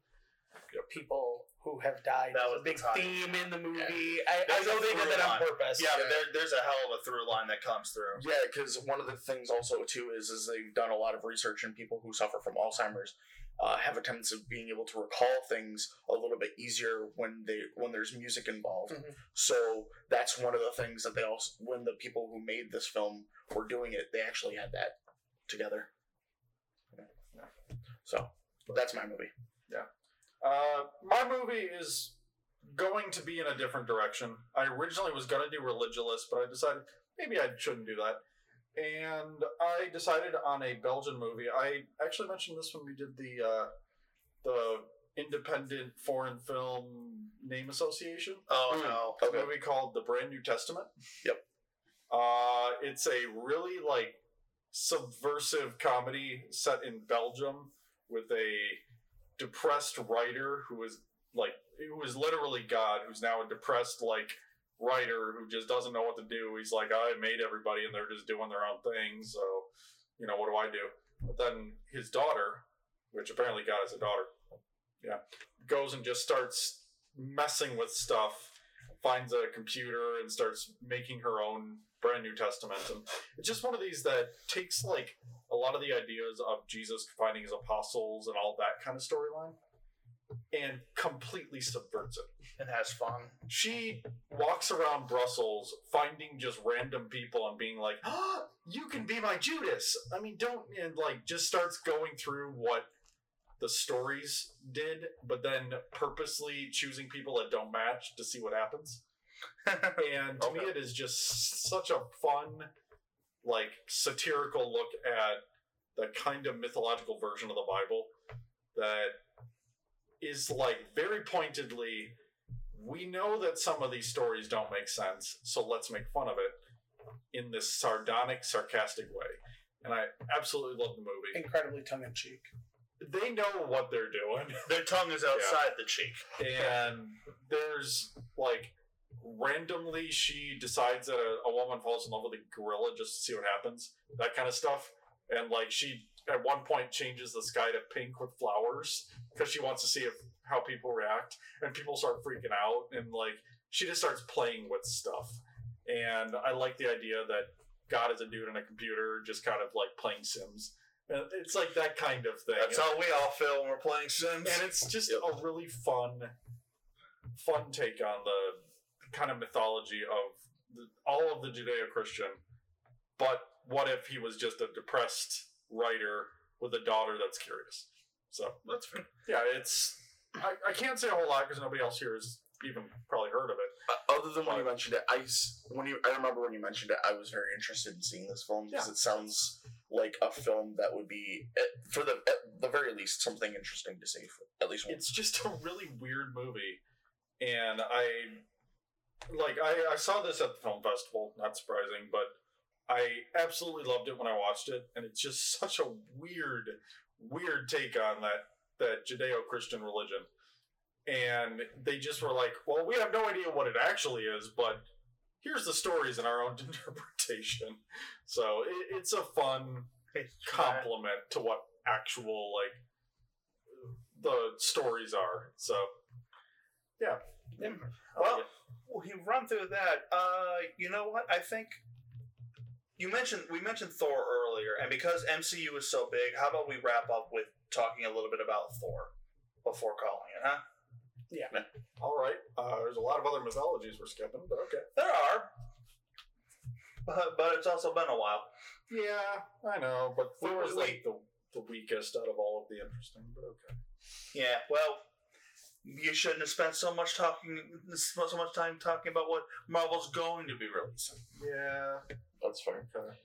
S2: people who have died.
S4: That was the
S2: That was a big
S4: time.
S2: theme in the movie. I, I
S4: There's
S2: know
S4: a
S2: they did
S4: through
S2: that on
S4: line.
S2: purpose.
S4: Yeah, but there, there's a hell of a through line that comes through.
S3: Yeah, because one of the things also too is is they've done a lot of research and people who suffer from Alzheimer's uh, have a tendency of being able to recall things a little bit easier when they when there's music involved.
S2: Mhm.
S3: So that's one of the things that they also when the people who made this film were doing it, they actually had that together. So that's my movie.
S1: Uh, my movie is going to be in a different direction. I originally was going to do Religious, but I decided maybe I shouldn't do that. And I decided on a Belgian movie. I actually mentioned this when we did the uh, the Independent Foreign Film Name Association.
S4: Oh
S1: Mm.
S4: no.
S1: a movie called The Brand New Testament.
S3: Yep.
S1: Uh, it's a really like subversive comedy set in Belgium with a depressed writer who is like who is literally God, who's now a depressed like writer who just doesn't know what to do. He's like, I made everybody and they're just doing their own thing, so you know, what do I do? But then his daughter, which apparently God has a daughter, yeah, goes and just starts messing with stuff finds a computer and starts making her own brand new testament and it's just one of these that takes like a lot of the ideas of jesus finding his apostles and all that kind of storyline and completely subverts it
S4: It has fun.
S1: she walks around brussels finding just random people and being like "Ah, you can be my judas i mean don't and like just starts going through what the stories did but then purposely choosing people that don't match to see what happens and to me
S4: Okay.
S1: it is just such a fun like satirical look at the kind of mythological version of the bible that is like very pointedly we know that some of these stories don't make sense so let's make fun of it in this sardonic sarcastic way and i absolutely love the movie
S2: Incredibly tongue in cheek.
S1: they know what they're doing
S4: Their tongue is outside the cheek.
S1: and there's like randomly she decides that a, a woman falls in love with a gorilla just to see what happens that kind of stuff and like she at one point changes the sky to pink with flowers because she wants to see if how people react and people start freaking out and like she just starts playing with stuff and i like the idea that god is a dude in a computer just kind of like playing sims And it's like that kind of thing
S4: That's how we all feel when we're playing Sims.
S1: and it's just a really fun fun take on the kind of mythology of the, all of the judeo-christian but what if he was just a depressed writer with a daughter that's curious so
S4: That's fair.
S1: yeah it's i, I can't say a whole lot because nobody else here has even probably heard of it
S3: Uh, other than when you mentioned it, I s- when you I remember when you mentioned it, I was very interested in seeing this film because it sounds like a film that would be at- for the at the very least something interesting to see for at least once.
S1: it's just a really weird movie and i like I, I saw this at the film festival not surprising but i absolutely loved it when i watched it and it's just such a weird weird take on that that judeo-christian religion and they just were like well we have no idea what it actually is but here's the stories in our own interpretation so it, it's a fun compliment to what actual like the stories are. So yeah.
S4: Well, we run through that. Uh, you know what? I think you mentioned we mentioned Thor earlier, and because MCU is so big, how about we wrap up with talking a little bit about Thor before calling it, huh?
S1: all right. Uh, there's a lot of other mythologies we're skipping, but okay.
S4: There are, but but it's also been a while.
S1: Yeah, I know, but Thor is
S4: Wait,
S1: like the, the weakest out of all of the interesting. But okay.
S4: Yeah. Well, you shouldn't have spent so much talking so much time talking about what Marvel's going to be releasing.
S1: Yeah.
S3: That's fair.
S1: Okay.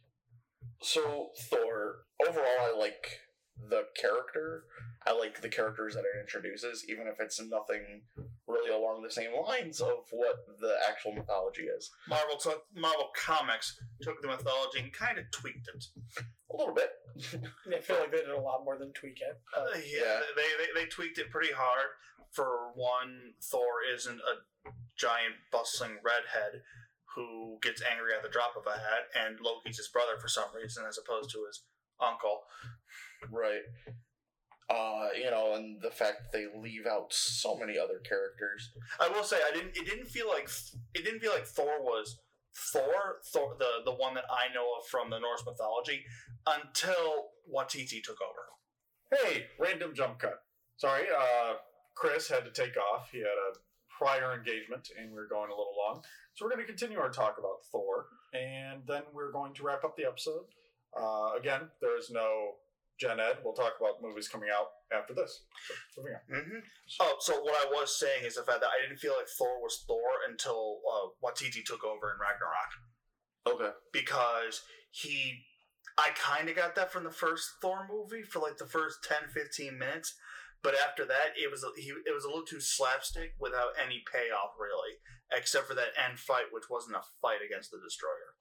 S3: So Thor, overall, I like the character. I like the characters that it introduces, even if it's nothing really along the same lines of what the actual mythology is.
S4: Marvel took Marvel Comics took the mythology and kind of tweaked it.
S3: A little bit.
S2: I feel like they did a lot more than tweak it.
S4: Uh,
S2: but-
S4: yeah,
S3: Yeah.
S4: They, they they tweaked it pretty hard. For one, Thor isn't a giant bustling redhead who gets angry at the drop of a hat, and Loki's his brother for some reason, as opposed to his uncle.
S3: Right. Uh, you know, and the fact that they leave out so many other characters.
S4: I will say I didn't. It didn't feel like it didn't feel like Thor was Thor, Thor the the one that I know of from the Norse mythology until Watiti took over.
S1: Hey, random jump cut. Sorry, uh, Chris had to take off. He had a prior engagement and we are going a little long. So we're going to continue our talk about Thor and then we're going to wrap up the episode. Uh, again, there is no Gen Ed. We'll talk about movies coming out after this. So, moving on.
S4: Mm-hmm. Oh, so what I was saying is the fact that I didn't feel like Thor was Thor until uh, Watiti took over in Ragnarok
S3: Okay.
S4: because he. I kind of got that from the first Thor movie for like the first 10, 15 minutes, but after that, it was a- he it was a little too slapstick without any payoff really, except for that end fight, which wasn't a fight against the Destroyer,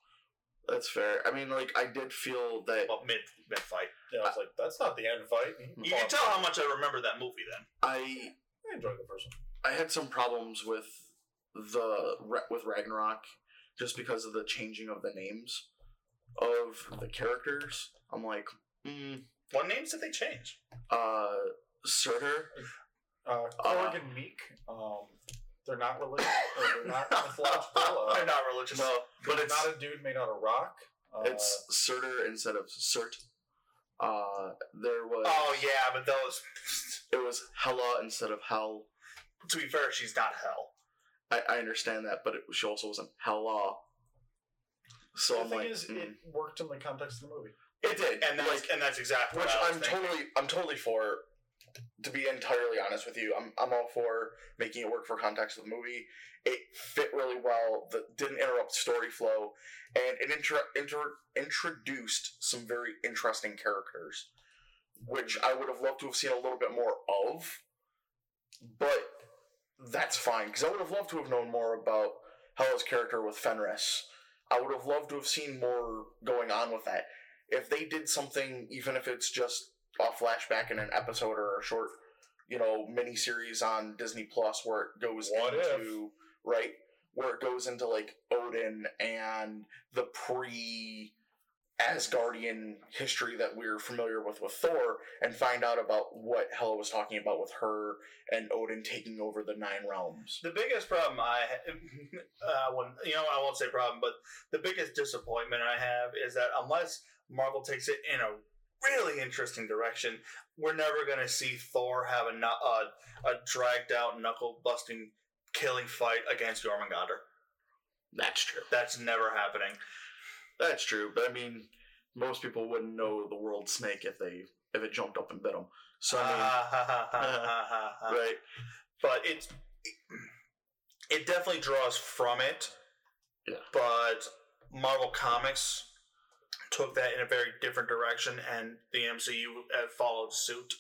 S3: That's fair. I mean, like, I did feel that
S4: well mid mid fight.
S1: Yeah, I was like, that's not the end fight.
S4: You can tell how much I remember that movie then.
S3: I
S1: I enjoyed the first one.
S3: I had some problems with the with Ragnarok just because of the changing of the names of the characters. I'm like, mm,
S4: What names did they change?
S3: uh, Surtur.
S1: Uh, Korg and Meek, um, they're not religious. or they're not mythological. Uh,
S4: They're not religious.
S3: No,
S1: but
S3: but it's
S1: not a dude made out of rock. Uh,
S3: it's Surtur instead of Surt. Uh, there was
S4: Oh yeah, but those.
S3: it was Hela instead of Hell.
S4: To be fair, she's not hell.
S3: I, I understand that, but it, she also wasn't Hela. So
S1: the
S3: I'm
S1: thing
S3: like,
S1: is,
S3: mm.
S1: it worked in the context of the movie.
S3: It did,
S4: and that's
S3: like-
S4: and that's exactly
S3: which
S4: what I was
S3: I'm
S4: thinking.
S3: totally I'm totally for. To be entirely honest with you, I'm I'm all for making it work for context of the movie. It fit really well. That didn't interrupt story flow, and it inter, inter, introduced some very interesting characters, which
S4: Hmm.
S3: I would have loved to have seen a little bit more of. But that's fine because I would have loved to have known more about Hela's character with Fenris. I would have loved to have seen more going on with that if they did something, even if it's just a flashback in an episode or a short, you know, mini series on Disney Plus where it goes
S1: What
S3: into right where it goes into like Odin and the pre Asgardian history that we're familiar with with Thor, and find out about what Hela was talking about with her and Odin taking over the nine realms.
S4: The biggest problem I ha- uh, when you know I won't say problem, but the biggest disappointment I have is that unless Marvel takes it in a really interesting direction, we're never going to see Thor have a nu- uh, a dragged out knuckle busting killing fight against Jormungandr.
S3: That's true.
S4: That's never happening.
S3: That's true, but I mean, most people wouldn't know the world snake if they if it jumped up and bit them. So I mean,
S4: Uh,
S3: right?
S4: but it's it definitely draws from it.
S3: Yeah.
S4: But Marvel Comics took that in a very different direction, and the MCU uh, followed suit.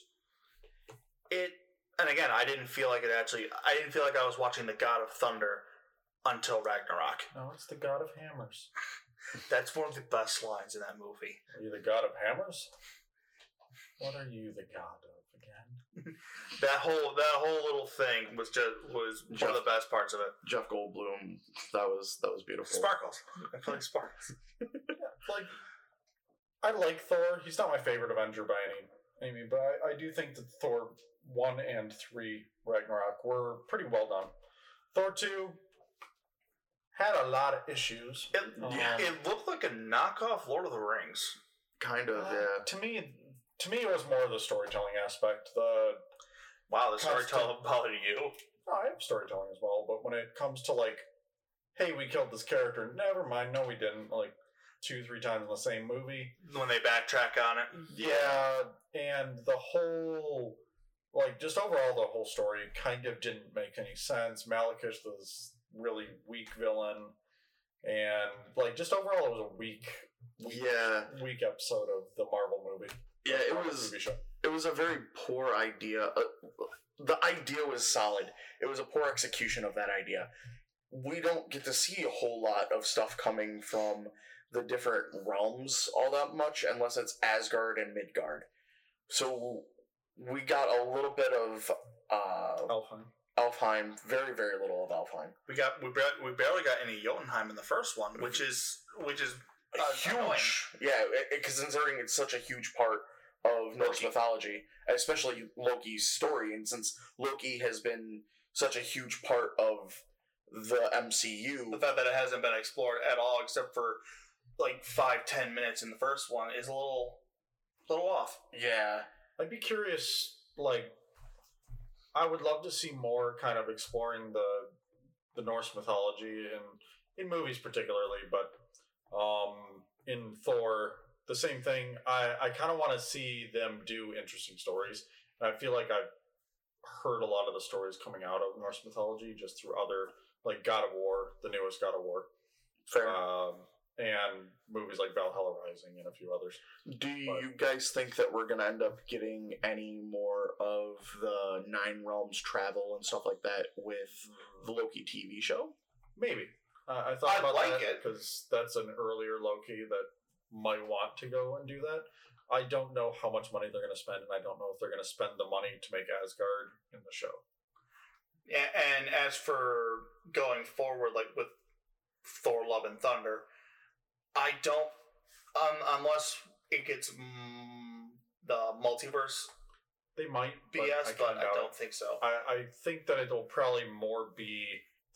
S4: It and again, I didn't feel like it actually. I didn't feel like I was watching the God of Thunder until Ragnarok.
S1: No, it's the god of hammers.
S4: That's one of the best lines in that movie.
S1: Are you the god of hammers? What are you the god of again?
S4: That whole that whole little thing was just was one of
S3: Just-
S4: the best parts of it.
S3: Jeff Goldblum, that was that was beautiful.
S4: Sparkles, I feel like sparkles.
S1: Like, I like Thor. He's not my favorite Avenger by any means, but I, I do think that Thor one and three Ragnarok were pretty well done. Thor two had a lot of issues.
S4: It,
S1: Yeah.
S4: it looked like a knockoff Lord of the Rings.
S3: Kind of,
S1: Uh,
S3: yeah.
S1: To me, to me, it was more of the storytelling aspect. The
S4: Wow, this
S1: Constant.
S4: storytelling bothered you.
S1: no, I have storytelling as well, but when it comes to like, hey, we killed this character. Never mind. No, we didn't. Like two, three times in the same movie.
S4: When they backtrack on it.
S1: Yeah, and the whole, like, just overall, the whole story kind of didn't make any sense. Malekith was really weak villain, and like, just overall, it was a weak,
S3: Yeah,
S1: weak episode of the Marvel movie.
S3: yeah. It
S1: Marvel
S3: was
S1: movie show.
S3: it was a very poor idea. Uh, the idea was solid. It was a poor execution of that idea. We don't get to see a whole lot of stuff coming from the different realms all that much, unless it's Asgard and Midgard. So we got a little bit of uh,
S1: Alfheim.
S3: Alfheim, very very little of Alfheim.
S4: We got we, bar- we barely got any Jotunheim in the first one, which is which is
S3: A
S4: uh, annoying.
S3: huge, yeah, because considering it's such a huge part of of Norse mythology, especially Loki's story. And since Loki has been such a huge part of the MCU,
S4: The fact that it hasn't been explored at all, except for like five, ten minutes in the first one, is a little, little off.
S3: yeah,
S1: I'd be curious, like, I would love to see more kind of exploring the the Norse mythology in in movies particularly, but um, in Thor, the same thing. I, I kind of want to see them do interesting stories. And I feel like I've heard a lot of the stories coming out of Norse mythology just through other, like God of War, the newest God of War,
S3: fair.
S1: um, and movies like Valhalla Rising and a few others.
S3: Do you guys think that we're gonna end up getting any more of the Nine Realms travel and stuff like that with the Loki TV show?
S1: Maybe. Uh, I thought
S4: I
S1: about
S4: like
S1: that
S4: it.
S1: because that's an earlier Loki that might want to go and do that. I don't know how much money they're going to spend, and I don't know if they're going to spend the money to make Asgard in the show.
S4: A- And as for going forward, like with Thor: Love and Thunder, I don't, um, unless it gets mm, the multiverse
S1: They might, but
S4: BS,
S1: I,
S4: but I
S1: doubt
S4: don't
S1: it. Uh,
S4: think so.
S1: I, I think that it'll probably more be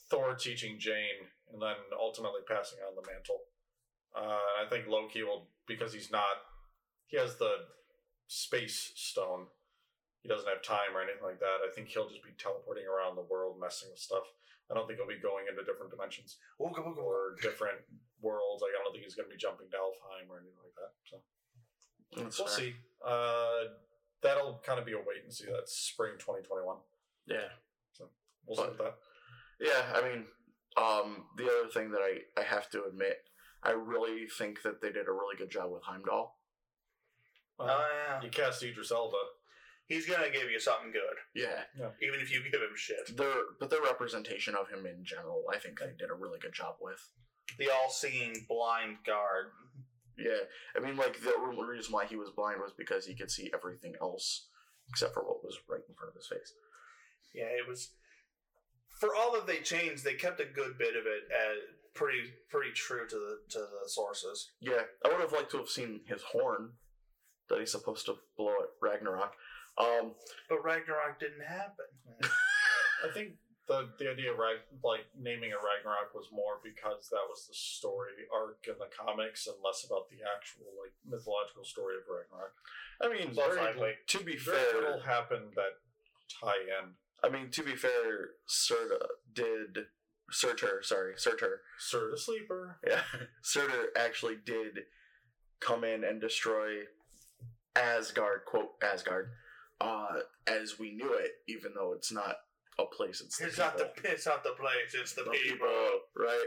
S1: Thor teaching Jane, and then ultimately passing on the mantle. Uh, I think Loki will because he's not he has the space stone. He doesn't have time or anything like that. I think he'll just be teleporting around the world, messing with stuff. I don't think he'll be going into different dimensions
S4: Ooga, ooga, ooga.
S1: or different worlds. Like I don't think he's going to be jumping to Alfheim or anything like that. So we'll see. Uh, that'll kind of be a wait and see. That's spring 2021.
S3: Yeah.
S1: We'll see with that.
S3: Yeah, I mean, um, the other thing that I, I have to admit, I really think that they did a really good job with Heimdall.
S1: Uh,
S4: oh yeah,
S1: you cast Idris Elba.
S4: he's gonna give you something good,
S3: Yeah,
S4: even if you give him shit.
S3: their but their representation of him in general, I think they did a really good job with.
S4: The all-seeing blind guard.
S3: Yeah, I mean, like the only reason why he was blind was because he could see everything else except for what was right in front of his face.
S4: Yeah, it was. For all that they changed, they kept a good bit of it uh pretty pretty true to the to the sources.
S3: Yeah, I would have liked to have seen his horn that he's supposed to blow at Ragnarok. Um,
S4: But Ragnarok didn't happen.
S1: I think the the idea of Rag, like naming it Ragnarok was more because that was the story arc in the comics and less about the actual like mythological story of Ragnarok.
S3: I mean,
S1: Well,
S3: very-
S1: frankly,
S3: to be
S1: Very
S3: fair,
S1: little happened that tie in.
S3: I mean, to be fair, Serta did Surtur, sorry, Surtur.
S1: Sir the Sleeper.
S3: Yeah. Surtur actually did come in and destroy Asgard, quote Asgard, uh, as we knew it, even though it's not a place, it's,
S4: it's not the it's not the place. It's the,
S3: the
S4: people.
S3: people, right?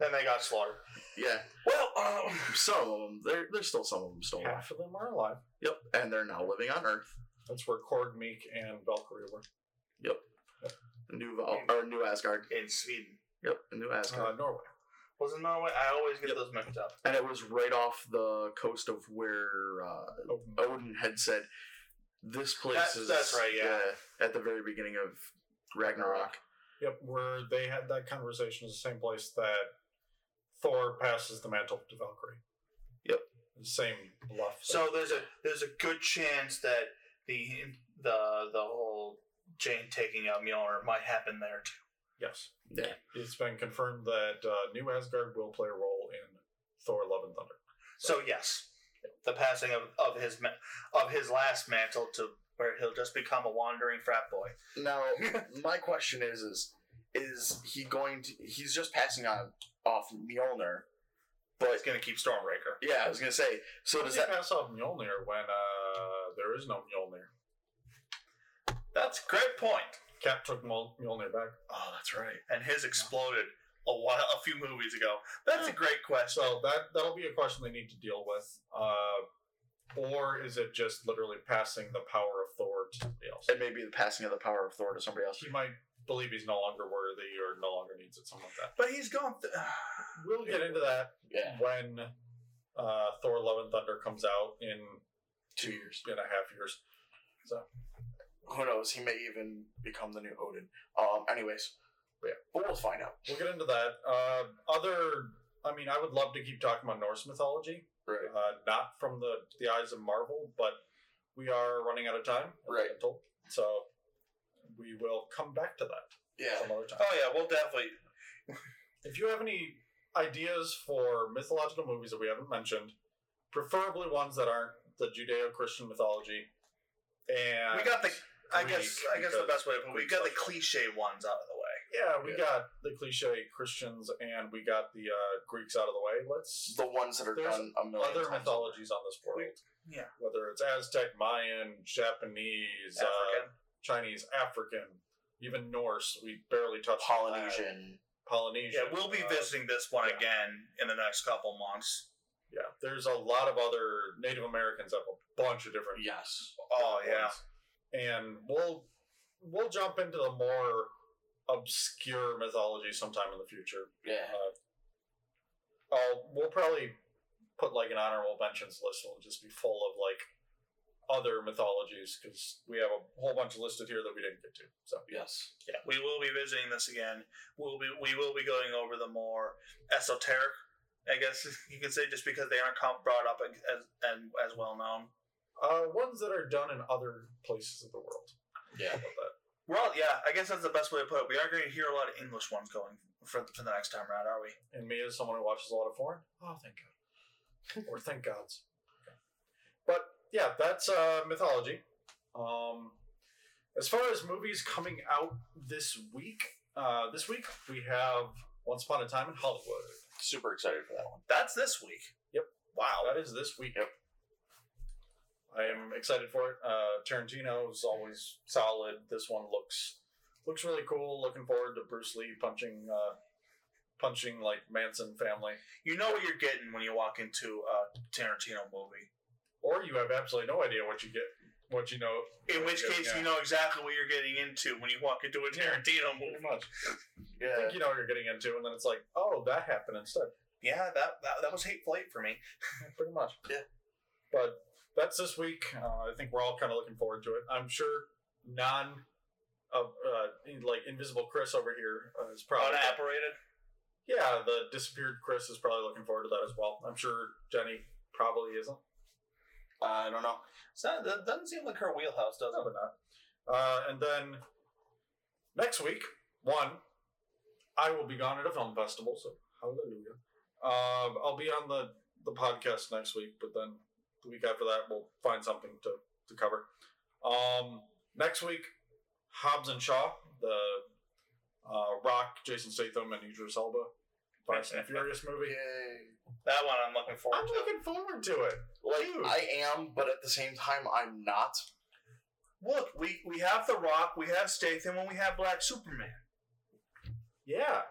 S4: Then they got slaughtered.
S3: Yeah.
S4: Well, um,
S3: Some of them, there, there's still some of them still alive.
S1: Half of them are alive.
S3: Yep. And they're now living on Earth.
S1: That's where Korg, Meek, and Valkyrie were. uh,
S3: New Val- or New Asgard.
S4: in Sweden
S3: Yep, New Asgard.
S1: Uh, Norway.
S4: wasn't Norway. I always get those mixed up.
S3: and it was right off the coast of where uh,
S1: Odin.
S3: Odin had said, "This place
S4: That's-
S3: is
S4: that's right, yeah.
S3: at the very beginning of Ragnarok.
S1: Yep, where they had that conversation is the same place that Thor passes the mantle to Valkyrie.
S3: Yep.
S1: The same bluff. that-
S4: So there's a there's a good chance that the the the whole Jane taking out Mjolnir might happen there too.
S1: yes.
S3: Yeah,
S1: It's been confirmed that uh, New Asgard will play a role in Thor: Love and Thunder.
S4: So yes, the passing of, of his ma- of his last mantle to where he'll just become a wandering frat boy.
S3: Now, my question is: is is he going to? He's just passing on off Mjolnir, but
S4: It's gonna keep Stormbreaker.
S3: yeah, I was gonna say. So
S1: How
S3: does
S1: does he
S3: that?
S1: pass off Mjolnir when uh, there is no Mjolnir?
S4: That's a great point.
S1: Cap took Mjol- Mjolnir back.
S3: Oh, that's right.
S4: And his exploded a while a few movies ago. That's a great question.
S1: So that that'll be a question they need to deal with. Uh, or is it just literally passing the power of Thor to somebody else?
S3: It may be the passing of the power of Thor to somebody else.
S1: He might believe he's no longer worthy or no longer needs it, something like that.
S4: But he's gone. Th- oh
S1: We'll get into that
S3: Yeah,
S1: when uh, Thor: Love and Thunder comes out in
S3: two years.
S1: two and a half years.
S3: Who knows? He may even become the new Odin. Um. Anyways, yeah, but we'll find out.
S1: We'll get into that. Uh, other, I mean, I would love to keep talking about Norse mythology,
S3: Right.
S1: uh, not from the the eyes of Marvel, but we are running out of time. as
S3: Right.
S1: I've been told. So we will come back to that
S3: Yeah.
S1: some other time.
S4: Oh yeah, we'll definitely.
S1: If you have any ideas for mythological movies that we haven't mentioned, preferably ones that aren't the Judeo-Christian mythology, and
S4: We got the. I
S1: Greek,
S4: guess. I guess the
S1: Uh, because
S4: best way to put it, we
S1: Greek
S4: got the
S1: culture.
S4: cliche ones out of the way.
S1: yeah, we got the cliche Christians, and we got the uh, Greeks out of the way. Let's
S3: The ones that are
S1: There's
S3: done a million
S1: other
S3: times
S1: mythologies on this world.
S4: yeah.
S1: whether it's Aztec, Mayan, Japanese, Uh,
S4: African.
S1: Chinese, African, even Norse. We barely
S3: over.
S1: touched on that.
S3: Polynesian.
S1: Polynesian.
S4: yeah, we'll be
S1: uh,
S4: visiting this one
S1: yeah.
S4: again in the next couple months.
S1: Yeah, there's a lot of other Native Americans have a bunch of different.
S3: Yes.
S4: Oh
S1: different
S4: yeah.
S1: ones. and we'll we'll jump into the more obscure mythology sometime in the future.
S3: Yeah.
S1: Uh, we'll probably put like an honorable mentions list. It'll just be full of like other mythologies because we have a whole bunch listed here that we didn't get to. So
S3: Yes.
S4: We will be visiting this again. We'll be we will be going over the more esoteric, I guess you can say, just because they aren't com- brought up as as, and as well known.
S1: Uh, ones that are done in other places of the world.
S3: Yeah.
S1: How about that?
S4: Well, yeah, I guess that's the best way to put it. We are going to hear a lot of English ones going for, for the next time around, are we?
S1: And me as someone who watches a lot of foreign. Oh, thank God. or thank gods. But yeah, that's uh, mythology. Um, as far as movies coming out this week, uh, this week we have Once Upon a Time in Hollywood.
S3: Super excited for that one.
S4: That's this week.
S1: Yep.
S4: Wow.
S1: That is this week.
S3: Yep.
S1: I am excited for it. Uh, Tarantino is always solid. This one looks looks really cool. Looking forward to Bruce Lee punching uh, punching like Manson family.
S4: You know what you're getting when you walk into a Tarantino movie.
S1: Or you have absolutely no idea what you get, what you know.
S4: In which case,
S1: Yeah.
S4: you know exactly what you're getting into when you walk into a Tarantino
S1: Pretty
S4: movie.
S1: much. I
S3: Yeah.
S1: think you know what you're getting into, and then it's like, oh, that happened instead.
S4: Yeah, that, that that was hateful eight for me.
S1: Pretty much.
S3: Yeah.
S1: But that's this week. Uh, I think we're all kind of looking forward to it. I'm sure non of uh, in- like Invisible Chris over here uh, is probably
S4: Unapparated.
S1: Yeah, the disappeared Chris is probably looking forward to that as well. I'm sure Jenny probably isn't.
S3: I don't know.
S4: It's not, that doesn't seem like her wheelhouse, does
S1: No,
S4: it?
S1: but not. Uh, and then next week, one, I will be gone at a film festival, so hallelujah. Um, I'll be on the, the podcast next week, but then the week after that, we'll find something to, to cover. Um, next week, Hobbs and Shaw, the uh, Rock, Jason Statham, and Idris Elba, Fast and Furious movie.
S3: Yay.
S4: That one I'm looking forward
S1: I'm
S4: to.
S1: looking forward to it.
S3: Like
S1: Dude.
S3: I am, but at the same time I'm not.
S4: Look, we, we have The Rock, we have Statham, and we have Black Superman.
S1: Yeah.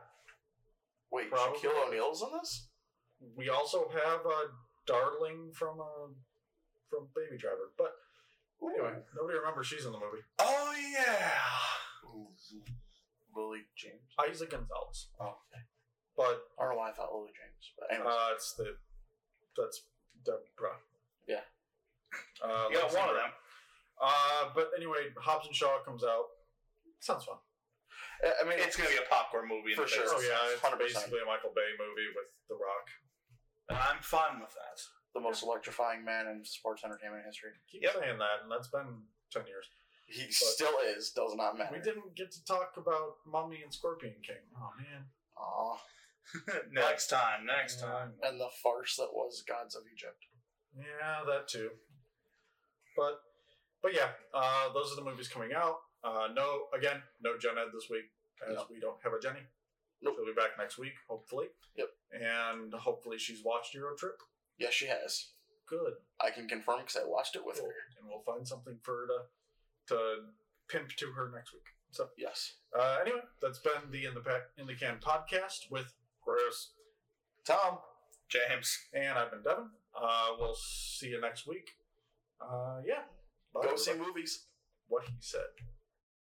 S3: Wait,
S1: Probably.
S3: Shaquille O'Neal's in this?
S1: We also have uh, Darling from uh, from Baby Driver, but Anyway, nobody remembers she's in the movie.
S4: Oh yeah.
S3: Ooh. Lily James.
S1: Isaac Gonzalez.
S3: Oh.
S1: But
S3: I don't know why I thought Lily James, but anyway.
S1: uh, it's the that's Deborah.
S3: Yeah.
S1: Uh,
S4: Yeah,
S1: Lexi
S4: one
S1: Deborah.
S4: of them.
S1: Uh, but anyway, Hobbs and Shaw comes out. Sounds fun.
S3: I mean,
S4: It's gonna be a popcorn movie in
S3: For
S4: the
S3: sure.
S1: Oh
S4: business.
S1: yeah, it's
S3: 100%.
S1: basically a Michael Bay movie with The Rock.
S4: And I'm fine with that.
S3: the most electrifying man in sports entertainment history.
S1: Keep
S4: Yep.
S1: saying that, and that's been ten years.
S3: He still is. Does not matter.
S1: We didn't get to talk about Mummy and Scorpion King. Oh man,
S3: Aw.
S4: next time, next time.
S3: And the farce that was Gods of Egypt.
S1: Yeah, that too. But but yeah, uh, those are the movies coming out. Uh, no, again, no Gen Ed this week as
S3: No.
S1: we don't have a Jenny.
S3: Nope.
S1: She'll be back next week, hopefully.
S3: Yep.
S1: And hopefully she's watched Euro Trip.
S3: Yes, she has.
S1: Good.
S3: I can confirm because I watched it with her.
S1: And we'll find something for her to, to pimp to her next week. So
S3: Yes.
S1: uh, anyway, that's been the in the pa- in the can podcast with Chris
S3: Tom.
S4: James.
S1: and I've been Devin. Uh, we'll see you next week. Uh, yeah. Bye,
S3: Go see
S1: everybody.
S3: movies.
S1: what he said.